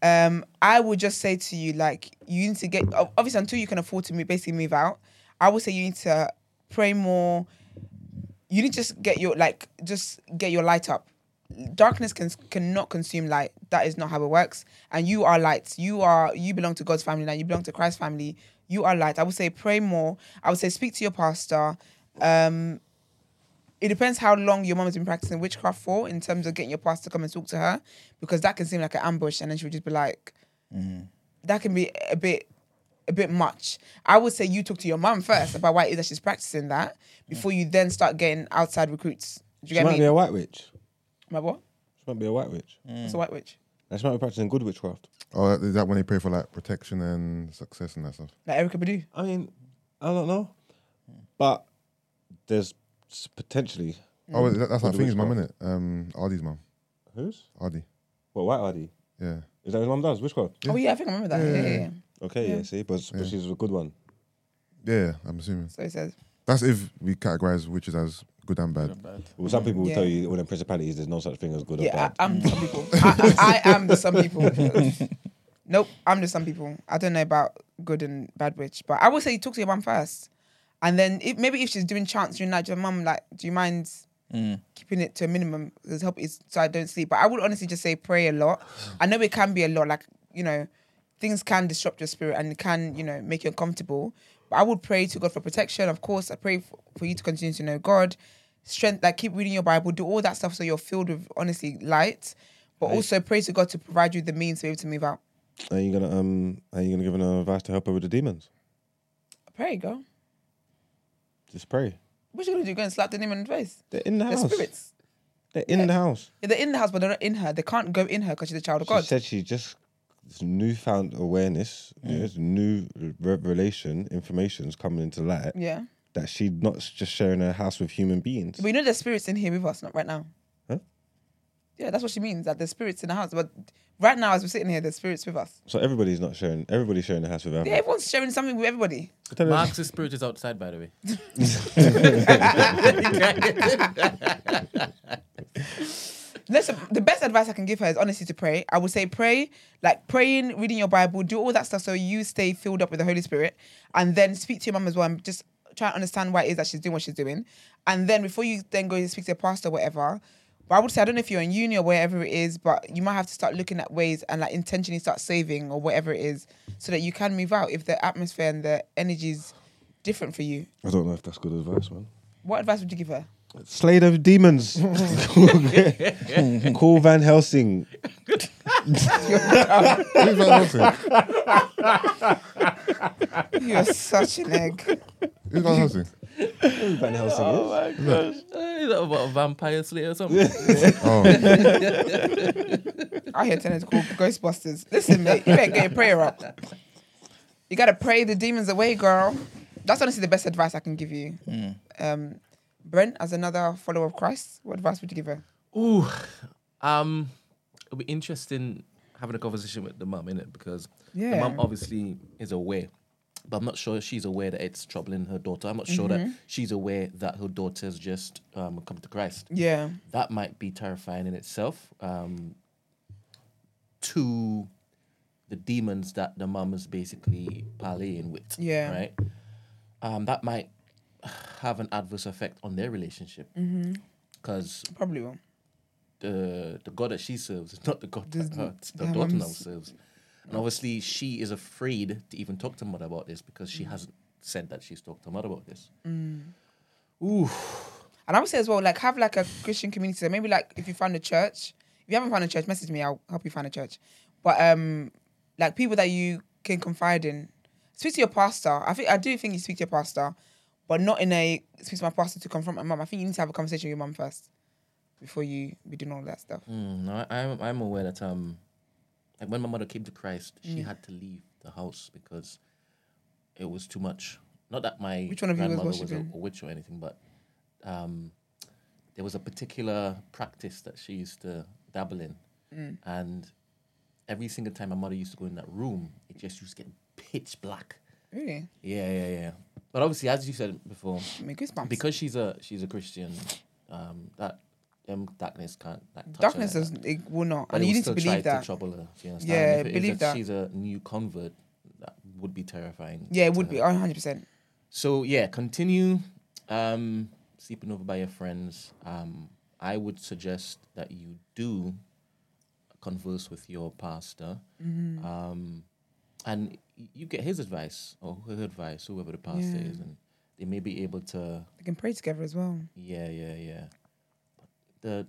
[SPEAKER 1] Um, I would just say to you like you need to get ob- obviously until you can afford to move, basically move out. I would say you need to pray more. You need to just get your like just get your light up darkness can cannot consume light. That is not how it works. And you are light. You are you belong to God's family now. You belong to Christ's family. You are light. I would say pray more. I would say speak to your pastor. Um, it depends how long your mom has been practicing witchcraft for in terms of getting your pastor to come and talk to her because that can seem like an ambush and then she'll just be like, that can be a bit a bit much. I would say you talk to your mom first about why it is that she's practicing that before you then start getting outside recruits. Do you
[SPEAKER 2] She
[SPEAKER 1] get
[SPEAKER 2] might
[SPEAKER 1] me?
[SPEAKER 2] be a white witch.
[SPEAKER 1] My what?
[SPEAKER 2] She might be a white witch.
[SPEAKER 1] It's a white witch.
[SPEAKER 2] She might be practicing good witchcraft.
[SPEAKER 5] Oh, is that when they pray for like protection and success and that stuff?
[SPEAKER 1] Like Erica Badu.
[SPEAKER 2] I mean, I don't know. But there's s- potentially
[SPEAKER 5] Oh, wait, that, that's our
[SPEAKER 2] the
[SPEAKER 5] thing's
[SPEAKER 2] witch
[SPEAKER 5] mum,
[SPEAKER 2] cult.
[SPEAKER 5] isn't it? Um, Ardi's mum.
[SPEAKER 2] who's
[SPEAKER 5] Ardi.
[SPEAKER 2] well, White Hardy.
[SPEAKER 5] Yeah.
[SPEAKER 2] Is that his mum does? Which one?
[SPEAKER 1] Oh yeah, I think I remember that. Yeah, yeah, yeah.
[SPEAKER 2] Okay, yeah, see, but, but she's a good one.
[SPEAKER 5] Yeah, I'm assuming.
[SPEAKER 1] So it says
[SPEAKER 5] That's if we categorize witches as good and bad.
[SPEAKER 2] Well, some people will
[SPEAKER 1] Yeah.
[SPEAKER 2] tell you when in principalities there's no such thing as good or
[SPEAKER 1] Yeah,
[SPEAKER 2] bad.
[SPEAKER 1] I, I'm some people. I, I, I am the some people. nope, I'm the some people. I don't know about good and bad witch, but I would say talk to your mum first, and then if, maybe if she's doing chants during night, your mum like, do you mind keeping it to a minimum? Because help is so I don't sleep. But I would honestly just say pray a lot. I know it can be a lot, like you know, things can disrupt your spirit and it can you know make you uncomfortable. But I would pray to God for protection. Of course, I pray for, for you to continue to know God strength like keep reading your bible do all that stuff so you're filled with honestly light but also pray to god to provide you the means to be able to move out
[SPEAKER 2] Are you gonna um? Are you gonna give an advice to help her with the demons?
[SPEAKER 1] pray girl
[SPEAKER 2] Just pray.
[SPEAKER 1] what you gonna do go and slap the demon in the face
[SPEAKER 2] They're in the
[SPEAKER 1] they're
[SPEAKER 2] house.
[SPEAKER 1] spirits
[SPEAKER 2] They're in the house.
[SPEAKER 1] Yeah, they're in the house but they're not in her they can't go in her because she's a child of god
[SPEAKER 2] She said she just this newfound awareness,
[SPEAKER 1] Mm.
[SPEAKER 2] yes, new revelation, information's coming into light
[SPEAKER 1] yeah
[SPEAKER 2] that she's not just sharing her house with human beings.
[SPEAKER 1] but you know there's spirits in here with us not right now
[SPEAKER 2] Huh?
[SPEAKER 1] yeah that's what she means that there's spirits in the house but right now as we're sitting here there's spirits with us
[SPEAKER 2] So everybody's not sharing. Everybody's sharing the house with
[SPEAKER 1] yeah
[SPEAKER 2] everyone.
[SPEAKER 1] everyone's sharing something with everybody
[SPEAKER 4] Marx's spirit is outside, by the way.
[SPEAKER 1] Listen, the best advice I can give her is honestly to pray. I would say pray, like praying, reading your Bible, do all that stuff so you stay filled up with the Holy Spirit, and then speak to your mum as well and just try and understand why it is that she's doing what she's doing. And then before you then go and speak to your pastor or whatever, but I would say I don't know if you're in uni or wherever it is, but you might have to start looking at ways and like intentionally start saving or whatever it is, so that you can move out if the atmosphere and the energy is different for you.
[SPEAKER 2] I don't know if that's good advice, man.
[SPEAKER 1] What advice would you give her?
[SPEAKER 2] Slay the demons. Call Van Helsing.
[SPEAKER 5] Who's Van Helsing?
[SPEAKER 1] You're such an egg.
[SPEAKER 5] Who's Van Helsing?
[SPEAKER 2] Van Helsing is.
[SPEAKER 7] Oh,
[SPEAKER 4] Is that about a vampire slayer or something?
[SPEAKER 5] Oh,
[SPEAKER 1] I hear telling to call Ghostbusters. Listen, mate, you better get your prayer up. You gotta pray the demons away, girl. That's honestly the best advice I can give you. Um, Brent, as another follower of Christ, what advice would you give her?
[SPEAKER 4] Ooh, um, it'll be interesting having a conversation with the mum, innit? Because the
[SPEAKER 1] Yeah.
[SPEAKER 4] mum obviously is aware, but I'm not sure she's aware that it's troubling her daughter. I'm not sure
[SPEAKER 1] Mm-hmm.
[SPEAKER 4] that she's aware that her daughter's just um, come to Christ.
[SPEAKER 1] Yeah,
[SPEAKER 4] That might be terrifying in itself. Um, to the demons that the mum is basically parlaying with.
[SPEAKER 1] Yeah.
[SPEAKER 4] Right. Um, that might have an adverse effect on their relationship.
[SPEAKER 1] Mm-hmm.
[SPEAKER 4] Because
[SPEAKER 1] probably will.
[SPEAKER 4] the the God that she serves is not the God that her, the
[SPEAKER 1] her
[SPEAKER 4] daughter now
[SPEAKER 1] mum's-
[SPEAKER 4] serves. And obviously, she is afraid to even talk to mother about this because she hasn't said that she's talked to mother about this. Ooh,
[SPEAKER 1] And I would say as well, like have like a Christian community. So maybe like if you find a church, if you haven't found a church, message me. I'll help you find a church. But um, like people that you can confide in, speak to your pastor. I think I do think you speak to your pastor, but not in a speak to my pastor to confront my mum. I think you need to have a conversation with your mum first before you be doing all that stuff.
[SPEAKER 4] Mm, no, I, I'm I'm aware that um, like when my mother came to Christ,
[SPEAKER 1] Mm.
[SPEAKER 4] she had to leave the house because it was too much. Not that my
[SPEAKER 1] Which one of you was
[SPEAKER 4] grandmother was a,
[SPEAKER 1] worshipping?
[SPEAKER 4] a witch or anything, but um, there was a particular practice that she used to dabble in,
[SPEAKER 1] Mm.
[SPEAKER 4] and every single time my mother used to go in that room, it just used to get pitch black.
[SPEAKER 1] Really,
[SPEAKER 4] Yeah, yeah, yeah. But obviously, as you said before,
[SPEAKER 1] I mean goosebumps.
[SPEAKER 4] because she's a she's a Christian, um, that um, darkness can't like, touch her
[SPEAKER 1] darkness
[SPEAKER 4] like
[SPEAKER 1] does
[SPEAKER 4] that.
[SPEAKER 1] it will not,
[SPEAKER 4] But
[SPEAKER 1] and
[SPEAKER 4] it
[SPEAKER 1] you
[SPEAKER 4] would
[SPEAKER 1] need to
[SPEAKER 4] still try
[SPEAKER 1] believe that.
[SPEAKER 4] To trouble her, do you understand?
[SPEAKER 1] Yeah,
[SPEAKER 4] If it is
[SPEAKER 1] believe that.
[SPEAKER 4] She's a new convert. That would be terrifying.
[SPEAKER 1] yeah, it
[SPEAKER 4] to
[SPEAKER 1] would
[SPEAKER 4] her.
[SPEAKER 1] be 100. percent
[SPEAKER 4] So yeah, continue um, sleeping over by your friends. Um, I would suggest that you do converse with your pastor,
[SPEAKER 1] Mm-hmm.
[SPEAKER 4] um, and you get his advice or her advice, whoever the pastor
[SPEAKER 1] Yeah.
[SPEAKER 4] is, and they may be able to.
[SPEAKER 1] They can pray together as well.
[SPEAKER 4] Yeah, yeah, yeah. The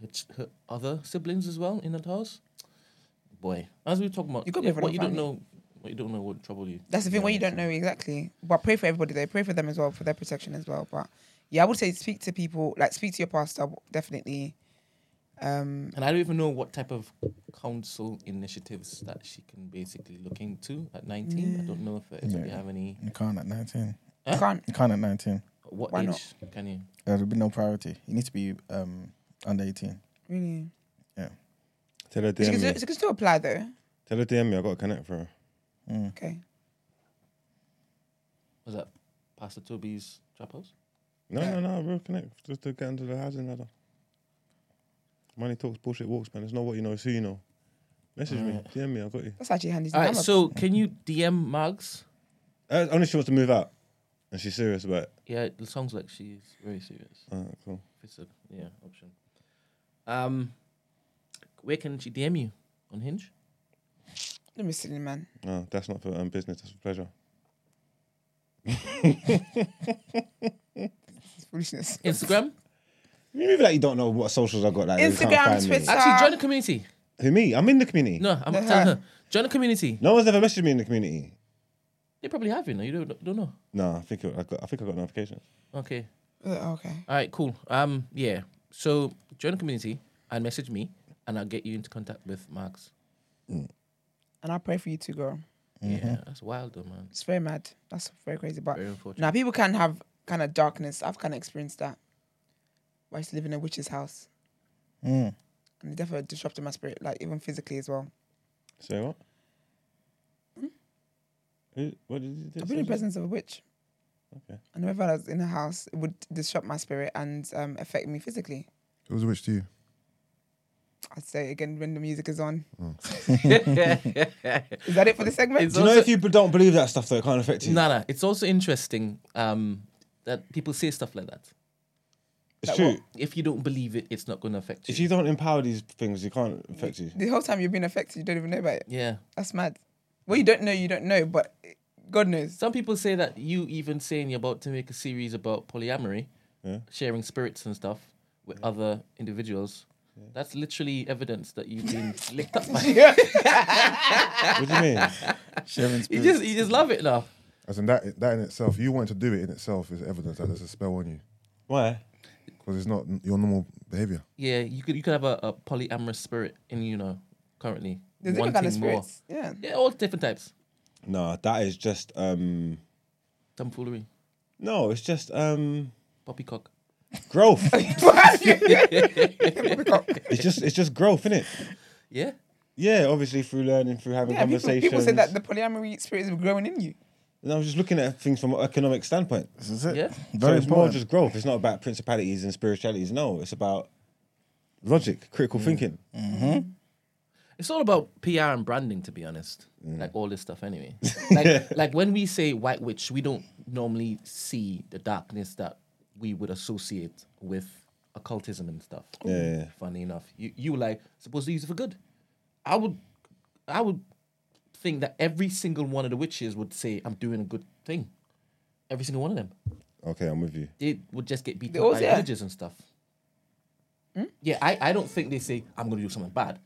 [SPEAKER 4] her, ch- her other siblings as well in that house. Boy, as we were talking about,
[SPEAKER 1] You gotta
[SPEAKER 4] yeah,
[SPEAKER 1] be
[SPEAKER 4] what you don't
[SPEAKER 1] friendly.
[SPEAKER 4] know, what you don't know would trouble you.
[SPEAKER 1] That's the thing when you don't know exactly. But pray for everybody though. Pray for them as well, for their protection as well. But yeah, I would say speak to people, like speak to your pastor, definitely. Um
[SPEAKER 4] And I don't even know what type of council initiatives that she can basically look into at 19. I don't know if, if they have any.
[SPEAKER 3] you can't at 19.
[SPEAKER 1] You can't.
[SPEAKER 3] You can't at 19.
[SPEAKER 4] What
[SPEAKER 1] Why
[SPEAKER 4] age
[SPEAKER 1] not?
[SPEAKER 4] can you?
[SPEAKER 3] Uh, there'll be no priority. You need to be um, under 18.
[SPEAKER 1] Really?
[SPEAKER 3] Yeah.
[SPEAKER 7] Tell her
[SPEAKER 1] She
[SPEAKER 7] DM
[SPEAKER 1] can,
[SPEAKER 7] me.
[SPEAKER 1] still, she can still apply though.
[SPEAKER 7] Tell her DM me. I got to connect for her.
[SPEAKER 3] Mm-hmm.
[SPEAKER 1] Okay.
[SPEAKER 4] Was that Pastor Toby's trap house?
[SPEAKER 7] No, no, no. Real connect. Just to get into the housing ladder. Money talks, bullshit walks, man. It's not what you know, it's who you know. Message me. DM me. I got you.
[SPEAKER 1] That's actually handy.
[SPEAKER 4] All right,
[SPEAKER 1] I'm a-
[SPEAKER 4] so can you DM Mags?
[SPEAKER 7] Uh, only she wants to move out, and she's serious about it.
[SPEAKER 4] Yeah, it sounds like she's very serious.
[SPEAKER 7] Uh, cool.
[SPEAKER 4] If it's a yeah option. Um, where can she DM you on Hinge?
[SPEAKER 1] Let me see, man.
[SPEAKER 7] No, that's not for um, business. That's for pleasure.
[SPEAKER 1] It's foolishness.
[SPEAKER 4] Instagram?
[SPEAKER 2] You really like you don't know what socials I got. Like that you can't
[SPEAKER 1] Instagram,
[SPEAKER 2] find me.
[SPEAKER 1] Twitter.
[SPEAKER 7] uh,
[SPEAKER 4] Actually, join the community.
[SPEAKER 2] Who me? I'm in the community. No.
[SPEAKER 4] No, I'm telling her. Join the community.
[SPEAKER 2] one's ever messaged me in the community.
[SPEAKER 4] They probably have you know. You don't, don't know.
[SPEAKER 7] No, I think it, I got. I think I got notification.
[SPEAKER 4] Okay.
[SPEAKER 1] Uh, okay.
[SPEAKER 4] All right. Cool. Um. Yeah. So join the community and message me, and I'll get you into contact with Mags.
[SPEAKER 1] And I pray for you too, girl.
[SPEAKER 7] Mm-hmm.
[SPEAKER 4] Yeah, that's wild though, man.
[SPEAKER 1] It's very mad. That's very crazy. But
[SPEAKER 4] Very unfortunate.
[SPEAKER 1] now people can have kind of darkness. I've kind of experienced that. I used to live in a witch's house.
[SPEAKER 3] Mm.
[SPEAKER 1] And it definitely disrupted my spirit, like even physically as well.
[SPEAKER 7] Say what? Who, what did you do?
[SPEAKER 1] I've been in the presence of a witch.
[SPEAKER 7] Okay.
[SPEAKER 1] And whenever I was in a house, it would disrupt my spirit and um, affect me physically.
[SPEAKER 5] It was a witch to you.
[SPEAKER 1] I'd say it again when the music is on.
[SPEAKER 4] it's
[SPEAKER 1] Is that it for the segment?
[SPEAKER 4] Mm. It's
[SPEAKER 2] Do you know if you don't believe that stuff though, it can't affect you?
[SPEAKER 4] Nana, it's also interesting um, that people say stuff like that.
[SPEAKER 7] It's true.
[SPEAKER 4] If you don't believe it, it's not going to affect you.
[SPEAKER 7] If you don't empower these things, you can't affect you.
[SPEAKER 1] the whole time you've been affected, you don't even know about it.
[SPEAKER 4] yeah.
[SPEAKER 1] That's mad. Well, you don't know, you don't know, but God knows.
[SPEAKER 4] Some people say that you even saying you're about to make a series about polyamory,
[SPEAKER 7] Yeah.
[SPEAKER 4] sharing spirits and stuff with other individuals. That's literally evidence that you've been licked up by.
[SPEAKER 7] What do you mean?
[SPEAKER 3] Sharing
[SPEAKER 4] You
[SPEAKER 3] spirits.
[SPEAKER 4] just, you just love it now.
[SPEAKER 5] As in that that in itself, you wanting to do it in itself is evidence that there's a spell on you
[SPEAKER 7] Why?
[SPEAKER 5] because it's not n- your normal behavior.
[SPEAKER 4] Yeah, you could you could have a, a polyamorous spirit in you know currently
[SPEAKER 1] There's
[SPEAKER 4] wanting
[SPEAKER 1] different kind of
[SPEAKER 4] more.
[SPEAKER 1] spirits. Yeah.
[SPEAKER 4] Yeah, all different types.
[SPEAKER 2] No, that is just um
[SPEAKER 4] Tomfoolery,
[SPEAKER 2] no, it's just um
[SPEAKER 4] poppycock.
[SPEAKER 2] growth.
[SPEAKER 1] People
[SPEAKER 2] it's just it's just growth, innit?
[SPEAKER 4] Yeah.
[SPEAKER 2] Yeah, obviously through learning, through having conversations.
[SPEAKER 1] people say that the polyamory spirit is growing in you.
[SPEAKER 2] And I was just looking at things from an economic standpoint.
[SPEAKER 3] This is it.
[SPEAKER 4] Yeah.
[SPEAKER 2] so
[SPEAKER 3] Very
[SPEAKER 2] it's more
[SPEAKER 3] important.
[SPEAKER 2] just growth. It's not about principalities and spiritualities. No, it's about logic, critical
[SPEAKER 7] Mm.
[SPEAKER 2] thinking.
[SPEAKER 4] It's all about PR and branding, to be honest. Like all this stuff, anyway. Like, like when we say white witch, we don't normally see the darkness that we would associate with occultism and stuff.
[SPEAKER 2] Yeah.
[SPEAKER 4] Funny enough, you you were like supposed to use it for good. I would, I would think that every single one of the witches would say, "I'm doing a good thing." Every single one of them,
[SPEAKER 7] Okay, I'm with you.
[SPEAKER 4] they would just get beat
[SPEAKER 1] They
[SPEAKER 4] up
[SPEAKER 1] always-
[SPEAKER 4] by
[SPEAKER 1] Oh, yeah. Hmm?
[SPEAKER 4] villages and stuff. Yeah, I, I don't think they say I'm gonna do something bad.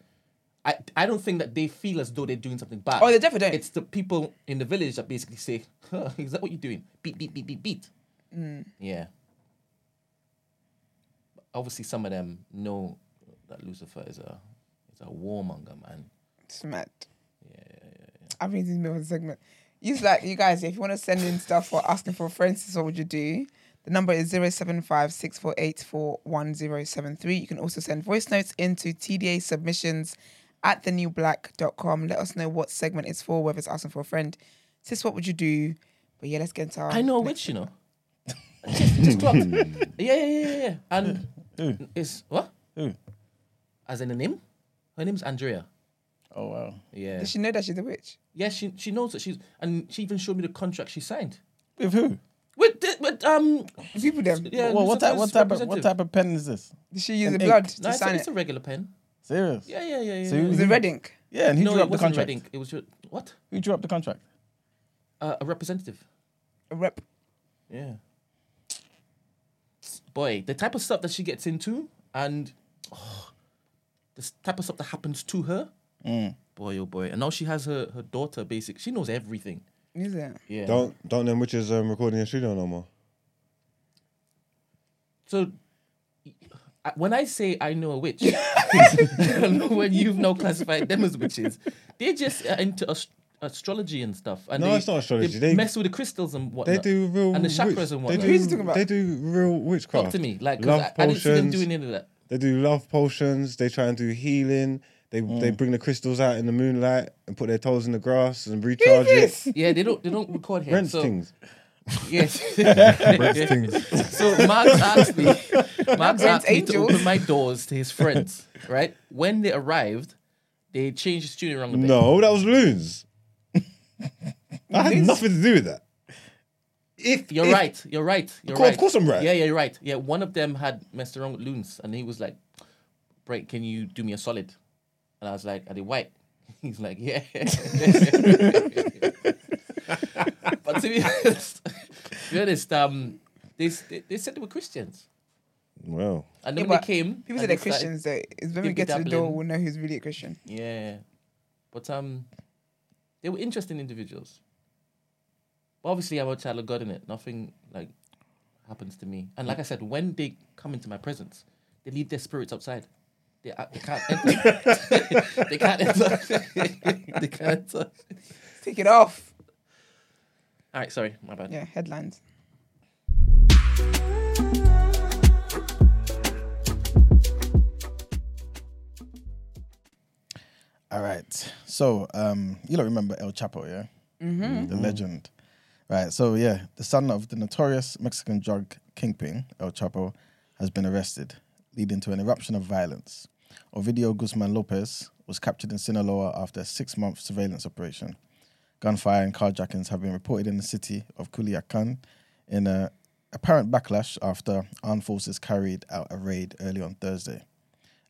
[SPEAKER 4] I, I don't think that they feel as though they're doing something bad.
[SPEAKER 1] Oh, they definitely don't.
[SPEAKER 4] It's the people in the village that basically say, huh, "Is that what you're doing? Beat, beat, beat, beat, beat."
[SPEAKER 1] Hmm.
[SPEAKER 4] Yeah. Obviously, some of them know that Lucifer is a is a warmonger man.
[SPEAKER 1] It's mad. I think this is the middle of the segment. He's like, you guys, if you want to send in stuff or asking for friends, this is what would you do? The number is 075 You can also send voice notes into TDA submissions at thenewblack.com. Let us know what segment it's for, whether it's asking for a friend. Sis, what would you do? But yeah, let's get into our
[SPEAKER 4] I know a witch, you know. just, just clocked. Yeah, yeah, yeah, yeah, yeah. And it's what?
[SPEAKER 3] Who?
[SPEAKER 4] As in the name? Her name's Andrea.
[SPEAKER 3] Oh, wow.
[SPEAKER 4] Yeah.
[SPEAKER 1] Does she know that she's a witch?
[SPEAKER 4] yeah, she she knows that she's and she even showed me the contract she signed.
[SPEAKER 3] With who?
[SPEAKER 4] With the, with um
[SPEAKER 1] People them.
[SPEAKER 4] yeah.
[SPEAKER 3] well, what, type, what,
[SPEAKER 4] Lucifer's
[SPEAKER 3] type of, what
[SPEAKER 4] representative.
[SPEAKER 3] type of pen is this?
[SPEAKER 1] Did she use the
[SPEAKER 3] An
[SPEAKER 1] blood
[SPEAKER 3] ink.
[SPEAKER 1] to
[SPEAKER 4] No, it's,
[SPEAKER 1] sign
[SPEAKER 4] it's
[SPEAKER 1] it?
[SPEAKER 4] a regular pen.
[SPEAKER 3] Serious?
[SPEAKER 4] Yeah, yeah, yeah, yeah.
[SPEAKER 3] So
[SPEAKER 4] yeah.
[SPEAKER 3] who-
[SPEAKER 1] Was it red ink?
[SPEAKER 3] Yeah, and who
[SPEAKER 4] no,
[SPEAKER 3] drew
[SPEAKER 4] it
[SPEAKER 3] up the
[SPEAKER 4] wasn't red
[SPEAKER 3] contract?
[SPEAKER 4] ink. It was your, what?
[SPEAKER 3] Who drew up the contract?
[SPEAKER 4] Uh, a representative.
[SPEAKER 1] A rep.
[SPEAKER 4] Yeah. Boy, the type of stuff that she gets into and oh, this type of stuff that happens to her.
[SPEAKER 3] Mm.
[SPEAKER 4] Boy, oh boy. And now she has her, her daughter basic. She knows everything.
[SPEAKER 1] Is it?
[SPEAKER 4] Yeah.
[SPEAKER 7] Don't don't them witches um, recording in the studio no more.
[SPEAKER 4] So I- when I say I know a witch, when you've now classified them as witches, they just are into ast- astrology and stuff. And
[SPEAKER 7] No,
[SPEAKER 4] they,
[SPEAKER 7] it's not astrology.
[SPEAKER 4] They,
[SPEAKER 7] They-
[SPEAKER 4] mess with the crystals and whatnot.
[SPEAKER 7] They do real
[SPEAKER 4] and the chakras
[SPEAKER 7] witch-
[SPEAKER 4] and
[SPEAKER 7] They
[SPEAKER 4] whatnot.
[SPEAKER 7] do,
[SPEAKER 1] Who's he talking about?
[SPEAKER 7] They do real witchcraft.
[SPEAKER 4] Talk to me, like 'cause
[SPEAKER 7] love
[SPEAKER 4] I, I didn't see them
[SPEAKER 7] potions.
[SPEAKER 4] doing any of that.
[SPEAKER 7] They do love potions. They try and do healing. They
[SPEAKER 2] Mm.
[SPEAKER 7] they bring the crystals out in the moonlight and put their toes in the grass and recharge it.
[SPEAKER 1] This?
[SPEAKER 4] Yeah, they don't. They don't record here.
[SPEAKER 7] Rent
[SPEAKER 4] so,
[SPEAKER 7] things.
[SPEAKER 4] Yes.
[SPEAKER 5] Things.
[SPEAKER 4] So Mark asked me, Mark
[SPEAKER 1] Rent
[SPEAKER 4] asked me to
[SPEAKER 1] angels.
[SPEAKER 4] open my doors to his friends. Right when they arrived, they changed the studio around a bit.
[SPEAKER 7] No, that was loons. I had nothing to do with that.
[SPEAKER 2] If
[SPEAKER 4] You're
[SPEAKER 2] if-
[SPEAKER 4] right. You're right. You're
[SPEAKER 7] course-
[SPEAKER 4] right.
[SPEAKER 7] of course I'm right.
[SPEAKER 4] Yeah, yeah, you're right. Yeah, one of them had messed around with loons, and he was like, "Break, can you do me a solid?" And I was like, "Are they white?" He's like, "Yeah." but to be honest, to be honest, um, they, they they said they were Christians,
[SPEAKER 7] Well,
[SPEAKER 4] and then
[SPEAKER 1] Yeah,
[SPEAKER 4] when
[SPEAKER 1] but
[SPEAKER 4] they came,
[SPEAKER 1] People
[SPEAKER 4] and
[SPEAKER 1] say they're
[SPEAKER 4] they started-
[SPEAKER 1] Christians, though. It's when we
[SPEAKER 4] Dibby
[SPEAKER 1] get to the door,
[SPEAKER 4] dabbling.
[SPEAKER 1] we'll know who's really a Christian.
[SPEAKER 4] Yeah, but um, they were interesting individuals. But obviously, I'm a child of God in it. Nothing like happens to me. And like I said, when they come into my presence, they leave their spirits outside. They, uh, they can't enter. they can't enter. they can't enter.
[SPEAKER 1] Take it off.
[SPEAKER 4] All right, sorry, my bad.
[SPEAKER 1] Yeah, headlines.
[SPEAKER 3] All right. So, um, you don't remember El Chapo, yeah? Mm-hmm. The legend. Right. So, yeah, the son of the notorious Mexican drug kingpin, El Chapo, has been arrested, leading to an eruption of violence. Ovidio Guzman Lopez was captured in Sinaloa after a six month surveillance operation. Gunfire and carjackings have been reported in the city of Culiacan in an apparent backlash after armed forces carried out a raid early on Thursday.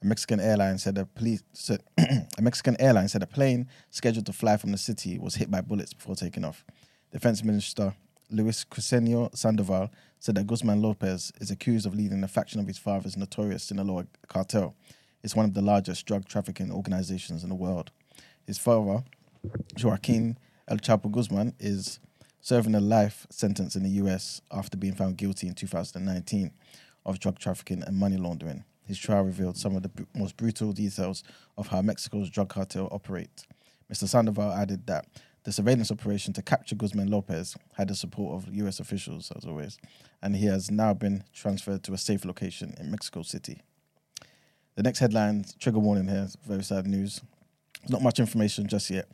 [SPEAKER 3] A Mexican airline said a police said, a Mexican airline said a plane scheduled to fly from the city was hit by bullets before taking off. Defense Minister Luis Crescenio Sandoval said that Guzman Lopez is accused of leading a faction of his father's notorious Sinaloa cartel. It's one of the largest drug trafficking organizations in the world. His father, Joaquin El Chapo Guzman, is serving a life sentence in the US after being found guilty in 2019 of drug trafficking and money laundering. His trial revealed some of the br- most brutal details of how Mexico's drug cartel operate. Mr. Sandoval added that the surveillance operation to capture Guzman Lopez had the support of US officials, as always, and he has now been transferred to a safe location in Mexico City. The next headline, trigger warning here, it's very sad news. There's not much information just yet,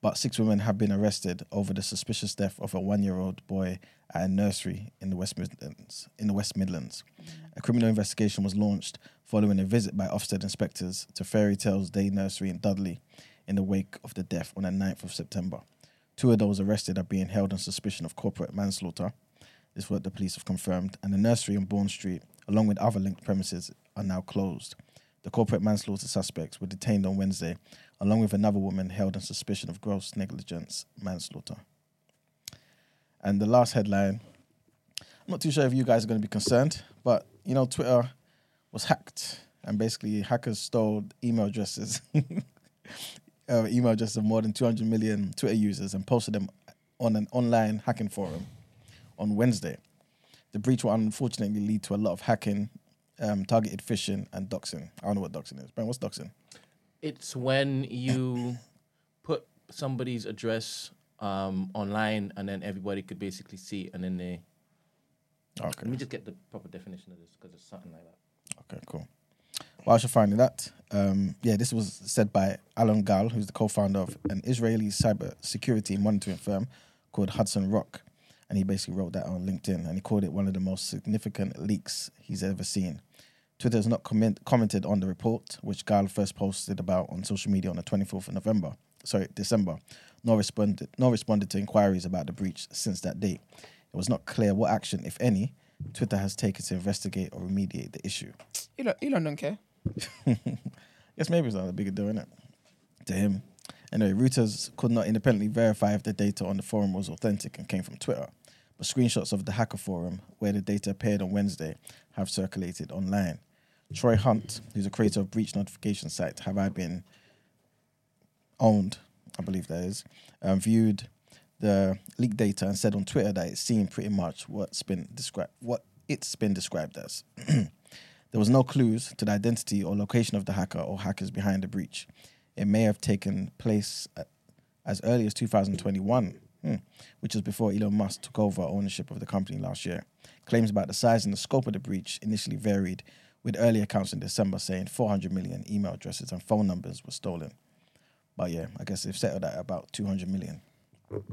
[SPEAKER 3] but six women have been arrested over the suspicious death of a one-year-old boy at a nursery in the West Midlands. In the West Midlands, a criminal investigation was launched following a visit by Ofsted inspectors to Fairy Tales Day Nursery in Dudley, in the wake of the death on the 9th of September. Two of those arrested are being held on suspicion of corporate manslaughter. This is what the police have confirmed. And the nursery on Bourne Street, along with other linked premises, are now closed. The corporate manslaughter suspects were detained on Wednesday, along with another woman held on suspicion of gross negligence manslaughter. And the last headline I'm not too sure if you guys are going to be concerned, but you know, Twitter was hacked, and basically, hackers stole email addresses. uh, email addresses of more than 200 million Twitter users and posted them on an online hacking forum on Wednesday. The breach will unfortunately lead to a lot of hacking, um, targeted phishing, and doxing. I don't know what doxing is. Ben, what's doxing?
[SPEAKER 4] It's when you put somebody's address um, online, and then everybody could basically see, it, and then they.
[SPEAKER 3] Okay.
[SPEAKER 4] Let me just get the proper definition of this because it's something like that.
[SPEAKER 3] Okay, cool. Well, I should find that. Um, yeah, this was said by Alan Gal, who's the co-founder of an Israeli cyber security monitoring firm called Hudson Rock, and he basically wrote that on LinkedIn, and he called it one of the most significant leaks he's ever seen. Twitter has not comment- commented on the report, which Gal first posted about on social media on the 24th of November, sorry, December, nor responded, nor responded to inquiries about the breach since that date. It was not clear what action, if any, Twitter has taken to investigate or remediate the issue.
[SPEAKER 1] Elon, Elon don't care.
[SPEAKER 3] Guess maybe it's not a bigger deal, innit? To him. Anyway, Reuters could not independently verify if the data on the forum was authentic and came from Twitter, but screenshots of the hacker forum, where the data appeared on Wednesday, have circulated online. Troy Hunt, who's a creator of Breach Notification Site, Have I Been Owned, I believe that is, um, viewed the leaked data and said on Twitter that it seemed pretty much what's been described, what it's been described as. There was no clues to the identity or location of the hacker or hackers behind the breach. It may have taken place at, as early as 2021, hmm, which was before Elon Musk took over ownership of the company last year. Claims about the size and the scope of the breach initially varied, with early accounts in December saying 400 million email addresses and phone numbers were stolen. But yeah, I guess they've settled at about 200 million. But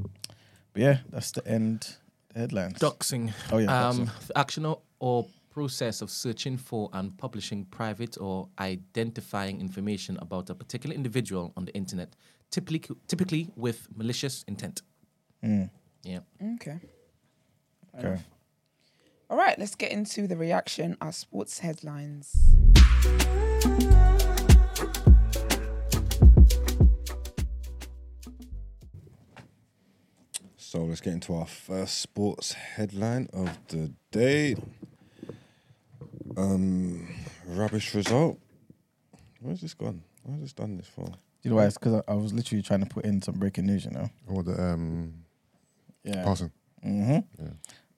[SPEAKER 3] yeah, that's the end. The headlines.
[SPEAKER 4] Doxing.
[SPEAKER 3] Oh, yeah,
[SPEAKER 4] Um, the action or, or process of searching for and publishing private or identifying information about a particular individual on the internet, typically typically with malicious intent.
[SPEAKER 3] Mm,
[SPEAKER 4] Yeah.
[SPEAKER 1] Okay.
[SPEAKER 3] okay.
[SPEAKER 1] All right, let's get into the reaction, our sports headlines.
[SPEAKER 2] So let's get into our first sports headline of the day. Um, rubbish result. Where's this gone? Where's this done this for?
[SPEAKER 3] Do you know why? It's because I, I was literally trying to put in some breaking news, you know?
[SPEAKER 5] Or the um,
[SPEAKER 3] Yeah.
[SPEAKER 5] passing.
[SPEAKER 3] hmm
[SPEAKER 5] Yeah.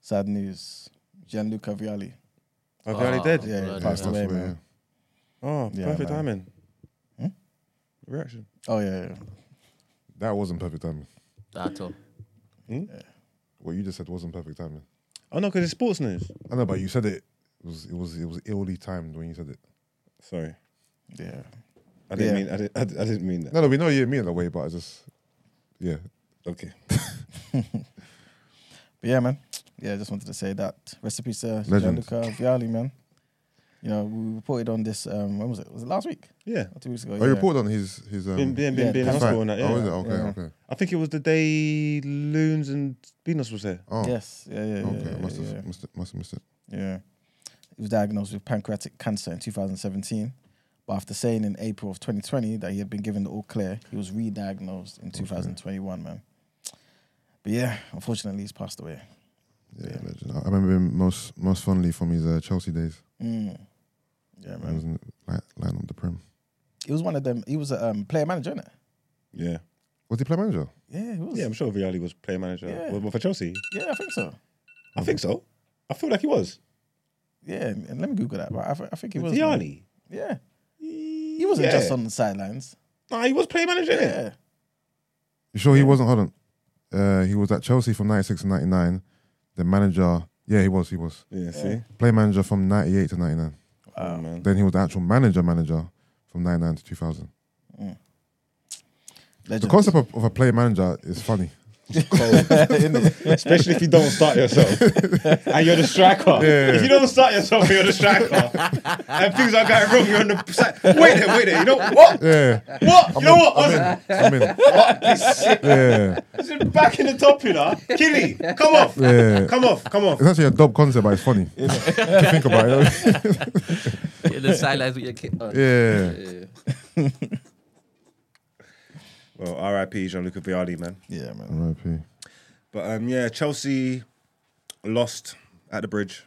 [SPEAKER 3] Sad news. Gianluca Vialli.
[SPEAKER 2] I've
[SPEAKER 4] Ah.
[SPEAKER 2] already dead.
[SPEAKER 3] Yeah,
[SPEAKER 4] Oh, bloody
[SPEAKER 3] passed
[SPEAKER 4] hell.
[SPEAKER 3] away,
[SPEAKER 5] That's what-
[SPEAKER 3] man.
[SPEAKER 8] Oh,
[SPEAKER 3] Yeah,
[SPEAKER 8] perfect
[SPEAKER 3] man.
[SPEAKER 8] timing.
[SPEAKER 3] Hmm?
[SPEAKER 8] Reaction.
[SPEAKER 3] Oh, yeah, yeah.
[SPEAKER 5] That wasn't perfect timing.
[SPEAKER 4] That all.
[SPEAKER 5] What you just said wasn't perfect timing.
[SPEAKER 8] Oh no, because it's sports news.
[SPEAKER 5] I know, but you said it. It was it was it was illy timed when you said it.
[SPEAKER 2] Sorry,
[SPEAKER 3] Yeah.
[SPEAKER 2] I didn't
[SPEAKER 3] Yeah.
[SPEAKER 2] mean. I didn't, I didn't- I didn't mean that.
[SPEAKER 5] No, no, we know you mean in a way, but I just yeah.
[SPEAKER 2] Okay.
[SPEAKER 3] But yeah, man. Yeah, I just wanted to say that. Recipe to
[SPEAKER 5] Legend.
[SPEAKER 3] Gianluca Vialli, man. You know, we reported on this. Um, when was it? Was it last week?
[SPEAKER 8] Yeah.
[SPEAKER 3] Or two weeks ago?
[SPEAKER 5] I
[SPEAKER 3] yeah.
[SPEAKER 5] Oh, reported on his his um.
[SPEAKER 8] Been been
[SPEAKER 3] yeah,
[SPEAKER 8] been, been
[SPEAKER 3] that's
[SPEAKER 8] in
[SPEAKER 5] his
[SPEAKER 8] hospital
[SPEAKER 5] fight.
[SPEAKER 8] and that. Yeah.
[SPEAKER 5] Oh, is it? Okay,
[SPEAKER 3] Yeah.
[SPEAKER 5] okay.
[SPEAKER 8] I think it was the day Loons and Venus was there.
[SPEAKER 5] Oh,
[SPEAKER 3] Yes. Yeah, yeah, yeah.
[SPEAKER 5] okay.
[SPEAKER 3] yeah,
[SPEAKER 5] must have
[SPEAKER 3] yeah.
[SPEAKER 5] must have must have missed it.
[SPEAKER 3] Yeah. He was diagnosed with pancreatic cancer in 2017. But after saying in April of 2020 that he had been given the all clear, he was re diagnosed in 2021, man. But yeah, unfortunately, he's passed away.
[SPEAKER 5] Yeah,
[SPEAKER 3] Yeah.
[SPEAKER 5] legend. I remember him most most fondly from his uh, Chelsea days.
[SPEAKER 3] Mm. Yeah,
[SPEAKER 5] When he was
[SPEAKER 3] man.
[SPEAKER 5] in, like, lying on the prim.
[SPEAKER 3] He was one of them. He was a um, player manager, innit?
[SPEAKER 8] Yeah.
[SPEAKER 5] Was he player manager?
[SPEAKER 3] Yeah, he was.
[SPEAKER 8] Yeah,
[SPEAKER 3] Yeah,
[SPEAKER 8] I'm sure Vialli was player manager.
[SPEAKER 3] Yeah.
[SPEAKER 8] Well, for Chelsea,
[SPEAKER 3] I think so. Mm-hmm.
[SPEAKER 8] I think so. I feel like he was.
[SPEAKER 3] Yeah, and and let me Google that. But I, th- I think he was. man.
[SPEAKER 8] Vialli.
[SPEAKER 3] Yeah. He wasn't
[SPEAKER 8] Yeah.
[SPEAKER 3] just on the sidelines.
[SPEAKER 8] Nah, he was player manager.
[SPEAKER 3] Yeah.
[SPEAKER 8] innit?
[SPEAKER 5] You sure he wasn't? Hold on. Uh, he was at Chelsea from '96 to '99. The manager. Yeah, he was. He was
[SPEAKER 8] Yeah. See.
[SPEAKER 5] player manager from '98 to '99.
[SPEAKER 8] Oh, man.
[SPEAKER 5] Then he was the actual manager manager from '99 to 2000. The
[SPEAKER 3] Legend.
[SPEAKER 5] concept of, of a player manager is funny.
[SPEAKER 8] Especially if you don't start yourself and you're the striker. If you don't start yourself, you're the striker. and things are going wrong. You're on the side. Wait there, wait there. You know what?
[SPEAKER 5] Yeah.
[SPEAKER 8] What? You know what? I was
[SPEAKER 5] I'm in. I'm in. Yeah.
[SPEAKER 8] It's been back in the top, you know. Killy, come off.
[SPEAKER 5] Yeah.
[SPEAKER 8] Come off, come off.
[SPEAKER 5] It's actually a dope concept, but it's funny to think about it.
[SPEAKER 4] Yeah, the sidelines with your kid. Oh,
[SPEAKER 5] yeah.
[SPEAKER 4] yeah.
[SPEAKER 2] Well, R.I.P. Gianluca Vialli, man.
[SPEAKER 3] Yeah, man.
[SPEAKER 5] R.I.P.
[SPEAKER 2] But um, yeah, Chelsea lost at the bridge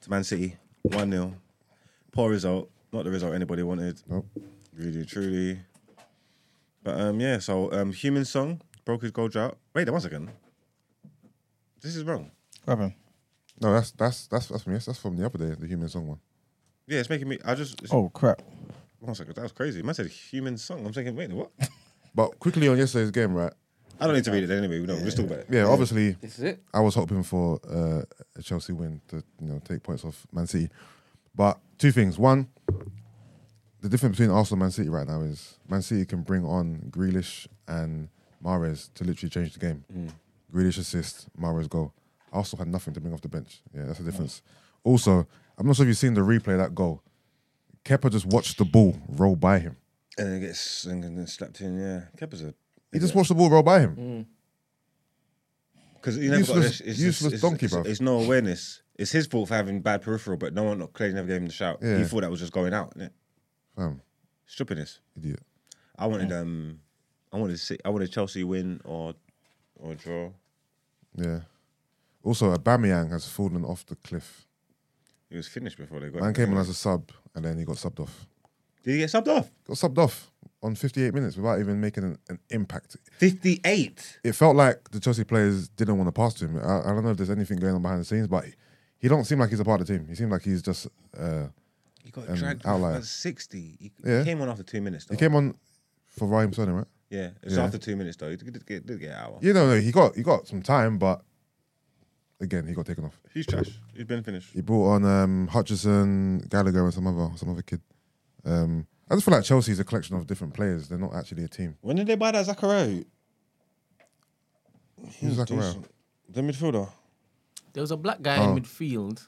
[SPEAKER 2] to Man City, one 0 Poor result, not the result anybody wanted.
[SPEAKER 5] Nope.
[SPEAKER 2] Really, truly. But um, yeah, so um, Human Song broke his goal drought. Wait, there one second. This is wrong.
[SPEAKER 3] What happened?
[SPEAKER 5] No, that's that's that's that's from yes, that's from the other day, the human song one.
[SPEAKER 2] Yeah, it's making me. I just it's-
[SPEAKER 3] Oh, crap.
[SPEAKER 2] one second. That was crazy. Man said Human Song. I'm thinking, wait, what?
[SPEAKER 5] But quickly on yesterday's game, right?
[SPEAKER 2] I don't need to read it anyway. We don't. We'll just talk about it.
[SPEAKER 5] Yeah, obviously
[SPEAKER 4] This is it.
[SPEAKER 5] I was hoping for uh, a Chelsea win to you know take points off Man City, but two things. One, the difference between Arsenal and Man City right now is Man City can bring on Grealish and Mares to literally change the game.
[SPEAKER 4] Mm.
[SPEAKER 5] Grealish assist, Mares goal. Arsenal had nothing to bring off the bench. Yeah, that's the
[SPEAKER 4] Mm.
[SPEAKER 5] difference. Also, I'm not sure if you've seen the replay of that goal. Kepa just watched the ball roll by him.
[SPEAKER 2] And then it gets and then slapped in. Yeah, Kepa's a
[SPEAKER 5] He just watched the ball roll by him.
[SPEAKER 2] Because you never got
[SPEAKER 5] Useless-
[SPEAKER 2] this. It's,
[SPEAKER 5] useless
[SPEAKER 2] it's,
[SPEAKER 5] donkey,
[SPEAKER 2] it's,
[SPEAKER 5] bruv.
[SPEAKER 2] It's, no awareness. It's his fault for having bad peripheral, but no one, not clearly, never gave him the shout.
[SPEAKER 5] Yeah.
[SPEAKER 2] He thought that was just going out. innit?
[SPEAKER 5] Fam,
[SPEAKER 2] Stupidness.
[SPEAKER 5] idiot.
[SPEAKER 2] I wanted um, I wanted Ci- I wanted Chelsea win or or draw.
[SPEAKER 5] Yeah. Also, Aubameyang has fallen off the cliff.
[SPEAKER 2] He was finished before they got.
[SPEAKER 5] Man
[SPEAKER 2] him.
[SPEAKER 5] came on as a sub and then he got subbed off.
[SPEAKER 2] Did he get subbed off?
[SPEAKER 5] Got subbed off on 58 minutes without even making an, an impact.
[SPEAKER 2] Fifty-eight.
[SPEAKER 5] It felt like the Chelsea players didn't want to pass to him. I, I don't know if there's anything going on behind the scenes, but he, he don't seem like he's a part of the team. He seemed like he's just. Uh,
[SPEAKER 2] He got
[SPEAKER 5] Um,
[SPEAKER 2] dragged
[SPEAKER 5] outlier.
[SPEAKER 2] out sixty. He, he
[SPEAKER 5] Yeah.
[SPEAKER 2] came on after two minutes.
[SPEAKER 5] he
[SPEAKER 2] though.
[SPEAKER 5] came on for Raheem Sterling, right?
[SPEAKER 2] Yeah, it's
[SPEAKER 5] Yeah.
[SPEAKER 2] after two minutes though. He did get, did get an hour.
[SPEAKER 5] You know, no, he got he got some time, but again, he got taken off.
[SPEAKER 2] He's trash. He's been finished.
[SPEAKER 5] He brought on um, Hutchison, Gallagher, and some other some other kid. Um, I just feel like Chelsea is a collection of different players. They're not actually a team.
[SPEAKER 2] When did they buy that Zachariah?
[SPEAKER 5] Who's Zachariah?
[SPEAKER 2] The midfielder.
[SPEAKER 4] There was a black guy in midfield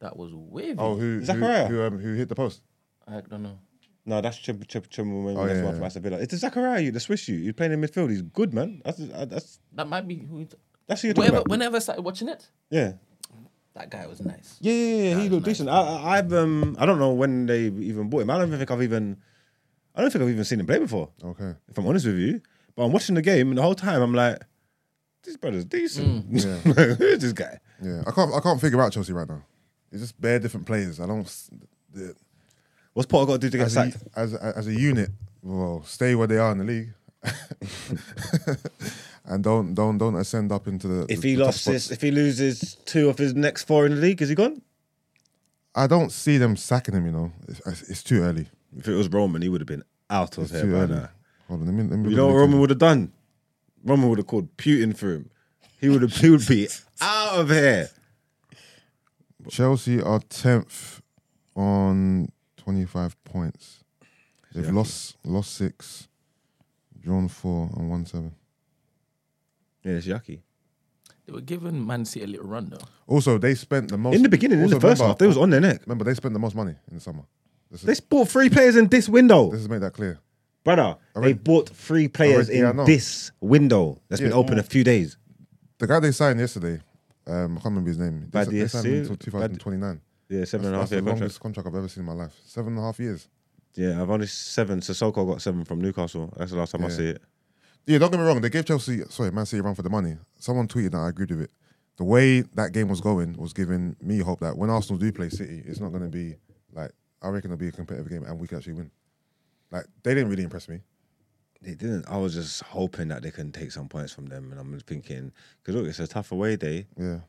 [SPEAKER 4] that was waving.
[SPEAKER 5] Oh, who
[SPEAKER 2] Zachariah?
[SPEAKER 5] who, who, um, who hit the post?
[SPEAKER 4] I don't know.
[SPEAKER 2] No, that's Chim Chim Chim.
[SPEAKER 5] Oh,
[SPEAKER 2] that's
[SPEAKER 5] yeah,
[SPEAKER 2] one
[SPEAKER 5] yeah.
[SPEAKER 2] from Aston Villa. It's the Zachariah, you- the Swiss you. He's playing in midfield. He's good, man. That's uh, that's
[SPEAKER 4] That might be who. It,
[SPEAKER 2] that's who you're talking
[SPEAKER 4] whenever,
[SPEAKER 2] about.
[SPEAKER 4] whenever I started watching it,
[SPEAKER 2] Yeah.
[SPEAKER 4] that guy was nice.
[SPEAKER 2] Yeah, yeah, yeah.
[SPEAKER 4] That
[SPEAKER 2] he
[SPEAKER 4] is
[SPEAKER 2] looked
[SPEAKER 4] nice.
[SPEAKER 2] decent. I, I, I've um, I don't know when they even bought him. I don't even think I've even, I don't think I've even seen him play before.
[SPEAKER 5] Okay.
[SPEAKER 2] If I'm honest with you, but I'm watching the game and the whole time I'm like, this brother's decent. Who is this guy?
[SPEAKER 5] Yeah, I can't I can't figure out Chelsea right now. It's just bare different players. I don't s- the-
[SPEAKER 2] What's Potter got to do to get
[SPEAKER 5] as a,
[SPEAKER 2] sacked?
[SPEAKER 5] as a- as a unit. Well, stay where they are in the league, and don't don't don't ascend up into the.
[SPEAKER 2] If
[SPEAKER 5] the-
[SPEAKER 2] he
[SPEAKER 5] the top
[SPEAKER 2] lost
[SPEAKER 5] spots.
[SPEAKER 2] this, if he loses two of his next four in the league, is he gone?
[SPEAKER 5] I don't see them sacking him. You know, it's, it's too early.
[SPEAKER 2] If it was Roman, he would have been out of
[SPEAKER 5] It's
[SPEAKER 2] here
[SPEAKER 5] too
[SPEAKER 2] by
[SPEAKER 5] early.
[SPEAKER 2] now.
[SPEAKER 5] Hold on, let me, let
[SPEAKER 2] You
[SPEAKER 5] me look
[SPEAKER 2] know
[SPEAKER 5] at
[SPEAKER 2] what
[SPEAKER 5] the
[SPEAKER 2] Roman
[SPEAKER 5] team.
[SPEAKER 2] would have done? Roman would have called Putin for him. He would have he would be out of here.
[SPEAKER 5] Chelsea are tenth on twenty five points. They've lost lost six, drawn four, and won seven.
[SPEAKER 2] Yeah, it's yucky.
[SPEAKER 4] They were giving Man City a little run though.
[SPEAKER 5] Also, they spent the most
[SPEAKER 2] In the beginning, in
[SPEAKER 5] also
[SPEAKER 2] the first
[SPEAKER 5] remember-
[SPEAKER 2] half, they was on their neck.
[SPEAKER 5] Remember, they spent the most money in the summer. This is,
[SPEAKER 2] They bought three players in this window,
[SPEAKER 5] this is make that clear.
[SPEAKER 2] brother. They
[SPEAKER 5] read-
[SPEAKER 2] bought three players
[SPEAKER 5] read- yeah, I
[SPEAKER 2] in
[SPEAKER 5] know.
[SPEAKER 2] this window that's been
[SPEAKER 5] Yeah. oh.
[SPEAKER 2] open a few days.
[SPEAKER 5] The guy they signed yesterday, um, I can't remember his name. They, they
[SPEAKER 2] Badiassi?
[SPEAKER 5] signed him until 2029.
[SPEAKER 2] Yeah, seven and a half
[SPEAKER 5] That's the
[SPEAKER 2] year contract.
[SPEAKER 5] longest contract I've ever seen in my life. Seven and a half years.
[SPEAKER 2] Yeah, I've only seven. Sissoko got seven from Newcastle. That's the last time I
[SPEAKER 5] Yeah.
[SPEAKER 2] see it.
[SPEAKER 5] Yeah, don't get me wrong. They gave Chelsea, sorry, Man City a run for the money. Someone tweeted that I agreed with it. The way that game was going was giving me hope that when Arsenal do play City, it's not going to be like I reckon it'll be a competitive game and we can actually win. Like they didn't really impress me.
[SPEAKER 2] They didn't. I was just hoping that they can take some points from them, and I'm thinking because look, it's a tough away day.
[SPEAKER 5] Yeah,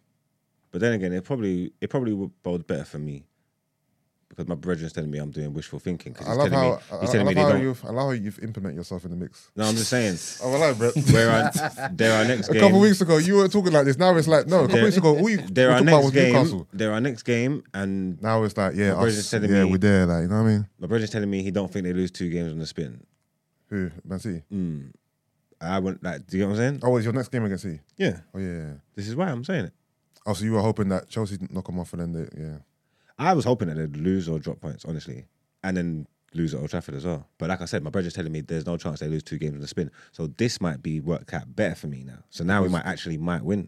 [SPEAKER 2] But then again, it probably it probably would bode better for me because my brethren's telling me I'm doing wishful thinking. Because
[SPEAKER 5] I
[SPEAKER 2] he's
[SPEAKER 5] love
[SPEAKER 2] telling me
[SPEAKER 5] how I,
[SPEAKER 2] he's
[SPEAKER 5] I
[SPEAKER 2] telling me
[SPEAKER 5] love
[SPEAKER 2] they
[SPEAKER 5] how
[SPEAKER 2] don't.
[SPEAKER 5] you've I love how you've implemented yourself in the mix.
[SPEAKER 2] No, I'm just saying.
[SPEAKER 5] Oh, I like Brett.
[SPEAKER 2] Where our there our next
[SPEAKER 5] A
[SPEAKER 2] game.
[SPEAKER 5] couple weeks ago, you were talking like this. Now it's like no. A couple
[SPEAKER 2] There-
[SPEAKER 5] weeks ago, all you were
[SPEAKER 2] There our
[SPEAKER 5] talking about
[SPEAKER 2] next
[SPEAKER 5] was
[SPEAKER 2] game.
[SPEAKER 5] Newcastle.
[SPEAKER 2] There our next game, and
[SPEAKER 5] Now it's like yeah,
[SPEAKER 2] My brother's
[SPEAKER 5] us,
[SPEAKER 2] telling
[SPEAKER 5] yeah,
[SPEAKER 2] me-
[SPEAKER 5] we're there. Like you know what I mean?
[SPEAKER 2] my brethren's telling me he don't think they lose two games on the spin.
[SPEAKER 5] Who Man City?
[SPEAKER 2] Mm. I wouldn't like. Do you know what I'm saying?
[SPEAKER 5] Oh, it's your next game against City.
[SPEAKER 2] Yeah.
[SPEAKER 5] Oh yeah, yeah. yeah.
[SPEAKER 2] This is why I'm saying it.
[SPEAKER 5] Oh, so you were hoping that Chelsea didn't knock them off and then they yeah.
[SPEAKER 2] I was hoping that they'd lose or drop points, honestly, and then lose at Old Trafford as well. But like I said, my brother's telling me there's no chance they lose two games on the spin. So this might be worked out better for me now. So now we might actually might win.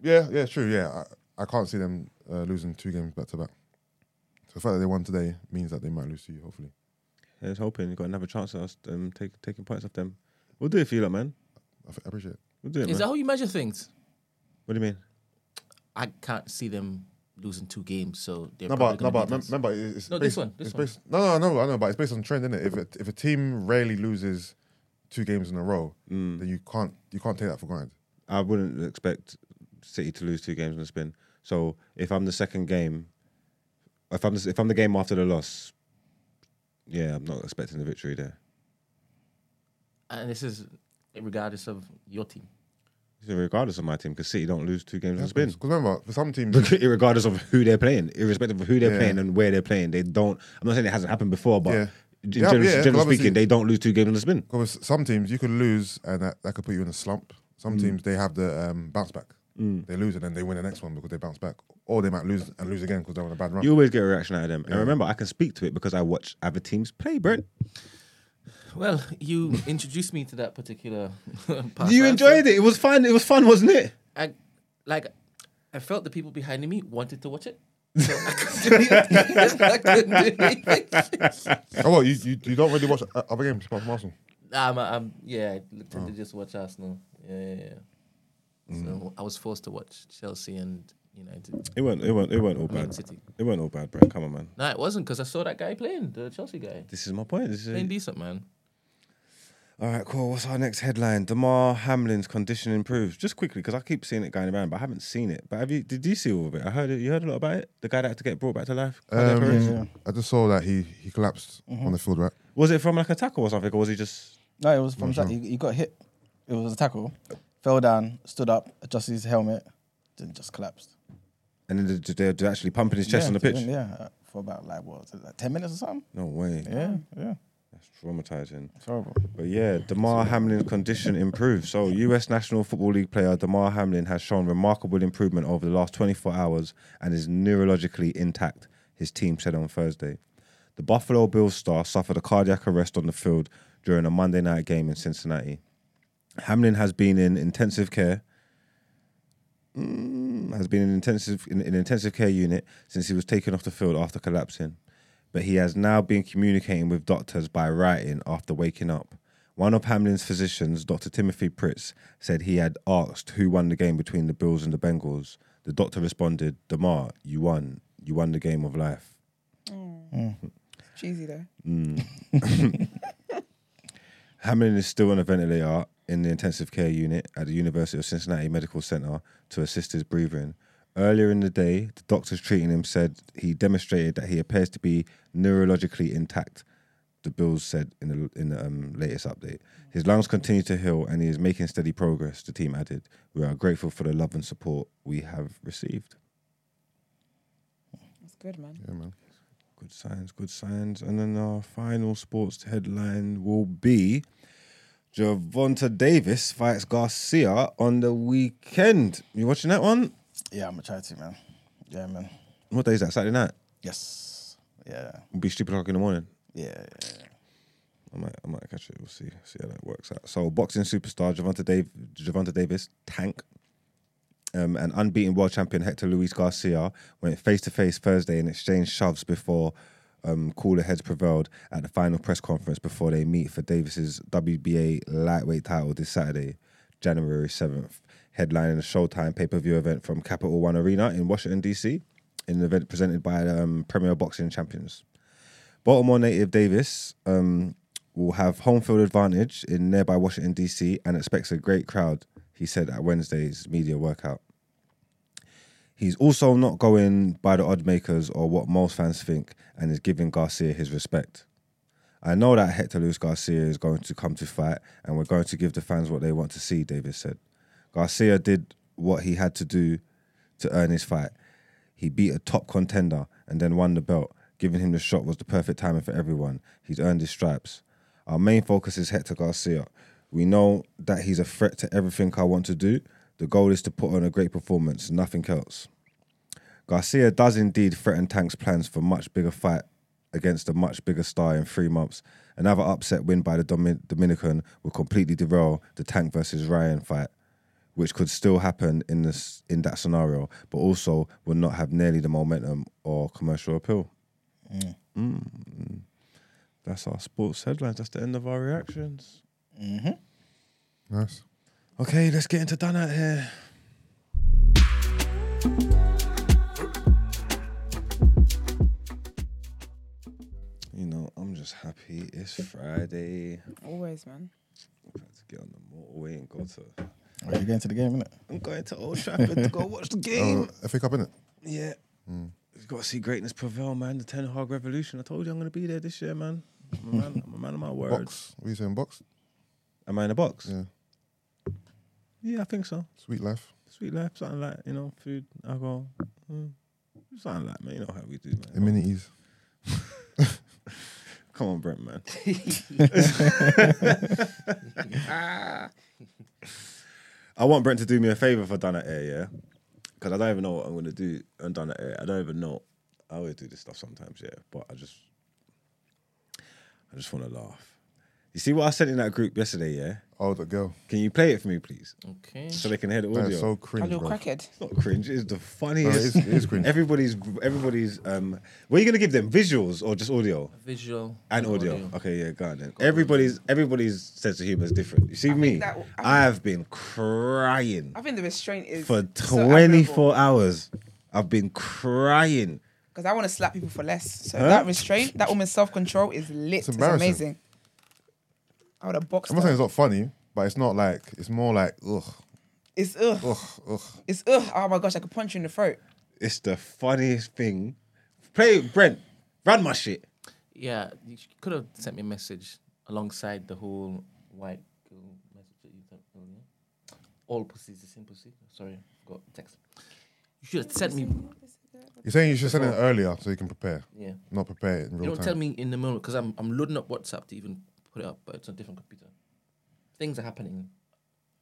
[SPEAKER 5] Yeah, yeah, true. Yeah, I, I can't see them uh, losing two games back to back. So the fact that they won today means that they might lose to you. Hopefully,
[SPEAKER 2] I was hoping you got another chance at us um, take, taking points off them. We'll do it for you, lot, man.
[SPEAKER 5] I, f- I appreciate it.
[SPEAKER 2] We'll do it,
[SPEAKER 4] Is
[SPEAKER 2] man.
[SPEAKER 4] that how you measure things?
[SPEAKER 2] what do you mean?
[SPEAKER 4] I can't see them losing two games, so they're
[SPEAKER 5] No,
[SPEAKER 4] probably
[SPEAKER 5] but no,
[SPEAKER 4] gonna
[SPEAKER 5] but
[SPEAKER 4] beat
[SPEAKER 5] mem-
[SPEAKER 4] us.
[SPEAKER 5] remember, it's it's
[SPEAKER 4] No,
[SPEAKER 5] based,
[SPEAKER 4] this one, this
[SPEAKER 5] it's
[SPEAKER 4] one.
[SPEAKER 5] based- no, no, no, I know, but it's based on trend, isn't it? If a, if a team rarely loses two games in a row, then you can't you can't take that for granted.
[SPEAKER 2] I wouldn't expect City to lose two games on the spin. So if I'm the second game, if I'm the, if I'm the game after the loss, yeah, I'm not expecting the victory there.
[SPEAKER 4] And this is regardless of your team.
[SPEAKER 2] So regardless of my team, because City don't lose two games on the spin.
[SPEAKER 5] Because remember, for some teams,
[SPEAKER 2] Regardless of who they're playing, irrespective of who they're
[SPEAKER 5] Yeah.
[SPEAKER 2] playing and where they're playing, they don't. I'm not saying it hasn't happened before, but
[SPEAKER 5] Yeah.
[SPEAKER 2] in
[SPEAKER 5] Yeah,
[SPEAKER 2] general,
[SPEAKER 5] yeah,
[SPEAKER 2] general
[SPEAKER 5] obviously-
[SPEAKER 2] speaking, they don't lose two games on the spin.
[SPEAKER 5] because some teams you could lose and that, that could put you in a slump. Some teams they have the um, bounce back. They lose and then they win the next one because they bounce back, or they might lose and lose again because they're on a bad run.
[SPEAKER 2] You always get a reaction out of them. And remember, I can speak to it because I watch other teams play, Brent.
[SPEAKER 4] Well, you introduced me to that particular. past
[SPEAKER 2] You
[SPEAKER 4] answer.
[SPEAKER 2] enjoyed it. It was fun. It was fun, wasn't it?
[SPEAKER 4] I, like, I felt the people behind me wanted to watch it.
[SPEAKER 5] Oh, well, you, you, you don't really watch o- other games apart from Arsenal.
[SPEAKER 4] Nah, I'm, I'm, yeah, I tend
[SPEAKER 2] Oh.
[SPEAKER 4] to just watch Arsenal. Yeah, yeah, yeah.
[SPEAKER 2] Mm.
[SPEAKER 4] So I was forced to watch Chelsea and United.
[SPEAKER 2] It weren't. It weren't. It weren't all
[SPEAKER 4] Man
[SPEAKER 2] bad.
[SPEAKER 4] City.
[SPEAKER 2] It weren't all bad, Brent. Come on, man.
[SPEAKER 4] No, it wasn't because I saw that guy playing, the Chelsea guy.
[SPEAKER 2] This is my point. This
[SPEAKER 4] Playing
[SPEAKER 2] is
[SPEAKER 4] decent, man.
[SPEAKER 2] all right. Cool. What's our next headline? Damar Hamlin's condition improves. Just quickly, because I keep seeing it going around, but I haven't seen it. But have you? Did you see all of it? I heard it. You heard a lot about it. The guy that had to get brought back to life. cardiac
[SPEAKER 5] Um,
[SPEAKER 2] arrest?
[SPEAKER 5] I just saw that he he collapsed on the field, right?
[SPEAKER 2] Was it from like a tackle or something, or was he just?
[SPEAKER 3] No, it was from Zach. He, he got hit. It was a tackle. Fell down, stood up, adjusted his helmet, then just collapsed.
[SPEAKER 2] And then they're, they're- they're actually pumping his chest
[SPEAKER 3] Yeah,
[SPEAKER 2] on the
[SPEAKER 3] didn't-
[SPEAKER 2] pitch.
[SPEAKER 3] Yeah, uh, for about like what, was it, like ten minutes or something.
[SPEAKER 2] No way.
[SPEAKER 3] Yeah, yeah,
[SPEAKER 2] That's traumatizing.
[SPEAKER 3] it's horrible.
[SPEAKER 2] But yeah, Damar Hamlin's condition improved. So, US National Football League player Damar Hamlin has shown remarkable improvement over the last 24 hours and is neurologically intact, his team said on Thursday. The Buffalo Bills star suffered a cardiac arrest on the field during a Monday night game in Cincinnati. Hamlin has been in intensive care has been in intensive in, in intensive care unit since he was taken off the field after collapsing, but he has now been communicating with doctors by writing after waking up. One of Hamlin's physicians, Dr. Timothy Pritz, said he had asked who won the game between the Bills and the Bengals. The doctor responded, "Demar, you won. You won the game of life."
[SPEAKER 1] Cheesy though.
[SPEAKER 2] Hamlin is still on a ventilator in the intensive care unit at the University of Cincinnati Medical Center to assist his breathing. Earlier in the day, the doctors treating him said he demonstrated that he appears to be neurologically intact. The Bills said in the in the um, latest update, his lungs continue to heal and he is making steady progress. The team added, "We are grateful for the love and support we have received."
[SPEAKER 1] That's good, man.
[SPEAKER 5] Yeah, man.
[SPEAKER 2] Good signs, good signs. And then our final sports headline will be Javonta Davis fights Garcia on the weekend. You watching that one?
[SPEAKER 3] Yeah, I'm a charity man. Yeah, man.
[SPEAKER 2] What day is that? Saturday night?
[SPEAKER 3] Yes. Yeah.
[SPEAKER 2] It'll be stupid o'clock in the morning.
[SPEAKER 3] Yeah. yeah.
[SPEAKER 2] I might, I might catch it. We'll see, see how that works out. So, boxing superstar Javante, Dave, Javante Davis, Tank, um, and unbeaten world champion Hector Luis Garcia went face to face Thursday and exchanged shoves before um, cooler heads prevailed at the final press conference before they meet for Davis's WBA lightweight title this Saturday, January seventh. Headlining the Showtime pay per view event from Capital One Arena in Washington DC, in an event presented by um, Premier Boxing Champions. Baltimore native Davis um, will have home field advantage in nearby Washington, D.C., and expects a great crowd, he said at Wednesday's media workout. He's also not going by the odd makers or what most fans think and is giving Garcia his respect. I know that Hector Luis Garcia is going to come to fight and we're going to give the fans what they want to see, Davis said. Garcia did what he had to do to earn his fight. He beat a top contender and then won the belt. Giving him the shot was the perfect timing for everyone. He's earned his stripes. Our main focus is Hector Garcia. We know that he's a threat to everything I want to do. The goal is to put on a great performance, nothing else. Garcia does indeed threaten Tank's plans for much bigger fight against a much bigger star in three months. Another upset win by the Domin- Dominican will completely derail the Tank versus Ryan fight, which could still happen in this in that scenario, but also will not have nearly the momentum or commercial appeal. Mm. That's our sports headlines. That's the end of our reactions.
[SPEAKER 5] Nice.
[SPEAKER 2] Okay, let's get into done out here. You know, I'm just happy it's Friday.
[SPEAKER 1] Always, man.
[SPEAKER 2] I'm about to get on the motorway and go to.
[SPEAKER 3] Are you going to the game, innit?
[SPEAKER 2] I'm going to Old Trafford to go watch the
[SPEAKER 5] Oh,
[SPEAKER 2] game. Hmm.
[SPEAKER 5] FA Cup, innit?
[SPEAKER 2] Yeah. You've got to see greatness prevail, man. The Ten Hog Revolution. I told you I'm going to be there this year, man. I'm a man, I'm a man of my word.
[SPEAKER 5] Box. What are you saying, box?
[SPEAKER 2] Am I in a box?
[SPEAKER 5] Yeah.
[SPEAKER 2] yeah I think so.
[SPEAKER 5] Sweet life.
[SPEAKER 2] Sweet life, something like, you know, food, alcohol. Mm. Something like, man, you know how we do, man.
[SPEAKER 5] Amenities.
[SPEAKER 2] Come on, Brent, man. I want Brent to do me a favor for Done at Air, yeah? Because I don't even know what I'm going to do on Done at Air. I don't even know. I always do this stuff sometimes, yeah. But I just, I just want to laugh. You see what I sent in that group yesterday, yeah?
[SPEAKER 5] Oh, the girl.
[SPEAKER 2] Can you play it for me, please?
[SPEAKER 4] Okay.
[SPEAKER 2] So they can hear the
[SPEAKER 5] That
[SPEAKER 2] audio.
[SPEAKER 5] is so
[SPEAKER 1] A
[SPEAKER 5] cringe,
[SPEAKER 1] little
[SPEAKER 5] bro.
[SPEAKER 1] crackhead.
[SPEAKER 2] It's not cringe. It's the
[SPEAKER 5] No, it
[SPEAKER 2] funniest.
[SPEAKER 5] is, it is cringe.
[SPEAKER 2] Everybody's everybody's um what are you gonna give them? Visuals or just audio?
[SPEAKER 4] Visual
[SPEAKER 2] And audio. Okay, yeah, go on then. everybody's everybody's sense of humor is different. You see me?
[SPEAKER 1] that-
[SPEAKER 2] I have been crying
[SPEAKER 1] I think the restraint is
[SPEAKER 2] for twenty four hours. I've been crying.
[SPEAKER 1] Because I want to slap people for less. So that restraint, that woman's self control is lit. It's,
[SPEAKER 5] embarrassing.
[SPEAKER 1] amazing. I would have boxed
[SPEAKER 5] I'm not saying
[SPEAKER 1] her.
[SPEAKER 5] it's not funny, but it's not like, it's more like, ugh,
[SPEAKER 1] It's ugh.
[SPEAKER 5] ugh, ugh.
[SPEAKER 1] It's ugh. Oh my gosh, I could punch you in the throat.
[SPEAKER 2] It's the funniest thing. Play it, Brent. Run my shit.
[SPEAKER 4] Yeah, you could have sent me a message alongside the whole white girl message that you sent earlier. All pussies the same pussy. Sorry, got text. You should have sent me.
[SPEAKER 5] You're saying you should send it earlier so you can prepare,
[SPEAKER 4] Yeah.
[SPEAKER 5] not prepare it in
[SPEAKER 4] You
[SPEAKER 5] real
[SPEAKER 4] don't tell
[SPEAKER 5] time.
[SPEAKER 4] me in the moment because I'm I'm loading up WhatsApp to even put it up, but it's on a different computer. Things are happening.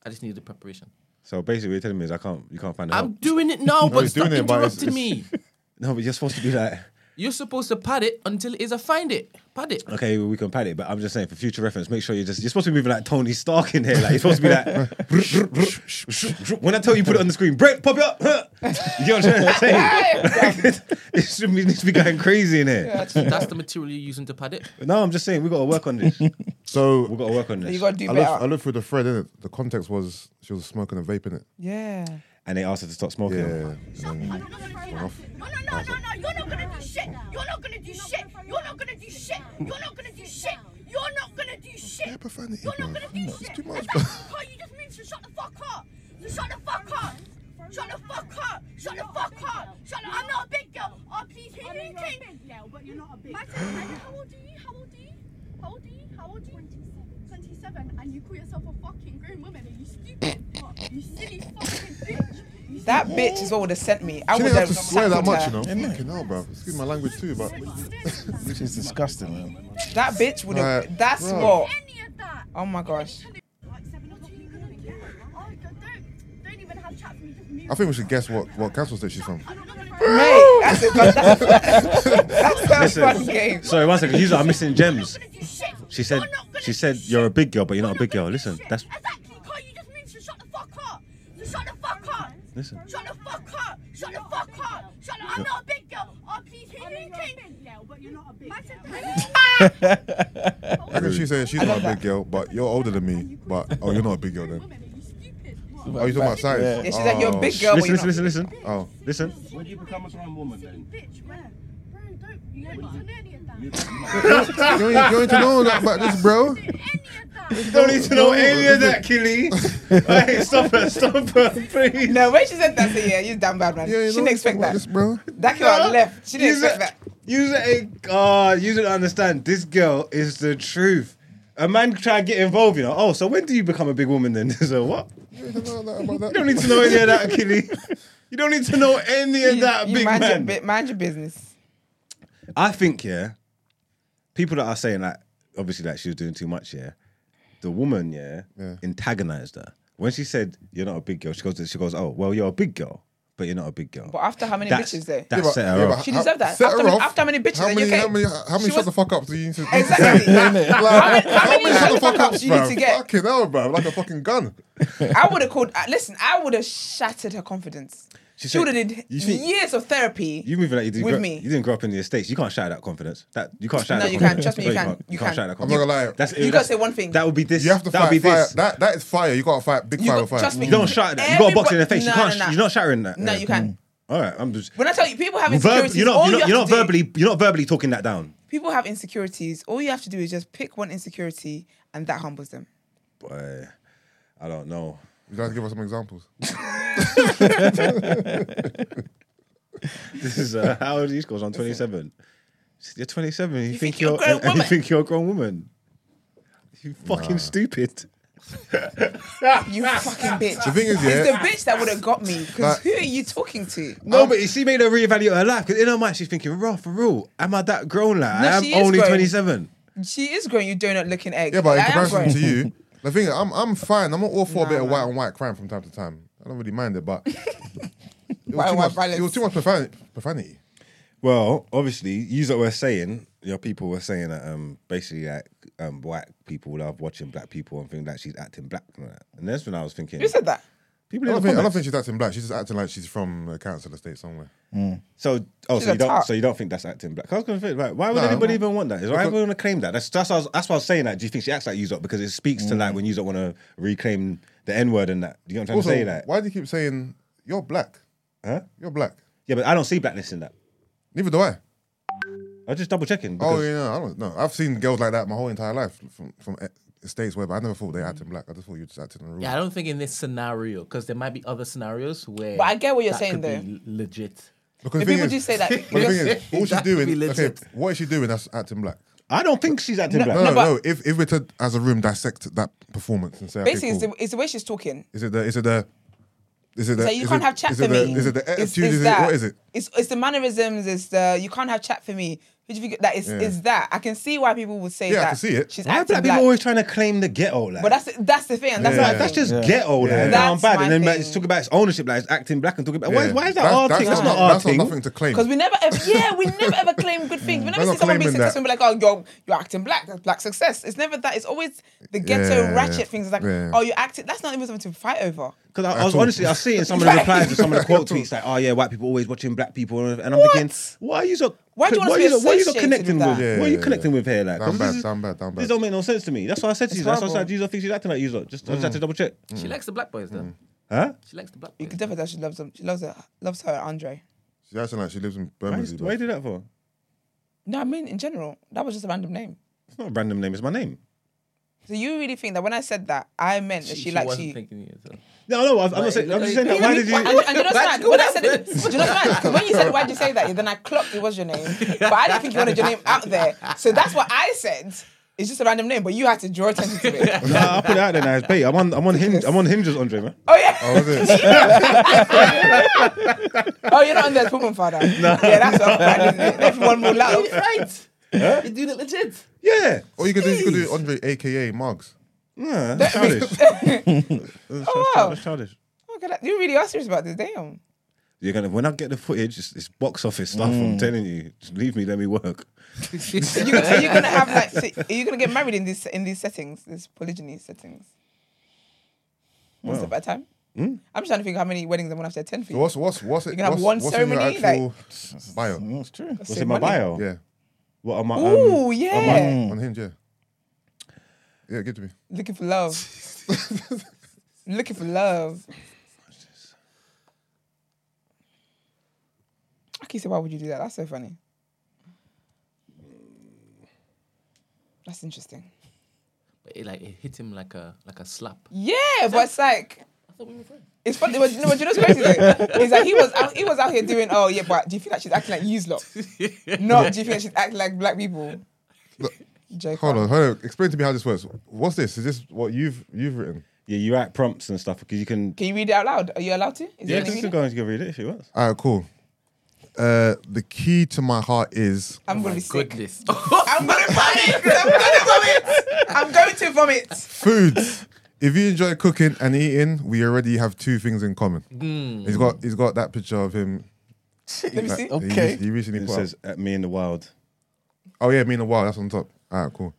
[SPEAKER 4] I just need the preparation.
[SPEAKER 2] So basically, what you're telling me is I can't, you can't find out.
[SPEAKER 4] I'm doing it now, but
[SPEAKER 5] he's
[SPEAKER 4] stop
[SPEAKER 5] doing it, but it's-
[SPEAKER 4] interrupting me.
[SPEAKER 2] No, but you're supposed to do that.
[SPEAKER 4] You're supposed to pad it until it is a find it. Pad it.
[SPEAKER 2] Okay, we can pad it, but I'm just saying for future reference, make sure you're just you're supposed to be moving like Tony Stark in here. Like you're supposed to be like when I tell you put it on the screen, Brett, pop it up. You know what I'm trying to say? it should be, needs to be going crazy in here.
[SPEAKER 4] That's, that's the material you're using to pad it.
[SPEAKER 2] No, I'm just saying we gotta work on this. we
[SPEAKER 5] So
[SPEAKER 2] gotta work on
[SPEAKER 1] You
[SPEAKER 2] this.
[SPEAKER 1] got to do
[SPEAKER 5] I
[SPEAKER 1] better.
[SPEAKER 5] looked, I looked through the thread, innit? The context was she was smoking a vape in it.
[SPEAKER 1] yeah.
[SPEAKER 2] And they asked her to stop smoking.
[SPEAKER 5] Yeah.
[SPEAKER 9] No, no, no, no, no, you're not gonna do shit. You're not gonna do shit. You're not gonna do shit. You're not gonna do shit. You're not gonna do shit.
[SPEAKER 5] Yeah, but Fanny,
[SPEAKER 9] You're not
[SPEAKER 5] man,
[SPEAKER 9] gonna do
[SPEAKER 5] that's
[SPEAKER 9] shit.
[SPEAKER 5] too much.
[SPEAKER 9] If that's the car you just moved, so shut the fuck up. So shut the fuck up. Shut the fuck up. Shut the fuck up. Shut the, I'm not a big girl. Oh, please, who do you think? but you're not a big girl. How old are you? How old are you? How old are you? How old are you? 27. 27, and you call yourself a fucking grown woman. Are you stupid? Fuck. you silly fucking bitch. You
[SPEAKER 1] That bitch is what would have sent me. I
[SPEAKER 5] She
[SPEAKER 1] would
[SPEAKER 5] didn't
[SPEAKER 1] have
[SPEAKER 5] have to swear that
[SPEAKER 1] tackled
[SPEAKER 5] much,
[SPEAKER 1] her.
[SPEAKER 5] you know. Fucking hell, bro. Excuse my language too, but
[SPEAKER 3] Which is disgusting, man.
[SPEAKER 1] That bitch would have.
[SPEAKER 5] Right.
[SPEAKER 1] That's
[SPEAKER 5] Right.
[SPEAKER 1] what.
[SPEAKER 9] any of that.
[SPEAKER 1] Oh my gosh.
[SPEAKER 9] Like seven o'clock in the morning. Oh, don't, don't, don't even have chats with me. Just move.
[SPEAKER 5] I think we should guess what, what council state she's from.
[SPEAKER 9] I'm not gonna
[SPEAKER 1] Mate, that's a that's, that's a fun game.
[SPEAKER 2] Sorry, one second. You lot are missing gems.
[SPEAKER 9] do shit.
[SPEAKER 2] She said,
[SPEAKER 9] You're not gonna
[SPEAKER 2] she
[SPEAKER 9] do
[SPEAKER 2] said,
[SPEAKER 9] shit.
[SPEAKER 2] you're a big girl, but you're not a
[SPEAKER 9] You're
[SPEAKER 2] big
[SPEAKER 9] gonna
[SPEAKER 2] girl.
[SPEAKER 9] do
[SPEAKER 2] Listen,
[SPEAKER 9] shit.
[SPEAKER 2] that's
[SPEAKER 9] exactly. Can't you just move? So shut the fuck up. So shut the fuck up.
[SPEAKER 2] Listen.
[SPEAKER 9] Shut the fuck up. Shut the fuck up. Shut the, I'm not a big girl. Oh please, who do you think? But you're not a big
[SPEAKER 5] How can she say she's not a big girl, but you're older than me, but oh, you're not a big girl then?
[SPEAKER 9] Woman, are you stupid? What?
[SPEAKER 5] Oh, you talking about size?
[SPEAKER 1] Yeah, she's like, you're a big girl. but
[SPEAKER 2] listen,
[SPEAKER 1] you're
[SPEAKER 2] listen,
[SPEAKER 1] not.
[SPEAKER 2] listen, listen,
[SPEAKER 5] Oh,
[SPEAKER 2] listen.
[SPEAKER 9] When do you become a strong woman then? Bitch, where? Bro, don't, you don't need to know any
[SPEAKER 5] you
[SPEAKER 9] of that. You
[SPEAKER 5] don't, you don't need to know that about this, bro.
[SPEAKER 9] don't need any of that.
[SPEAKER 2] Don't need to know any of that, Killy. hey, stop her, stop her, please.
[SPEAKER 1] No, when she said that, I said, yeah, you're damn bad, man.
[SPEAKER 5] Yeah, you
[SPEAKER 1] she
[SPEAKER 5] know
[SPEAKER 1] didn't expect
[SPEAKER 5] about
[SPEAKER 1] that.
[SPEAKER 5] this, bro.
[SPEAKER 1] That girl left. She didn't
[SPEAKER 2] Use
[SPEAKER 1] expect
[SPEAKER 2] it.
[SPEAKER 1] that.
[SPEAKER 2] Use it. Oh, you don't understand. This girl is the truth. A man try to get involved, you know. Oh, so when do you become a big woman then? so what? You
[SPEAKER 5] You don't know about that.
[SPEAKER 2] don't need to know any of that, Achille. You don't need to know any of that,
[SPEAKER 1] you
[SPEAKER 2] big
[SPEAKER 1] mind,
[SPEAKER 2] man.
[SPEAKER 1] Your, bi- mind your business.
[SPEAKER 2] I think, yeah, people that are saying that, obviously, that she was doing too much, yeah. The woman, yeah,
[SPEAKER 5] Yeah.
[SPEAKER 2] antagonized her. When she said, You're not a big girl, she goes, she goes, Oh, well, you're a big girl, but you're not a big girl.
[SPEAKER 1] But after how many
[SPEAKER 2] That's-
[SPEAKER 1] bitches there?
[SPEAKER 2] That
[SPEAKER 5] but-
[SPEAKER 2] set her
[SPEAKER 5] yeah,
[SPEAKER 2] off.
[SPEAKER 5] but
[SPEAKER 1] She
[SPEAKER 5] how-
[SPEAKER 1] deserved that.
[SPEAKER 5] set
[SPEAKER 1] After
[SPEAKER 5] her
[SPEAKER 1] many-
[SPEAKER 5] off.
[SPEAKER 1] after many bitches
[SPEAKER 5] How
[SPEAKER 1] are you
[SPEAKER 5] many? How
[SPEAKER 1] okay?
[SPEAKER 5] many? How many
[SPEAKER 1] She
[SPEAKER 5] shut the
[SPEAKER 1] was-
[SPEAKER 5] fuck up? Do you need to?
[SPEAKER 1] Exactly.
[SPEAKER 5] Like, how
[SPEAKER 1] many shut the fuck
[SPEAKER 5] fuck
[SPEAKER 1] ups you need
[SPEAKER 5] bruv?
[SPEAKER 1] to get?
[SPEAKER 5] Fucking hell, bro! Like a fucking gun.
[SPEAKER 1] I would have called. uh, Listen, I would have shattered her confidence. She,
[SPEAKER 2] said-
[SPEAKER 1] would have did
[SPEAKER 2] you think-
[SPEAKER 1] years of therapy.
[SPEAKER 2] You moving like you did
[SPEAKER 1] with
[SPEAKER 2] grow,
[SPEAKER 1] me.
[SPEAKER 2] You didn't grow up in the estates. You can't shout out confidence. That you can't shout
[SPEAKER 1] No,
[SPEAKER 2] out.
[SPEAKER 1] you
[SPEAKER 2] confidence.
[SPEAKER 1] can. Trust me,
[SPEAKER 2] No,
[SPEAKER 1] you can. You
[SPEAKER 2] can't
[SPEAKER 1] can.
[SPEAKER 2] shout out
[SPEAKER 5] I'm not
[SPEAKER 2] confidence.
[SPEAKER 5] gonna lie.
[SPEAKER 2] That's,
[SPEAKER 1] You gotta
[SPEAKER 2] that's-
[SPEAKER 1] say one thing.
[SPEAKER 2] That would be this.
[SPEAKER 5] You have to
[SPEAKER 2] that would
[SPEAKER 5] fight
[SPEAKER 2] be
[SPEAKER 5] fire.
[SPEAKER 2] this.
[SPEAKER 5] That that is fire. You gotta fight big
[SPEAKER 1] You
[SPEAKER 5] fire
[SPEAKER 1] got-
[SPEAKER 5] with fire.
[SPEAKER 1] trust me.
[SPEAKER 2] you don't shout at that. You gotta box it in the face.
[SPEAKER 1] No,
[SPEAKER 2] you can't.
[SPEAKER 1] no, no.
[SPEAKER 2] You're not shouting that.
[SPEAKER 1] No,
[SPEAKER 2] Yeah.
[SPEAKER 1] you can't.
[SPEAKER 2] All right, I'm just.
[SPEAKER 1] When I tell you, people have
[SPEAKER 2] Mm. Verb,
[SPEAKER 1] insecurities.
[SPEAKER 2] you're
[SPEAKER 1] all
[SPEAKER 2] not. You're not,
[SPEAKER 1] you have
[SPEAKER 2] you're not
[SPEAKER 1] to do-
[SPEAKER 2] verbally. You're not verbally talking that down.
[SPEAKER 1] People have insecurities. All you have to do is just pick one insecurity, and that humbles them.
[SPEAKER 2] Boy, I don't know.
[SPEAKER 5] You guys give us some examples.
[SPEAKER 2] This is uh, how old is East Coast? I'm 27. You're 27. You, think,
[SPEAKER 1] think you're a
[SPEAKER 2] you're.
[SPEAKER 1] grown
[SPEAKER 2] and- and you
[SPEAKER 1] woman?
[SPEAKER 2] think you're a grown woman? You fucking stupid.
[SPEAKER 1] You fucking bitch.
[SPEAKER 5] Ah, The thing
[SPEAKER 1] It's
[SPEAKER 5] is,
[SPEAKER 1] the
[SPEAKER 5] yeah.
[SPEAKER 1] bitch that would have got me. Because
[SPEAKER 5] Like-
[SPEAKER 1] who are you talking to?
[SPEAKER 2] No, but she made her reevaluate her life because in her mind she's thinking, "Raw, for real, am I that grown? Like
[SPEAKER 1] No,
[SPEAKER 2] I am
[SPEAKER 1] she is
[SPEAKER 2] only
[SPEAKER 1] grown.
[SPEAKER 2] 27."
[SPEAKER 1] She is growing you donut looking egg.
[SPEAKER 5] Yeah, but in
[SPEAKER 1] I am
[SPEAKER 5] comparison
[SPEAKER 1] growing.
[SPEAKER 5] to you, the thing is, I'm I'm fine. I'm not all for a bit
[SPEAKER 1] Nah,
[SPEAKER 5] of white and white crime from time to time. I don't really mind it, but it was,
[SPEAKER 1] White
[SPEAKER 5] too,
[SPEAKER 1] and white
[SPEAKER 5] much, it was
[SPEAKER 1] violence.
[SPEAKER 5] too much profan- profanity.
[SPEAKER 2] Well, obviously, you that were saying, your people were saying that um, basically that um, white people love watching black people and think that she's acting black and all that. And that's when I was thinking,
[SPEAKER 1] Who said that?
[SPEAKER 2] people
[SPEAKER 5] I
[SPEAKER 2] in the
[SPEAKER 5] don't, think, I don't
[SPEAKER 2] comments.
[SPEAKER 5] think she's acting black. She's just acting like she's from a council estate somewhere.
[SPEAKER 2] So, oh,
[SPEAKER 1] She's
[SPEAKER 2] so
[SPEAKER 1] a
[SPEAKER 2] you don't,
[SPEAKER 1] tart.
[SPEAKER 2] so you don't think that's acting black? 'Cause I was gonna think, like, why would
[SPEAKER 5] No.
[SPEAKER 2] anybody even want that? Is why would want to claim that? That's that's why I was, that's why I was saying that. Do you think she acts like Uzop because it speaks to
[SPEAKER 1] Mm.
[SPEAKER 2] like when Uzop want to reclaim the N word and that? Do you know what I'm trying
[SPEAKER 5] Also,
[SPEAKER 2] to say? That
[SPEAKER 5] why do you keep saying you're black?
[SPEAKER 2] Huh?
[SPEAKER 5] You're black.
[SPEAKER 2] yeah, but I don't see blackness in that.
[SPEAKER 5] Neither do I.
[SPEAKER 2] I was just double checking.
[SPEAKER 5] Oh
[SPEAKER 2] because-
[SPEAKER 5] yeah, no, I don't know. I've seen girls like that my whole entire life from from estates where, but I never thought they acting black. I just thought you just acting in the room.
[SPEAKER 4] Yeah, I don't think in this scenario because there might be other scenarios where.
[SPEAKER 1] But I get what you're
[SPEAKER 4] that
[SPEAKER 1] saying
[SPEAKER 4] could be
[SPEAKER 1] though.
[SPEAKER 4] l- legit.
[SPEAKER 5] Because
[SPEAKER 1] But
[SPEAKER 5] the thing
[SPEAKER 1] people
[SPEAKER 5] is-
[SPEAKER 1] do say that.
[SPEAKER 5] But the thing is, all she's
[SPEAKER 4] That could be
[SPEAKER 5] doing, okay,
[SPEAKER 4] legit.
[SPEAKER 5] what is she doing that's acting black?
[SPEAKER 2] I don't think she's acting black.
[SPEAKER 5] No, no,
[SPEAKER 1] but-
[SPEAKER 5] no. If if we're to as a room dissect that performance and say, okay,
[SPEAKER 1] Basically, it's,
[SPEAKER 5] cool.
[SPEAKER 1] the, it's the way she's talking.
[SPEAKER 5] is it the is it the is it the
[SPEAKER 1] So you
[SPEAKER 5] is
[SPEAKER 1] can't
[SPEAKER 5] it-
[SPEAKER 1] have chat
[SPEAKER 5] is
[SPEAKER 1] for
[SPEAKER 5] it the,
[SPEAKER 1] me.
[SPEAKER 5] Is it the
[SPEAKER 1] It's-
[SPEAKER 5] attitude?
[SPEAKER 1] it's
[SPEAKER 5] is it
[SPEAKER 1] that.
[SPEAKER 5] what is it?
[SPEAKER 1] It's it's the mannerisms. It's the you can't have chat for me. Who do you think that is?
[SPEAKER 5] Yeah.
[SPEAKER 1] Is that I can see why people would say
[SPEAKER 5] Yeah, I
[SPEAKER 1] that.
[SPEAKER 5] can see it.
[SPEAKER 1] She's
[SPEAKER 2] Why are
[SPEAKER 1] acting
[SPEAKER 2] black people
[SPEAKER 1] black.
[SPEAKER 2] always trying to claim the ghetto? Like,
[SPEAKER 1] but that's that's the thing. and That's
[SPEAKER 5] Yeah.
[SPEAKER 1] what
[SPEAKER 2] like,
[SPEAKER 1] I
[SPEAKER 2] that's
[SPEAKER 1] think.
[SPEAKER 2] just ghetto. Like,
[SPEAKER 5] Yeah.
[SPEAKER 2] down
[SPEAKER 1] That's
[SPEAKER 2] bad,
[SPEAKER 1] my
[SPEAKER 2] and then like,
[SPEAKER 1] thing.
[SPEAKER 2] it's talking about its ownership, like it's acting black and talking about. Why,
[SPEAKER 5] Yeah.
[SPEAKER 2] why is that
[SPEAKER 5] That's-
[SPEAKER 2] our
[SPEAKER 5] that's
[SPEAKER 2] thing? That's
[SPEAKER 5] not-
[SPEAKER 2] not our
[SPEAKER 5] that's not
[SPEAKER 2] thing.
[SPEAKER 5] nothing to claim.
[SPEAKER 1] Because we never ever, yeah, we never ever claim good things. We never
[SPEAKER 5] We're
[SPEAKER 1] see
[SPEAKER 5] not
[SPEAKER 1] someone be
[SPEAKER 5] claiming that.
[SPEAKER 1] successful and be like, oh, you're, you're acting black, that's black success. It's never that. It's always the ghetto
[SPEAKER 5] Yeah,
[SPEAKER 1] ratchet
[SPEAKER 5] yeah.
[SPEAKER 1] things. It's like,
[SPEAKER 5] Yeah.
[SPEAKER 1] oh, you're acting, that's not even something to fight over.
[SPEAKER 2] Because I, I was
[SPEAKER 5] all.
[SPEAKER 2] honestly, I was seeing some of the
[SPEAKER 1] Right.
[SPEAKER 2] replies to some of the quote tweets like, "Oh yeah, white people always watching black people," and I'm thinking, why are you so?
[SPEAKER 1] Why do you want
[SPEAKER 2] why
[SPEAKER 1] us to be
[SPEAKER 2] are so- why are you so
[SPEAKER 1] associated with
[SPEAKER 2] connecting with?
[SPEAKER 1] that?
[SPEAKER 5] Yeah,
[SPEAKER 2] What are you
[SPEAKER 5] yeah,
[SPEAKER 2] connecting with here? Like,
[SPEAKER 5] Down
[SPEAKER 2] 'Cause
[SPEAKER 5] bad,
[SPEAKER 2] this is-
[SPEAKER 5] down bad, down
[SPEAKER 2] This
[SPEAKER 5] bad.
[SPEAKER 2] don't make no sense to me. That's why I said to you. That's why I said,
[SPEAKER 1] horrible.
[SPEAKER 2] "Do you lot think she's acting like you lot?" Just, I just had to double check.
[SPEAKER 4] She likes the black boys though.
[SPEAKER 2] Huh?
[SPEAKER 4] She likes the black
[SPEAKER 1] You
[SPEAKER 4] boys.
[SPEAKER 1] could definitely tell she loves them. She loves her, loves her, Andre.
[SPEAKER 5] She's acting like she lives in
[SPEAKER 2] Why,
[SPEAKER 5] Bermondsey.
[SPEAKER 2] why you
[SPEAKER 5] bro.
[SPEAKER 2] do that for?
[SPEAKER 1] No, I mean, in general, that was just a random name.
[SPEAKER 2] It's not a random name. It's my name.
[SPEAKER 1] So you really think that when I said that, I meant that she, likes
[SPEAKER 4] wasn't
[SPEAKER 1] you?
[SPEAKER 4] thinking it. So.
[SPEAKER 2] No, no. I'm, I'm not saying. I'm just saying that.
[SPEAKER 1] You
[SPEAKER 2] Why
[SPEAKER 1] know
[SPEAKER 2] did
[SPEAKER 1] what I mean?
[SPEAKER 2] you?
[SPEAKER 1] And, and you know what's mad? When I said it, do you know what's mad? 'Cause When you said why did you say that, then I clocked it was your name, but I didn't think you wanted your name out there. So that's what I said. It's just a random name, but you had to draw attention to it.
[SPEAKER 2] No, I'll put it out there now. It's bait. I'm on. I'm on hinge. I'm on eh? hinges, Andre. Man.
[SPEAKER 1] Oh yeah.
[SPEAKER 5] Oh, is it?
[SPEAKER 1] Oh, you're not on there, Pumpkin Father. No. Yeah, that's all right, isn't it? Everyone will laugh.
[SPEAKER 4] right. You're doing it legit.
[SPEAKER 2] Yeah.
[SPEAKER 5] Or you could do you could do Andre, aka Mugs.
[SPEAKER 2] Nah, that's childish. That's
[SPEAKER 1] wow.
[SPEAKER 2] That's childish.
[SPEAKER 1] Oh, God, you really are serious about this, damn.
[SPEAKER 2] You're gonna when I get the footage, it's, it's box office stuff. I'm telling you, just leave me, let me work.
[SPEAKER 1] You, are you gonna have like? so are you gonna get married in this in these settings, this polygyny settings? Once
[SPEAKER 2] Wow. Hmm.
[SPEAKER 1] at a time. I'm just trying to think how many weddings I'm gonna have to attend for
[SPEAKER 5] So
[SPEAKER 1] you.
[SPEAKER 5] what's what's what's it?
[SPEAKER 1] can have
[SPEAKER 5] what's,
[SPEAKER 1] one
[SPEAKER 5] what's in your
[SPEAKER 1] ceremony, Mm.
[SPEAKER 5] actual bio?
[SPEAKER 3] That's true.
[SPEAKER 2] What's in my bio?
[SPEAKER 5] Yeah,
[SPEAKER 2] What am I?
[SPEAKER 1] Ooh,
[SPEAKER 2] um,
[SPEAKER 1] yeah.
[SPEAKER 5] on Hinge. Yeah, yeah. Give it to me.
[SPEAKER 1] Looking for love. Looking for love. I keep saying, why would you do that? That's so funny. That's interesting.
[SPEAKER 4] But it like it hit him like a like a slap.
[SPEAKER 1] Yeah, but it's like
[SPEAKER 4] I thought we were friends.
[SPEAKER 1] it's funny. But you know, but you know what's crazy though? Is that he was out, he was out here doing. Oh yeah, but do you feel like she's acting like yous lot? No, do you feel like she's acting like black people? Joker.
[SPEAKER 5] Hold on, hold on. Explain to me how this works. What's this? Is this what you've you've written?
[SPEAKER 2] yeah, you write prompts and stuff because you can.
[SPEAKER 1] Can you read it out loud? Are you allowed to? Is there
[SPEAKER 2] Yeah,
[SPEAKER 1] any
[SPEAKER 2] you can
[SPEAKER 1] reading?
[SPEAKER 2] go and you can read it if you want.
[SPEAKER 5] All right, cool. Uh, the key to my heart is
[SPEAKER 1] I'm
[SPEAKER 4] Oh
[SPEAKER 1] gonna be sick.
[SPEAKER 4] Goodness.
[SPEAKER 1] I'm gonna vomit. I'm gonna vomit. I'm going to vomit.
[SPEAKER 5] foods. If you enjoy cooking and eating, we already have two things in common. He's got he's got that picture of him.
[SPEAKER 1] Hmm. Let me see.
[SPEAKER 5] that he
[SPEAKER 3] Okay.
[SPEAKER 5] re- He, recently
[SPEAKER 2] It
[SPEAKER 5] put
[SPEAKER 2] says at me in the wild.
[SPEAKER 5] up. Oh yeah, me in a while. That's on top. All right, cool.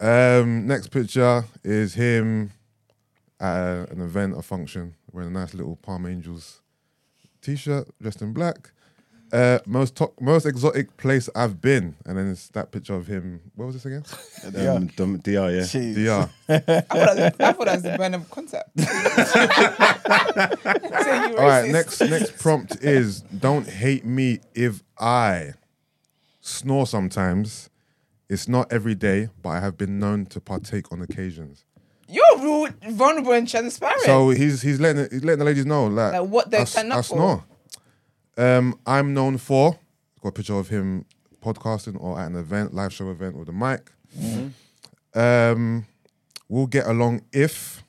[SPEAKER 5] Um, next picture is him at a- an event, a function, wearing a nice little Palm Angels t-shirt, dressed in black. Uh, most to- most exotic place I've been, and then it's that picture of him. What was this again?
[SPEAKER 3] Yeah.
[SPEAKER 2] Um, dum- Dr. Yeah.
[SPEAKER 3] Jeez.
[SPEAKER 5] DR.
[SPEAKER 1] I thought that was, I thought that was the Burnham concept. so you
[SPEAKER 5] All right, next next prompt is don't hate me if I snore sometimes. It's not every day, but I have been known to partake on occasions.
[SPEAKER 1] You're rude, vulnerable, and transparent.
[SPEAKER 5] So he's he's letting he's letting the ladies know like,
[SPEAKER 1] Like, what they're
[SPEAKER 5] I s-
[SPEAKER 1] standing up
[SPEAKER 5] I
[SPEAKER 1] for.
[SPEAKER 5] snore. Um, I'm known for got a picture of him podcasting or at an event, live show event with a mic.
[SPEAKER 1] Mm-hmm.
[SPEAKER 5] Um, we'll get along if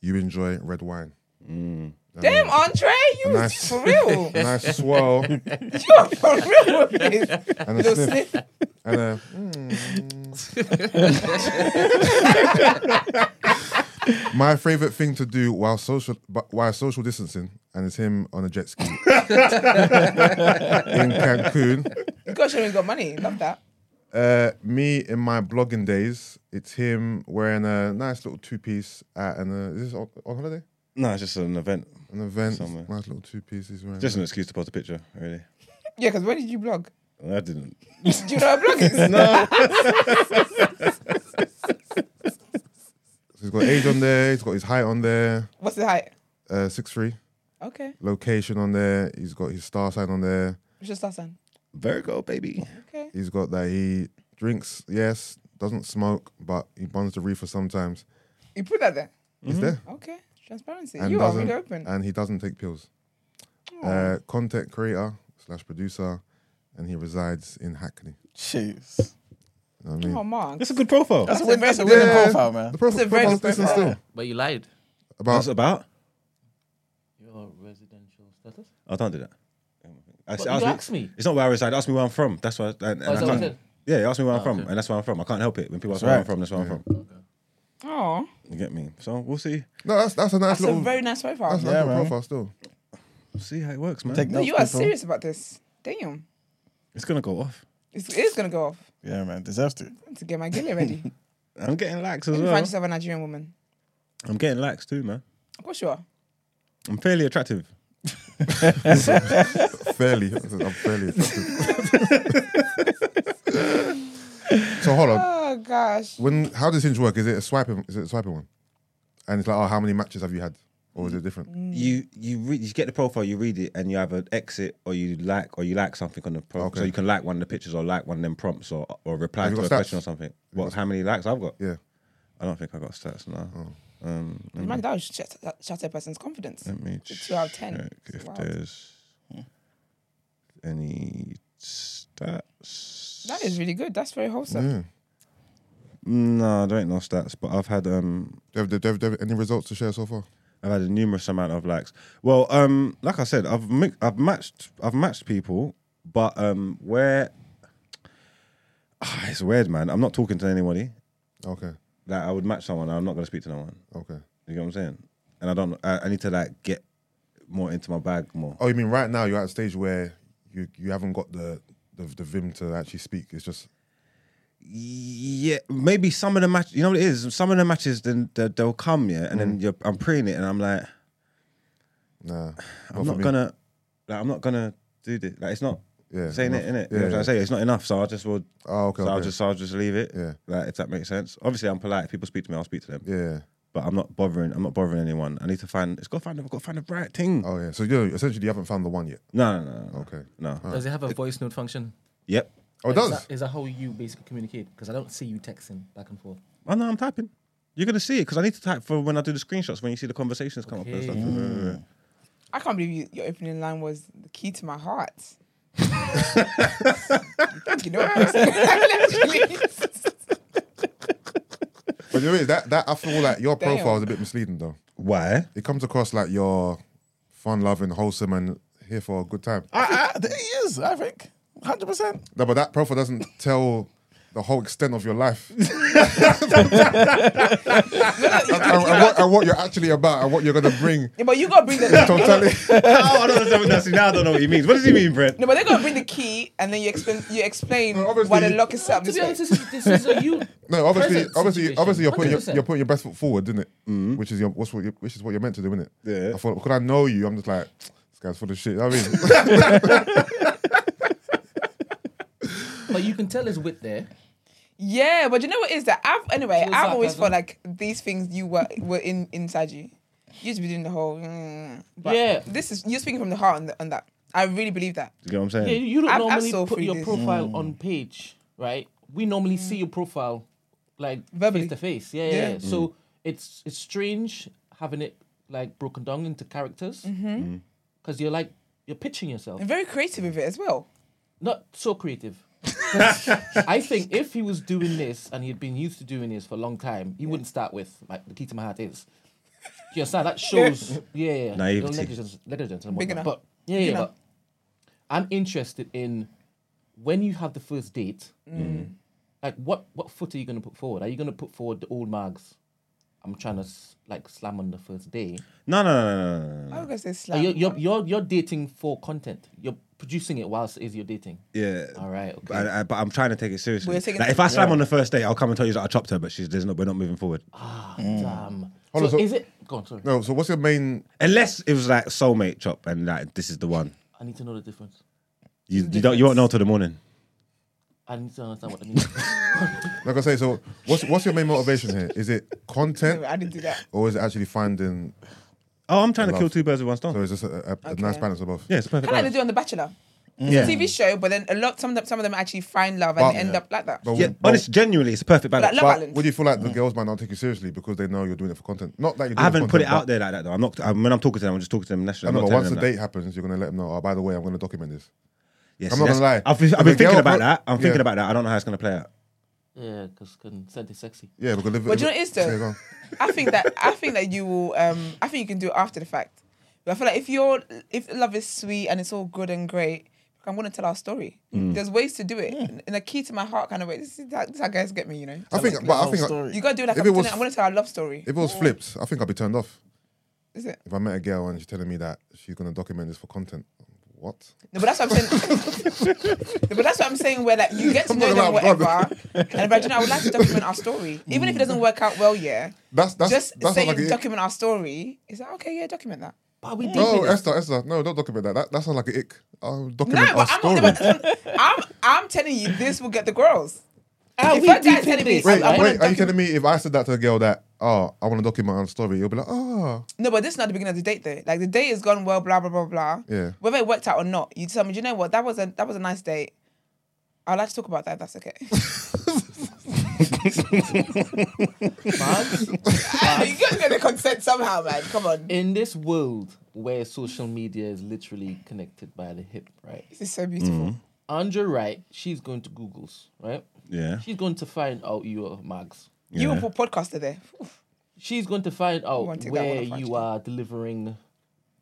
[SPEAKER 5] you enjoy red wine.
[SPEAKER 1] Mm. Damn, Andre, you
[SPEAKER 5] Nice.
[SPEAKER 1] for real.
[SPEAKER 5] A nice swirl and
[SPEAKER 1] You're for real with this.
[SPEAKER 5] a
[SPEAKER 1] Little
[SPEAKER 5] sniff.
[SPEAKER 1] sniff.
[SPEAKER 5] And uh, my favorite thing to do while social but while social distancing, and it's him on a jet ski in Cancun.
[SPEAKER 1] You got sure he's got money. Love that.
[SPEAKER 5] Uh, me in my blogging days, it's him wearing a nice little two piece at an uh, is this on, on holiday?
[SPEAKER 2] No, it's just an event.
[SPEAKER 5] An event,
[SPEAKER 2] Somewhere.
[SPEAKER 5] nice little two piece. He's wearing.
[SPEAKER 2] Just an excuse to post a picture, really.
[SPEAKER 1] Yeah, because where did you blog?
[SPEAKER 2] I didn't.
[SPEAKER 1] Do you know what a blog is? no.
[SPEAKER 5] he's got age on there. He's got his height on there.
[SPEAKER 1] What's the height?
[SPEAKER 5] Uh, six three.
[SPEAKER 1] Okay.
[SPEAKER 5] Location on there. He's got his star sign on there.
[SPEAKER 1] It's just us then.
[SPEAKER 2] Virgo, baby.
[SPEAKER 1] Okay.
[SPEAKER 5] He's got that he drinks, yes, doesn't smoke, but he bonds the reefer sometimes.
[SPEAKER 1] You put that there.
[SPEAKER 5] Is there?
[SPEAKER 1] Okay. Transparency.
[SPEAKER 5] And
[SPEAKER 1] Mm-hmm. Oh, you are
[SPEAKER 5] doesn't
[SPEAKER 1] really open.
[SPEAKER 5] and he doesn't take pills. Uh, content creator slash producer, and he resides in Hackney.
[SPEAKER 3] Jeez.
[SPEAKER 5] You know what I mean?
[SPEAKER 1] Oh, Mark.
[SPEAKER 2] That's a good profile.
[SPEAKER 3] That's,
[SPEAKER 2] That's
[SPEAKER 3] a win. That's a winning
[SPEAKER 5] Yeah,
[SPEAKER 3] profile, man.
[SPEAKER 5] The prof-
[SPEAKER 1] It's a very
[SPEAKER 5] profile's
[SPEAKER 1] good
[SPEAKER 5] decent
[SPEAKER 1] profile.
[SPEAKER 5] still.
[SPEAKER 4] But you lied.
[SPEAKER 5] About
[SPEAKER 2] about.
[SPEAKER 4] Your residential status?
[SPEAKER 2] Oh, I don't do that. I,
[SPEAKER 4] But you asked me.
[SPEAKER 2] It's not where I reside. Ask me where I'm from. That's why. And, and
[SPEAKER 4] Oh, is that
[SPEAKER 2] I
[SPEAKER 4] what
[SPEAKER 2] can't-
[SPEAKER 4] I said?
[SPEAKER 2] yeah, ask me where I'm
[SPEAKER 4] Oh,
[SPEAKER 2] from,
[SPEAKER 4] okay.
[SPEAKER 2] and that's where I'm from. I can't help it. When people ask
[SPEAKER 3] That's
[SPEAKER 2] where
[SPEAKER 3] right.
[SPEAKER 2] I'm from, that's where I'm from.
[SPEAKER 1] Oh,
[SPEAKER 2] You get me? So we'll see.
[SPEAKER 5] no, that's that's a nice
[SPEAKER 1] that's a
[SPEAKER 5] little
[SPEAKER 1] very nice profile.
[SPEAKER 5] that's a nice
[SPEAKER 3] Yeah,
[SPEAKER 5] little
[SPEAKER 3] man.
[SPEAKER 5] profile still.
[SPEAKER 2] We'll see how it works, man.
[SPEAKER 3] Take
[SPEAKER 1] no,
[SPEAKER 3] notes,
[SPEAKER 1] you are
[SPEAKER 3] people.
[SPEAKER 1] serious about this. Damn.
[SPEAKER 2] it's gonna go off.
[SPEAKER 1] It's, it is going to go off.
[SPEAKER 3] Yeah, man. Deserves to.
[SPEAKER 1] Time to get my gilly ready.
[SPEAKER 2] I'm getting lax as
[SPEAKER 1] Maybe
[SPEAKER 2] well.
[SPEAKER 1] find yourself a Nigerian woman.
[SPEAKER 2] I'm getting lax too, man.
[SPEAKER 1] Of course you are.
[SPEAKER 2] I'm fairly attractive.
[SPEAKER 5] Fairly, I'm fairly attractive. so hold on.
[SPEAKER 1] Oh, gosh.
[SPEAKER 5] When how does Hinge work? Is it a swiping? Is it a swiping one? And it's like, oh, how many matches have you had, or is it different?
[SPEAKER 4] Hmm.
[SPEAKER 2] You you re- you get the profile, you read it, and you have an exit, or you like, or you like something on the profile.
[SPEAKER 5] Okay.
[SPEAKER 2] So you can like one of the pictures, or like one of them prompts, or or reply
[SPEAKER 5] Have you
[SPEAKER 2] to a
[SPEAKER 5] got stats?
[SPEAKER 2] question or something. What? How many likes I've got?
[SPEAKER 5] Yeah. Oh.
[SPEAKER 2] I don't think I got stats now. Um, let me
[SPEAKER 1] Imagine that would shatter, shatter a person's confidence.
[SPEAKER 2] Let me
[SPEAKER 1] It's two out of ten.
[SPEAKER 2] check
[SPEAKER 1] It's
[SPEAKER 2] if
[SPEAKER 1] wild.
[SPEAKER 2] there's any stats.
[SPEAKER 1] That is really good. That's very wholesome.
[SPEAKER 5] Yeah.
[SPEAKER 2] No, there ain't no stats, but I've had um,
[SPEAKER 5] Do you have, do you have- do you have any results to share so far?
[SPEAKER 2] I've had a numerous amount of likes. Well, um, like I said, I've mi- I've matched I've matched people, but um, where Ah, it's weird, man. I'm not talking to anybody.
[SPEAKER 5] Okay.
[SPEAKER 2] Like I would match someone, I'm not gonna speak to no one.
[SPEAKER 5] Okay.
[SPEAKER 2] You know what I'm saying? And I don't. I, I need to like get more into my bag more.
[SPEAKER 5] Oh, you mean right now you're at a stage where you you haven't got the the, the vim to actually speak. It's just
[SPEAKER 2] Yeah, maybe some of the match. You know what it is. Some of the matches, then they- they'll come, yeah, and
[SPEAKER 5] Mm.
[SPEAKER 2] then you're, I'm preying it, and I'm like,
[SPEAKER 5] nah.
[SPEAKER 2] I'm
[SPEAKER 5] for
[SPEAKER 2] not
[SPEAKER 5] me.
[SPEAKER 2] gonna, like, I'm not gonna do this. Like, it's not
[SPEAKER 5] Yeah,
[SPEAKER 2] saying
[SPEAKER 5] enough.
[SPEAKER 2] it, innit?
[SPEAKER 5] Yeah,
[SPEAKER 2] You know what
[SPEAKER 5] yeah.
[SPEAKER 2] I'm saying? It's not enough. So I just will.
[SPEAKER 5] Oh, okay.
[SPEAKER 2] so I'll
[SPEAKER 5] okay.
[SPEAKER 2] just, so I'll just leave it.
[SPEAKER 5] Yeah.
[SPEAKER 2] like if that makes sense. Obviously, I'm polite. If people speak to me, I'll speak to them.
[SPEAKER 5] yeah.
[SPEAKER 2] But I'm not bothering. I'm not bothering anyone. I need to find. It's got to find. I've got to find the right thing.
[SPEAKER 5] Oh yeah. So you essentially you haven't found the one yet.
[SPEAKER 2] No, no, no, no. no.
[SPEAKER 5] Okay.
[SPEAKER 2] No.
[SPEAKER 4] Does it have a voice note function?
[SPEAKER 2] Yep.
[SPEAKER 5] Oh, it
[SPEAKER 4] Is
[SPEAKER 5] does.
[SPEAKER 4] that- is that how you basically communicate? Because I don't see you texting back and forth.
[SPEAKER 2] Oh no, I'm typing. You're gonna see it because I need to type for when I do the screenshots when you see the conversations come up and
[SPEAKER 4] Okay.
[SPEAKER 2] stuff.
[SPEAKER 1] I can't believe you, your opening line was the key to my heart. you know what I'm saying? Literally.
[SPEAKER 5] But you know, that that I feel like your
[SPEAKER 1] Damn.
[SPEAKER 5] profile is a bit misleading though.
[SPEAKER 2] Why?
[SPEAKER 5] It comes across like you're fun loving, wholesome, and here for a good time.
[SPEAKER 3] I, I, there he is, I think. 100%.
[SPEAKER 5] No, but that profile doesn't tell the whole extent of your life and, and what, and what you're actually about and what you're gonna bring.
[SPEAKER 1] Yeah, but you gotta bring the
[SPEAKER 5] Totally.
[SPEAKER 2] oh, I don't understand what that. See, now I don't know what he means. What does he mean, Brent?
[SPEAKER 1] no, but they're gonna bring the key, and then you explain you explain
[SPEAKER 5] No, obviously-
[SPEAKER 1] why the lock is set up
[SPEAKER 4] To
[SPEAKER 1] this
[SPEAKER 4] be
[SPEAKER 1] way.
[SPEAKER 4] honest, this is, this is a you.
[SPEAKER 5] No, obviously,
[SPEAKER 4] present
[SPEAKER 5] obviously,
[SPEAKER 4] situation. Mm-hmm.
[SPEAKER 5] obviously, you're putting your,
[SPEAKER 4] 100%.
[SPEAKER 5] you're putting your best foot forward, didn't it? Which is your what's what you, which is what you're meant to do, isn't it?
[SPEAKER 2] Yeah.
[SPEAKER 5] I thought because I know you, I'm just like this guy's full of shit. You know what I mean,
[SPEAKER 4] But you can tell his wit there.
[SPEAKER 1] Yeah, but you know what is that? I've anyway,
[SPEAKER 4] Full
[SPEAKER 1] I've always
[SPEAKER 4] sarcasm.
[SPEAKER 1] felt like these things you were were in inside you. You used to be doing the whole. mm, but
[SPEAKER 4] Yeah.
[SPEAKER 1] this is you're speaking from the heart on, the, on that. I really believe that.
[SPEAKER 2] You get what I'm saying?
[SPEAKER 4] Yeah, you don't
[SPEAKER 1] I've- I've
[SPEAKER 4] normally
[SPEAKER 1] saw
[SPEAKER 4] put
[SPEAKER 1] through
[SPEAKER 4] your
[SPEAKER 1] this.
[SPEAKER 4] profile on page, right? We normally see your profile like
[SPEAKER 1] Verbally.
[SPEAKER 4] face to face. Yeah, yeah. yeah. So it's it's strange having it like broken down into characters because you're like you're pitching yourself.
[SPEAKER 1] And very creative with it as well.
[SPEAKER 4] Not so creative. I think if he was doing this and he'd been used to doing this for a long time, he wouldn't start with like the key to my heart is. Do you understand? That shows yeah, yeah.
[SPEAKER 2] Naivety.
[SPEAKER 4] negligence, negligence and
[SPEAKER 1] Big
[SPEAKER 4] whatnot.
[SPEAKER 1] enough.
[SPEAKER 4] But yeah, yeah.
[SPEAKER 1] enough.
[SPEAKER 4] But I'm interested in when you have the first date,
[SPEAKER 1] Mm.
[SPEAKER 4] like what what foot are you gonna put forward? Are you gonna put forward the old mags? I'm trying to s- like slam on the first day.
[SPEAKER 2] No, no, no, no, no, no, no.
[SPEAKER 1] I was gonna say
[SPEAKER 4] Like,
[SPEAKER 1] slam.
[SPEAKER 4] you're, you're you're you're dating for content. You're producing it whilst it is you're dating.
[SPEAKER 2] Yeah.
[SPEAKER 4] All right. Okay.
[SPEAKER 2] But, I, I, but I'm trying to take it seriously.
[SPEAKER 1] We're taking
[SPEAKER 2] Like,
[SPEAKER 1] it-
[SPEAKER 2] if I slam on the first day, I'll come and tell you that I chopped her, but she's there's not. We're not moving forward.
[SPEAKER 1] Ah.
[SPEAKER 4] Damn. Um,
[SPEAKER 5] Hold on,
[SPEAKER 4] so
[SPEAKER 5] so-
[SPEAKER 4] is it? Go on. Sorry.
[SPEAKER 5] no. So what's your main?
[SPEAKER 2] Unless it was like soulmate chop, and like this is the one.
[SPEAKER 4] I need to know the difference.
[SPEAKER 2] You, you don't you won't know till the morning.
[SPEAKER 4] I need to understand what that means.
[SPEAKER 5] Like I say, so what's what's your main motivation here? Is it content
[SPEAKER 1] Anyway, I didn't do that.
[SPEAKER 5] or is it actually finding?
[SPEAKER 2] Oh, I'm trying to
[SPEAKER 5] Love.
[SPEAKER 2] kill two birds with one stone.
[SPEAKER 5] So is this a, a, a nice balance of both?
[SPEAKER 2] Yeah, it's perfect.
[SPEAKER 1] Kind of like
[SPEAKER 2] balance.
[SPEAKER 1] they do on The Bachelor.
[SPEAKER 2] Yeah.
[SPEAKER 1] TV show, but then a lot some of them, some of them actually find love and
[SPEAKER 5] But-
[SPEAKER 1] they end up like that.
[SPEAKER 5] But,
[SPEAKER 2] Yeah,
[SPEAKER 5] but,
[SPEAKER 2] honest, genuinely, it's a perfect balance.
[SPEAKER 1] Like Love
[SPEAKER 5] but
[SPEAKER 1] Island.
[SPEAKER 5] would you feel like the girls might not take you seriously because they know you're doing it for content? Not that you.
[SPEAKER 2] I haven't put it out there like that though. I'm not. I'm, when I'm talking to them, I'm just talking to them naturally.
[SPEAKER 5] I
[SPEAKER 2] I'm
[SPEAKER 5] know,
[SPEAKER 2] not
[SPEAKER 5] but
[SPEAKER 2] telling
[SPEAKER 5] once the
[SPEAKER 2] them that.
[SPEAKER 5] date happens, you're gonna let them know. Oh, by the way, I'm gonna document this.
[SPEAKER 2] Yes,
[SPEAKER 5] I'm not
[SPEAKER 2] that's-
[SPEAKER 5] gonna lie.
[SPEAKER 2] I've been,
[SPEAKER 5] If
[SPEAKER 2] I've
[SPEAKER 5] a
[SPEAKER 2] been
[SPEAKER 5] girl
[SPEAKER 2] thinking
[SPEAKER 5] pro-
[SPEAKER 2] about that. I'm thinking
[SPEAKER 5] Yeah.
[SPEAKER 2] about that. I don't know how it's gonna play out.
[SPEAKER 4] Yeah, because consent is sexy.
[SPEAKER 5] Yeah, because if,
[SPEAKER 1] But
[SPEAKER 5] if
[SPEAKER 1] do you know what it is though?
[SPEAKER 5] Yeah, go on.
[SPEAKER 1] I think that I think that you will. Um, I think you can do it after the fact. But I feel like if you're if love is sweet and it's all good and great, I'm gonna tell our story.
[SPEAKER 5] Mm.
[SPEAKER 1] There's ways to do it in a key to my heart kind of way. This is how, this is how guys get me, you know.
[SPEAKER 5] I think, but I think I,
[SPEAKER 1] You gotta do like I'm,
[SPEAKER 5] If it
[SPEAKER 1] doing
[SPEAKER 5] was-
[SPEAKER 1] it, I'm gonna tell our love story.
[SPEAKER 5] if it was flipped, I think I'd be turned off.
[SPEAKER 1] Is it?
[SPEAKER 5] If I met a girl and she's telling me that she's gonna document this for content, what?
[SPEAKER 1] No, but that's what I'm saying. no, but that's what I'm saying. Where like you get to
[SPEAKER 5] I'm
[SPEAKER 1] know
[SPEAKER 5] not
[SPEAKER 1] them,
[SPEAKER 5] allowed,
[SPEAKER 1] whatever. and but you know, I would like to document our story, even if it doesn't work out well. Yeah,
[SPEAKER 5] That's Mm. that's
[SPEAKER 1] just
[SPEAKER 5] that's
[SPEAKER 1] saying
[SPEAKER 5] not like an ick.
[SPEAKER 1] document our story. Is that okay? Yeah, document that.
[SPEAKER 4] But we
[SPEAKER 5] No, Esther, Esther, no, don't document that. That that sounds like an ick. I'll
[SPEAKER 1] No,
[SPEAKER 5] document our
[SPEAKER 1] but I'm
[SPEAKER 5] story.
[SPEAKER 1] not. But I'm I'm telling you, this will get the girls. if
[SPEAKER 4] we
[SPEAKER 1] that
[SPEAKER 4] deep
[SPEAKER 1] guy's telling
[SPEAKER 4] in
[SPEAKER 1] me,
[SPEAKER 4] this,
[SPEAKER 5] wait,
[SPEAKER 1] I, I
[SPEAKER 5] wait,
[SPEAKER 1] want
[SPEAKER 5] are you
[SPEAKER 1] to.
[SPEAKER 5] telling me if I said that to a girl that oh I want to document our story, you'll be like oh
[SPEAKER 1] No, but this is not the beginning of the date though. Like the date has gone well, blah blah blah blah.
[SPEAKER 5] Yeah.
[SPEAKER 1] Whether it worked out or not, you tell me. Do you know what? That was a that was a nice date. I'd like to talk about that. If that's okay. you gotta get the consent somehow, man. Come on.
[SPEAKER 4] in this world where social media is literally connected by the hip, right?
[SPEAKER 1] This is so beautiful.
[SPEAKER 5] Mm-hmm.
[SPEAKER 4] Andrew Wright, she's going to Google's, right?
[SPEAKER 2] Yeah.
[SPEAKER 4] She's going to find out your mags.
[SPEAKER 1] You will put podcaster there. Oof.
[SPEAKER 4] She's going to find out
[SPEAKER 1] won't take that one
[SPEAKER 4] where
[SPEAKER 1] off, actually.
[SPEAKER 4] you are delivering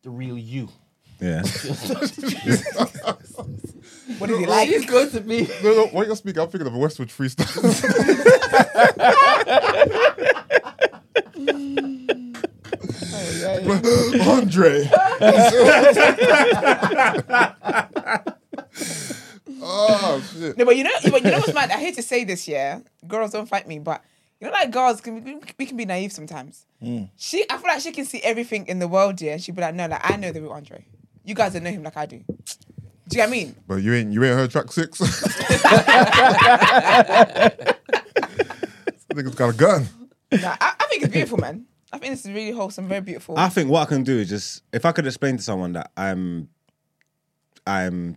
[SPEAKER 4] the real you.
[SPEAKER 2] Yeah.
[SPEAKER 1] What is it like?
[SPEAKER 4] She's going to be.
[SPEAKER 5] no no wait you're speaking I'm thinking of a Westwood freestyle. Andre. oh shit.
[SPEAKER 1] No, but you know, but you know what's mad? I hate to say this, yeah. Girls don't fight me, but you know, like girls can we, we can be naive sometimes.
[SPEAKER 2] Hmm.
[SPEAKER 1] She, I feel like she can see everything in the world, yeah. And she'd be like, no, like I know the real Andre. You guys don't know him like I do. Do you get what I mean?
[SPEAKER 5] But you ain't you ain't heard track six. Nigga's got a gun.
[SPEAKER 1] Like, I, I think it's beautiful, man. I think this is really wholesome, very beautiful.
[SPEAKER 2] I think what I can do is just if I could explain to someone that I'm, I'm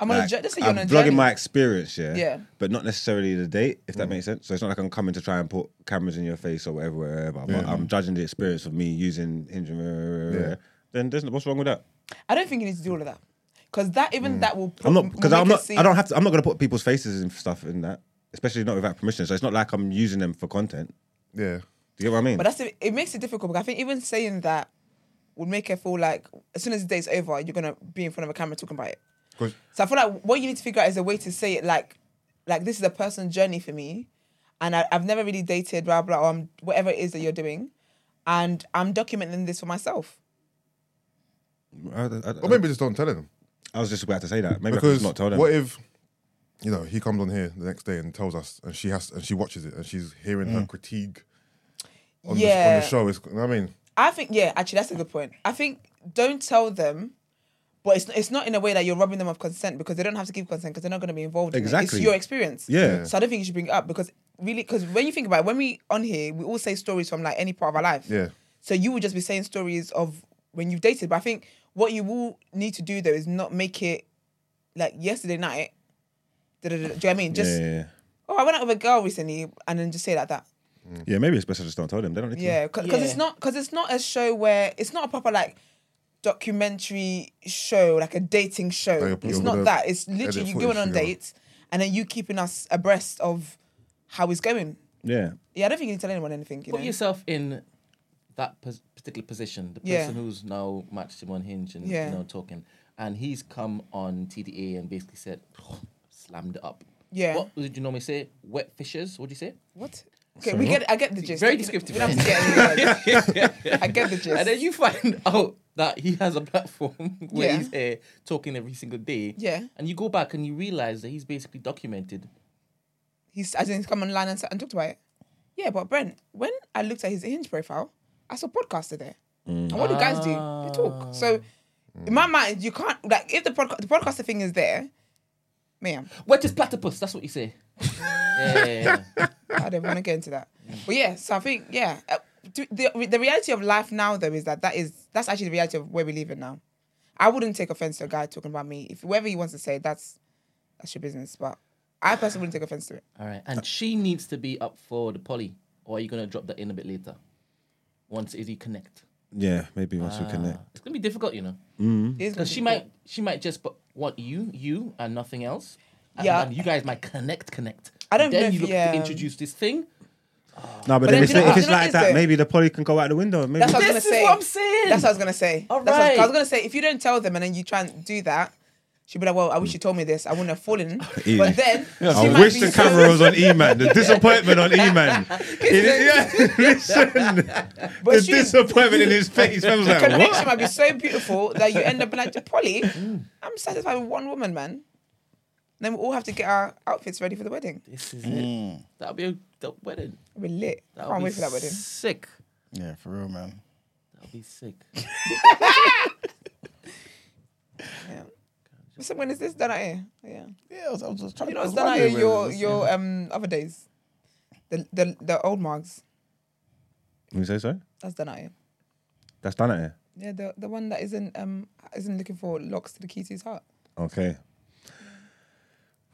[SPEAKER 1] I'm on a
[SPEAKER 2] like,
[SPEAKER 1] journey. Just say you're
[SPEAKER 2] I'm
[SPEAKER 1] on a
[SPEAKER 2] vlogging
[SPEAKER 1] journey.
[SPEAKER 2] my experience, yeah.
[SPEAKER 1] Yeah.
[SPEAKER 2] But not necessarily the date, if that
[SPEAKER 5] Mm.
[SPEAKER 2] makes sense. So it's not like I'm coming to try and put cameras in your face or whatever, whatever. But I'm judging the experience of me using Hinge. and- Then there's no, what's wrong with that?
[SPEAKER 1] I don't think you need to do all of that because that even that will.
[SPEAKER 2] Hmm. I'm not because I'm
[SPEAKER 1] make it
[SPEAKER 2] not.
[SPEAKER 1] seem-
[SPEAKER 2] I don't have to. I'm not gonna put people's faces and stuff in that, especially not without permission. So it's not like I'm using them for content.
[SPEAKER 5] Yeah.
[SPEAKER 2] Do you get what I mean?
[SPEAKER 1] But that's the, it makes it difficult because I think even saying that would make her feel like as soon as the date's over, you're gonna be in front of a camera talking about it.
[SPEAKER 5] 'Cause-
[SPEAKER 1] So I feel like what you need to figure out is a way to say it like, like this is a personal journey for me, and I, I've never really dated, blah blah, or I'm, whatever it is that you're doing, and I'm documenting this for myself.
[SPEAKER 2] I, I- I-
[SPEAKER 5] Or maybe just don't tell them.
[SPEAKER 2] I was just about to say that. Maybe I could
[SPEAKER 5] Because
[SPEAKER 2] just not tell them.
[SPEAKER 5] what if you know, he comes on here the next day and tells us and she has and she watches it and she's hearing
[SPEAKER 2] Mm.
[SPEAKER 5] her critique on,
[SPEAKER 1] yeah,
[SPEAKER 5] the, on the show. It's, you know what I mean?
[SPEAKER 1] I think yeah, actually that's a good point. I think don't tell them. But it's, it's not in a way that you're robbing them of consent because they don't have to give consent because they're not going to be involved. In it. It's
[SPEAKER 2] Exactly.
[SPEAKER 1] your experience.
[SPEAKER 2] Yeah.
[SPEAKER 1] So I don't think you should bring it up because really, because when you think about it, when we on here, we all say stories from like any part of our life.
[SPEAKER 5] Yeah.
[SPEAKER 1] So you would just be saying stories of when you've dated. But I think what you will need to do though is not make it like yesterday night. da, da, da, da. Do you know what I mean? Just
[SPEAKER 2] yeah, yeah,
[SPEAKER 1] oh, I went out with a girl recently, and then just say it like that.
[SPEAKER 2] yeah. yeah, maybe it's best I just don't tell them. They don't need to. know.
[SPEAKER 1] Yeah, because it's
[SPEAKER 4] Yeah.
[SPEAKER 1] not because it's not a show where it's not a proper like documentary show like a dating show.
[SPEAKER 5] Like, you're
[SPEAKER 1] it's not
[SPEAKER 5] gonna
[SPEAKER 1] that. It's
[SPEAKER 5] edit
[SPEAKER 1] literally you
[SPEAKER 5] footage
[SPEAKER 1] going on
[SPEAKER 5] together.
[SPEAKER 1] dates and then you keeping us abreast of how it's going.
[SPEAKER 2] Yeah.
[SPEAKER 1] Yeah, I don't think you can tell anyone anything. You
[SPEAKER 4] Put
[SPEAKER 1] know?
[SPEAKER 4] yourself in that pos- particular position, the person
[SPEAKER 1] Yeah.
[SPEAKER 4] who's now matched him on Hinge and
[SPEAKER 1] Yeah.
[SPEAKER 4] you know talking, and he's come on TDA and basically said, slammed it up.
[SPEAKER 1] Yeah.
[SPEAKER 4] What did you normally say? Wet fishes? What do you say?
[SPEAKER 1] What? Okay, we get. I get the gist.
[SPEAKER 4] Very
[SPEAKER 1] We-
[SPEAKER 4] descriptive.
[SPEAKER 1] we don't have to get any words. I get the
[SPEAKER 4] And then
[SPEAKER 1] gist.
[SPEAKER 4] you find out that he has a platform where
[SPEAKER 1] Yeah.
[SPEAKER 4] he's here talking every single day.
[SPEAKER 1] Yeah.
[SPEAKER 4] And you go back and you realize that he's basically documented.
[SPEAKER 1] He's as in he's come online and, s- and talked about it. Yeah, but Brent, when I looked at his Hinge profile, I saw podcaster there. And what do guys do? They talk. So in my mind, you can't like if the podcast the podcaster thing is there, man,
[SPEAKER 4] Wet is platypus. That's what you say. yeah, yeah, yeah.
[SPEAKER 1] I don't want to get into that. But yeah, so I think yeah, uh, do- the the reality of life now though is that that is that's actually the reality of where we live in now. I wouldn't take offense to a guy talking about me if whoever he wants to say that's that's your business, but I personally wouldn't take offense to it.
[SPEAKER 4] All right. And she needs to be up for the poly, or are you gonna drop that in a bit later? Once is he connect? Uh,
[SPEAKER 2] Yeah, maybe once we connect.
[SPEAKER 1] Ah.
[SPEAKER 4] It's gonna be difficult, you know,
[SPEAKER 1] It's gonna
[SPEAKER 4] because she
[SPEAKER 1] be
[SPEAKER 4] might she might just but want you, you and nothing else. And,
[SPEAKER 1] Yeah.
[SPEAKER 4] and you guys might connect, connect.
[SPEAKER 1] I don't know
[SPEAKER 4] then
[SPEAKER 1] if-
[SPEAKER 4] you look
[SPEAKER 1] yeah.
[SPEAKER 4] to introduce this thing.
[SPEAKER 2] No,
[SPEAKER 1] But
[SPEAKER 2] but, then,
[SPEAKER 1] then
[SPEAKER 2] if,
[SPEAKER 1] do you know
[SPEAKER 2] if
[SPEAKER 1] what-
[SPEAKER 2] it's
[SPEAKER 1] do you know
[SPEAKER 2] like
[SPEAKER 1] what it is
[SPEAKER 2] that,
[SPEAKER 1] though?
[SPEAKER 2] maybe the poly can go out the window. Maybe
[SPEAKER 1] That's what I was
[SPEAKER 4] This
[SPEAKER 1] gonna
[SPEAKER 4] is
[SPEAKER 1] say.
[SPEAKER 4] what I'm saying.
[SPEAKER 1] That's what I was gonna say.
[SPEAKER 4] All
[SPEAKER 1] That's what I was
[SPEAKER 4] right.
[SPEAKER 1] gonna say. If you don't tell them and then you try and do that, she'll be like, "Well, I wish you told me this. I wouldn't have fallen."
[SPEAKER 2] Ew.
[SPEAKER 1] But then she
[SPEAKER 2] I
[SPEAKER 1] might
[SPEAKER 2] wish
[SPEAKER 1] be
[SPEAKER 2] the
[SPEAKER 1] so-
[SPEAKER 2] camera was on E Man. The disappointment on E Man. yeah, listen.
[SPEAKER 1] But
[SPEAKER 2] the
[SPEAKER 1] she-
[SPEAKER 2] disappointment in his face. Man was
[SPEAKER 1] The
[SPEAKER 2] like,
[SPEAKER 1] connection
[SPEAKER 2] what?
[SPEAKER 1] might be so beautiful that you end up being like, "Polly, I'm satisfied with one woman, man." Then we all have to get our outfits ready for the wedding.
[SPEAKER 4] This is
[SPEAKER 3] Mm.
[SPEAKER 4] it. That'll be a that wedding.
[SPEAKER 1] We're lit.
[SPEAKER 4] That'll
[SPEAKER 1] Can't
[SPEAKER 4] be
[SPEAKER 1] wait for that wedding.
[SPEAKER 4] Sick.
[SPEAKER 3] Yeah, for real, man.
[SPEAKER 4] That'll be sick.
[SPEAKER 1] Yeah. So when is this done out here? Yeah.
[SPEAKER 3] Yeah, I was, I was just trying
[SPEAKER 1] You
[SPEAKER 3] to
[SPEAKER 1] know, it's
[SPEAKER 3] was
[SPEAKER 1] done out here.
[SPEAKER 3] wondering where it
[SPEAKER 1] Your
[SPEAKER 3] was.
[SPEAKER 1] your um other days, the the the old margs.
[SPEAKER 2] You say so?
[SPEAKER 1] That's done out here.
[SPEAKER 2] That's done it. here.
[SPEAKER 1] Yeah, the the one that isn't um isn't looking for locks to the key to his heart.
[SPEAKER 2] Okay.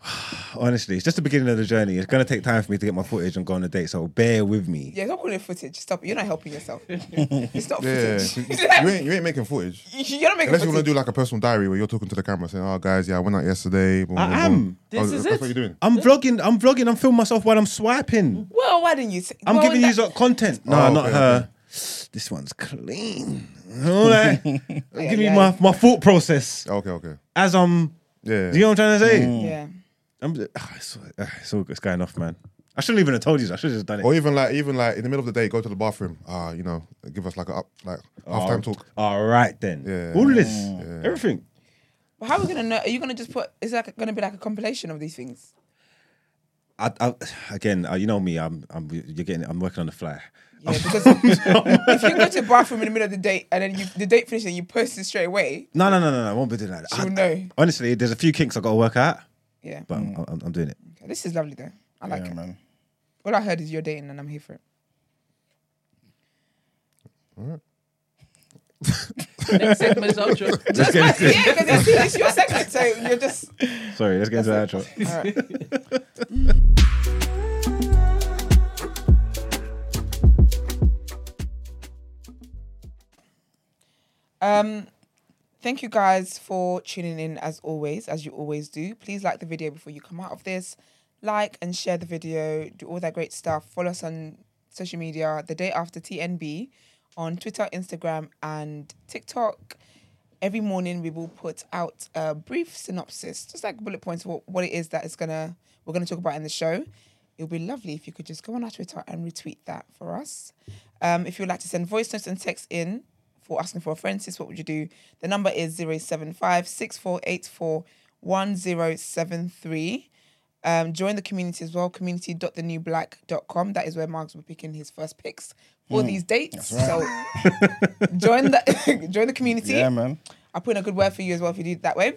[SPEAKER 2] Honestly, it's just the beginning of the journey. It's gonna take time for me to get my footage and go on a date, so bear with me.
[SPEAKER 1] Yeah, don't call it footage. Stop. it. You're not helping yourself. it's not
[SPEAKER 5] Yeah,
[SPEAKER 1] footage.
[SPEAKER 5] you ain't you ain't making footage.
[SPEAKER 1] You're not making
[SPEAKER 5] Unless you want
[SPEAKER 1] footage.
[SPEAKER 5] to do like a personal diary where you're talking to the camera saying, "Oh, guys, yeah, I went out yesterday." boom,
[SPEAKER 2] I
[SPEAKER 5] boom,
[SPEAKER 2] am.
[SPEAKER 5] boom."
[SPEAKER 4] This is
[SPEAKER 5] that's
[SPEAKER 4] it.
[SPEAKER 5] what you're doing.
[SPEAKER 2] I'm vlogging. I'm vlogging. I'm filming myself while I'm swiping.
[SPEAKER 1] well, why didn't you? T-
[SPEAKER 2] I'm
[SPEAKER 1] well,
[SPEAKER 2] giving you
[SPEAKER 1] that-
[SPEAKER 2] like content. No,
[SPEAKER 5] Oh,
[SPEAKER 2] not
[SPEAKER 5] okay,
[SPEAKER 2] her. This one's clean. All right. Give me
[SPEAKER 1] yeah.
[SPEAKER 2] my, my thought process
[SPEAKER 5] Oh, Okay, okay.
[SPEAKER 2] as I'm.
[SPEAKER 5] Yeah.
[SPEAKER 2] Do you know what I'm trying to say?
[SPEAKER 1] Yeah.
[SPEAKER 2] I'm, ah, it's, ah, it's all it's going off, man. I shouldn't even have told you. That. I should have just done it.
[SPEAKER 5] Or even like, even like in the middle of the day, go to the bathroom. Ah, you know, give us like a up, like
[SPEAKER 2] Oh.
[SPEAKER 5] half time talk.
[SPEAKER 2] All right then.
[SPEAKER 5] Yeah.
[SPEAKER 2] All this, everything.
[SPEAKER 1] But how are we gonna know? Are you gonna just put? Is that gonna be like a compilation of these things?
[SPEAKER 2] I, I, again, uh, you know me. I'm, I'm. You're getting. I'm working on the fly.
[SPEAKER 1] Yeah, because if you go to the bathroom in the middle of the date and then you, the date finishes and you post it straight away,
[SPEAKER 2] No, no, no, no, no. I won't be doing that.
[SPEAKER 1] she'll
[SPEAKER 2] I-
[SPEAKER 1] know. Mm.
[SPEAKER 2] honestly, there's a few kinks I got to work out,
[SPEAKER 1] Yeah.
[SPEAKER 2] but I'm, I'm, I'm doing it.
[SPEAKER 1] Okay, This is lovely though. I like
[SPEAKER 3] Yeah,
[SPEAKER 1] it.
[SPEAKER 3] man.
[SPEAKER 1] All I heard is you're dating and I'm here for it.
[SPEAKER 4] Next segment is outro.
[SPEAKER 2] Let's get into
[SPEAKER 1] Yeah, because it's, it's your segment, so you're just.
[SPEAKER 2] it. Sorry, let's get into that outro.
[SPEAKER 1] All right. Um, thank you guys for tuning in as always, as you always do. Please like the video before you come out of this. Like and share the video. Do all that great stuff. Follow us on social media. The day after TNB on Twitter, Instagram, and TikTok. Every morning we will put out a brief synopsis, just like bullet points, what, what it is that is gonna we're gonna talk about in the show. It would be lovely if you could just go on our Twitter and retweet that for us. Um, if you would like to send voice notes and text in for asking for a friend, sis, what would you do? The number is 075 6484 1073. Um, join the community as well, community.thenewblack.com. That is where Marks will be picking his first picks for
[SPEAKER 3] Hmm.
[SPEAKER 1] these dates. So join the join the community.
[SPEAKER 3] Yeah, man.
[SPEAKER 1] I'll put in a good word for you as well if you do it that way.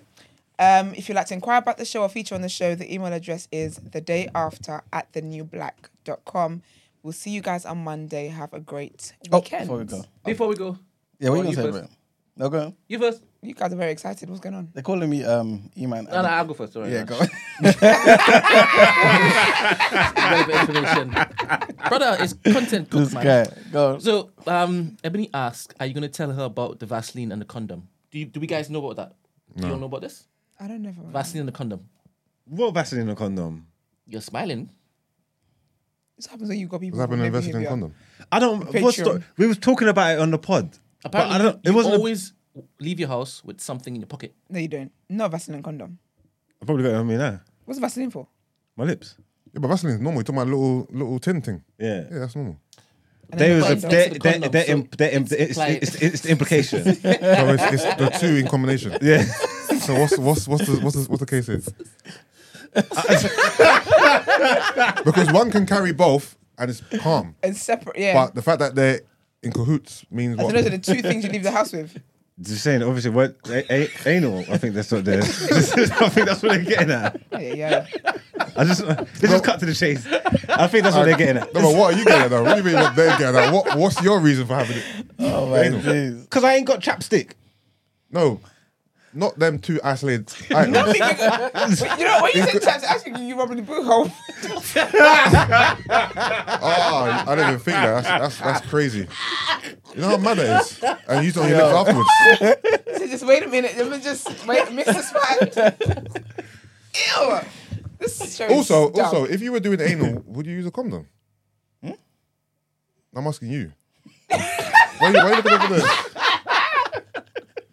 [SPEAKER 1] Um, if you'd like to inquire about the show or feature on the show, the email address is the day after at thenewblack.com. We'll see you guys on Monday. Have a great weekend.
[SPEAKER 3] Oh, Before we go.
[SPEAKER 4] Before we go,
[SPEAKER 3] Yeah, what
[SPEAKER 4] Oh,
[SPEAKER 3] are you
[SPEAKER 4] you
[SPEAKER 3] going to say,
[SPEAKER 4] first.
[SPEAKER 3] bro? No, go on.
[SPEAKER 4] you first.
[SPEAKER 1] You guys are very excited. What's going on?
[SPEAKER 3] They're calling me um, E-Man.
[SPEAKER 4] No, no, I'll go first. Sorry,
[SPEAKER 3] Yeah,
[SPEAKER 4] man.
[SPEAKER 3] go on.
[SPEAKER 4] Relevant information. Brother, it's content cook,
[SPEAKER 3] this
[SPEAKER 4] man.
[SPEAKER 3] guy. Go on.
[SPEAKER 4] So, um, Ebony asked, "Are you gonna tell her about the Vaseline and the condom? Do you, do we guys know about that? Do you all know about this
[SPEAKER 1] I don't know. if I'm-
[SPEAKER 4] Vaseline and the condom?
[SPEAKER 2] What Vaseline and condom?
[SPEAKER 4] You're smiling.
[SPEAKER 1] This happens when you've got people.
[SPEAKER 5] What's happening?
[SPEAKER 1] with no
[SPEAKER 5] Investing in
[SPEAKER 1] behaviour.
[SPEAKER 5] condom.
[SPEAKER 2] I don't. What's
[SPEAKER 1] Patreon.
[SPEAKER 2] the, we was talking about it on the pod. but
[SPEAKER 4] Apparently,
[SPEAKER 2] I don't, it
[SPEAKER 4] you
[SPEAKER 2] wasn't. a-
[SPEAKER 4] always leave your house with something in your pocket.
[SPEAKER 1] No, you don't. No Vaseline and condom.
[SPEAKER 2] I probably got it on me now.
[SPEAKER 1] What's Vaseline for?
[SPEAKER 2] My lips.
[SPEAKER 5] Yeah, but Vaseline's normal. You're talking about little little tin thing.
[SPEAKER 2] Yeah.
[SPEAKER 5] Yeah, that's normal.
[SPEAKER 1] then
[SPEAKER 2] There
[SPEAKER 1] you
[SPEAKER 2] was
[SPEAKER 1] put
[SPEAKER 2] a
[SPEAKER 1] it
[SPEAKER 2] there,
[SPEAKER 4] into the
[SPEAKER 2] there,
[SPEAKER 4] condom,
[SPEAKER 2] there,
[SPEAKER 4] so
[SPEAKER 2] imp- there, imp- it's,
[SPEAKER 4] like-
[SPEAKER 2] it's, it's the implication.
[SPEAKER 5] So it's, it's the two in combination.
[SPEAKER 2] yeah.
[SPEAKER 5] So what's what's what's the what's the, what's the case here? because one can carry both and it's calm,
[SPEAKER 1] And separate, yeah.
[SPEAKER 5] but the fact that they're in cahoots means
[SPEAKER 1] so
[SPEAKER 5] what?
[SPEAKER 1] those are the two things you leave the house with.
[SPEAKER 2] Just saying, obviously, what a, a, anal? I think that's what they're. I think that's what they're getting at.
[SPEAKER 1] Oh, yeah, yeah.
[SPEAKER 2] I just let's just cut to the chase. I think that's what they're getting at.
[SPEAKER 5] No, but what are you getting at? Though? What do you mean what they're getting at? What what's your reason for having it?
[SPEAKER 3] Oh, my jeez.
[SPEAKER 2] Because I ain't got chapstick.
[SPEAKER 5] No, not them two isolated. items.
[SPEAKER 1] you know when you said chaps, actually you rubbing the boot hole.
[SPEAKER 5] Ah, I didn't even think that. That's, that's, that's crazy. You know how mad that is? And you don't even live afterwards.
[SPEAKER 1] So just wait a minute. Let me just wait. Mix the spot. Ew. This This show is
[SPEAKER 5] Also,
[SPEAKER 1] dumb.
[SPEAKER 5] also, if you were doing anal, would you use a condom? I'm asking you. why, are you, why are you looking over there?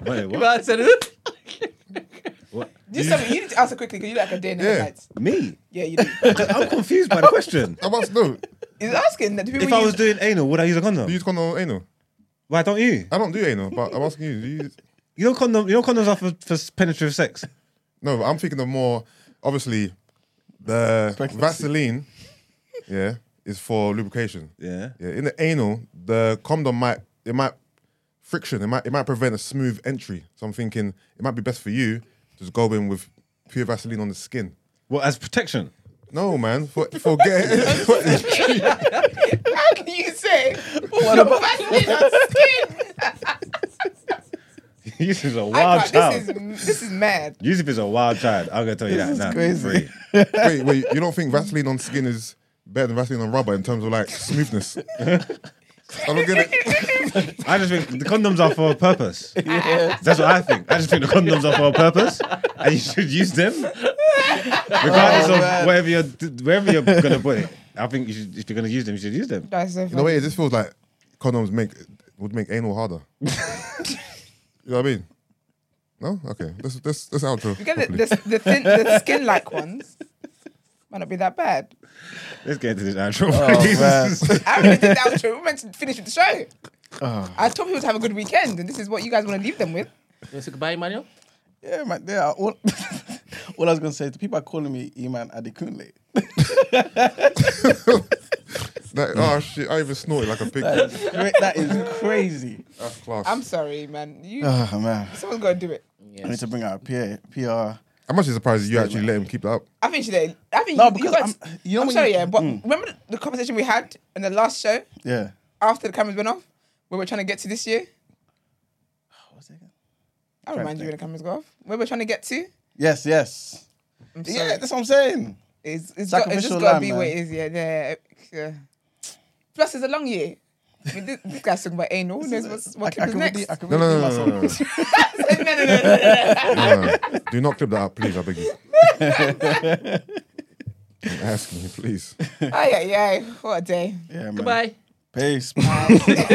[SPEAKER 2] Wait, what?
[SPEAKER 4] Man said, "Huh?"
[SPEAKER 1] Do something. You need to answer quickly because you look like a dinner.
[SPEAKER 5] Yeah.
[SPEAKER 1] Yeah.
[SPEAKER 2] Me?
[SPEAKER 1] yeah, you do.
[SPEAKER 2] I'm confused by the question.
[SPEAKER 5] I must know.
[SPEAKER 1] He's asking that do people
[SPEAKER 2] If I
[SPEAKER 1] use
[SPEAKER 2] was doing anal, would I use a
[SPEAKER 5] Do you
[SPEAKER 2] condom?
[SPEAKER 5] use condom or anal?
[SPEAKER 2] Why don't you?
[SPEAKER 5] I don't do anal, but I'm asking you. Do you use...
[SPEAKER 2] You know, condom. You know, condoms are for, for penetrative sex.
[SPEAKER 5] No, I'm thinking of more. Obviously, the Vaseline, yeah, is for lubrication.
[SPEAKER 2] Yeah.
[SPEAKER 5] Yeah, in the anal, the condom might it might friction. It might it might prevent a smooth entry. So I'm thinking it might be best for you to just go in with pure Vaseline on the skin.
[SPEAKER 2] Well, as protection.
[SPEAKER 5] No, man, for for getting for entry.
[SPEAKER 1] How can you say what about skin?
[SPEAKER 2] this is a
[SPEAKER 1] I
[SPEAKER 2] wild
[SPEAKER 1] can't,
[SPEAKER 2] child.
[SPEAKER 1] this is this is mad.
[SPEAKER 2] Yusuf is a wild child. I'm gonna tell you that now. Crazy.
[SPEAKER 5] Wait, wait, you don't think Vaseline on skin is better than Vaseline on rubber in terms of like smoothness? I don't get it.
[SPEAKER 2] I just think the condoms are for a purpose. That's what I think. I just think the condoms are for a purpose, and you should use them,
[SPEAKER 1] Oh,
[SPEAKER 2] regardless of wherever you're wherever you're gonna put it. I think you should, if you're gonna use them, you should use them.
[SPEAKER 1] That's so
[SPEAKER 5] You know
[SPEAKER 1] funny.
[SPEAKER 5] what? It just feels like condoms make would make anal harder. you know what I mean? No, okay. That's that's that's outro.
[SPEAKER 1] Because the,
[SPEAKER 5] properly.
[SPEAKER 1] the, the, thin, the skin-like ones might not be that bad.
[SPEAKER 2] Let's get into this outro.
[SPEAKER 1] Oh, I really think that was true. We meant to finish with the show.
[SPEAKER 3] Ah.
[SPEAKER 1] I told people to have a good weekend, and this is what you guys want to leave them with.
[SPEAKER 4] You wanna say goodbye, Emmanuel?
[SPEAKER 3] Yeah, man. They are all. all I was gonna say is the people are calling me Iman Adekunle.
[SPEAKER 5] Like, oh shit! I even snorted like a pig.
[SPEAKER 3] That is cra- that is crazy.
[SPEAKER 5] That's class.
[SPEAKER 1] I'm sorry, man. You,
[SPEAKER 5] Ah,
[SPEAKER 3] Oh man,
[SPEAKER 1] someone's got to do it.
[SPEAKER 3] I need to bring out a PR. PR.
[SPEAKER 5] I'm actually surprised you actually let him keep that up.
[SPEAKER 1] I think today. I think
[SPEAKER 3] No,
[SPEAKER 1] you,
[SPEAKER 3] because
[SPEAKER 1] you guys,
[SPEAKER 3] I'm-
[SPEAKER 1] I'm,
[SPEAKER 3] you know when
[SPEAKER 1] sorry,
[SPEAKER 3] you- Mm.
[SPEAKER 1] yeah. But remember the, the conversation we had in the last show
[SPEAKER 3] Yeah.
[SPEAKER 1] after the cameras went off, where we're trying to get to this year.
[SPEAKER 3] What's it again?
[SPEAKER 1] I'll remind you when the cameras go off. Where we're trying to get to
[SPEAKER 3] Yes, yes.
[SPEAKER 1] sorry.
[SPEAKER 3] Yeah, that's what I'm saying.
[SPEAKER 1] is it's, got, it's
[SPEAKER 3] Sacrificial
[SPEAKER 1] just got to
[SPEAKER 3] lamb,
[SPEAKER 1] be what it
[SPEAKER 3] man.
[SPEAKER 1] is. Yeah, yeah, yeah. Plus, it's a long year. I mean, this, this guy's talking about anal. Who knows what's, what
[SPEAKER 3] I, I
[SPEAKER 1] comes
[SPEAKER 3] can
[SPEAKER 1] next?
[SPEAKER 3] really, I can
[SPEAKER 5] No,
[SPEAKER 3] really
[SPEAKER 5] no,
[SPEAKER 3] do
[SPEAKER 5] no,
[SPEAKER 3] myself.
[SPEAKER 5] no, no,
[SPEAKER 1] no, no, no,
[SPEAKER 5] no,
[SPEAKER 1] no, no, no.
[SPEAKER 5] no, no, no. Do not clip that up, please. I beg you. I'm asking you, please.
[SPEAKER 1] Ay, ay, ay. What a day.
[SPEAKER 3] Yeah, man.
[SPEAKER 4] Goodbye.
[SPEAKER 3] Peace.
[SPEAKER 1] Bye.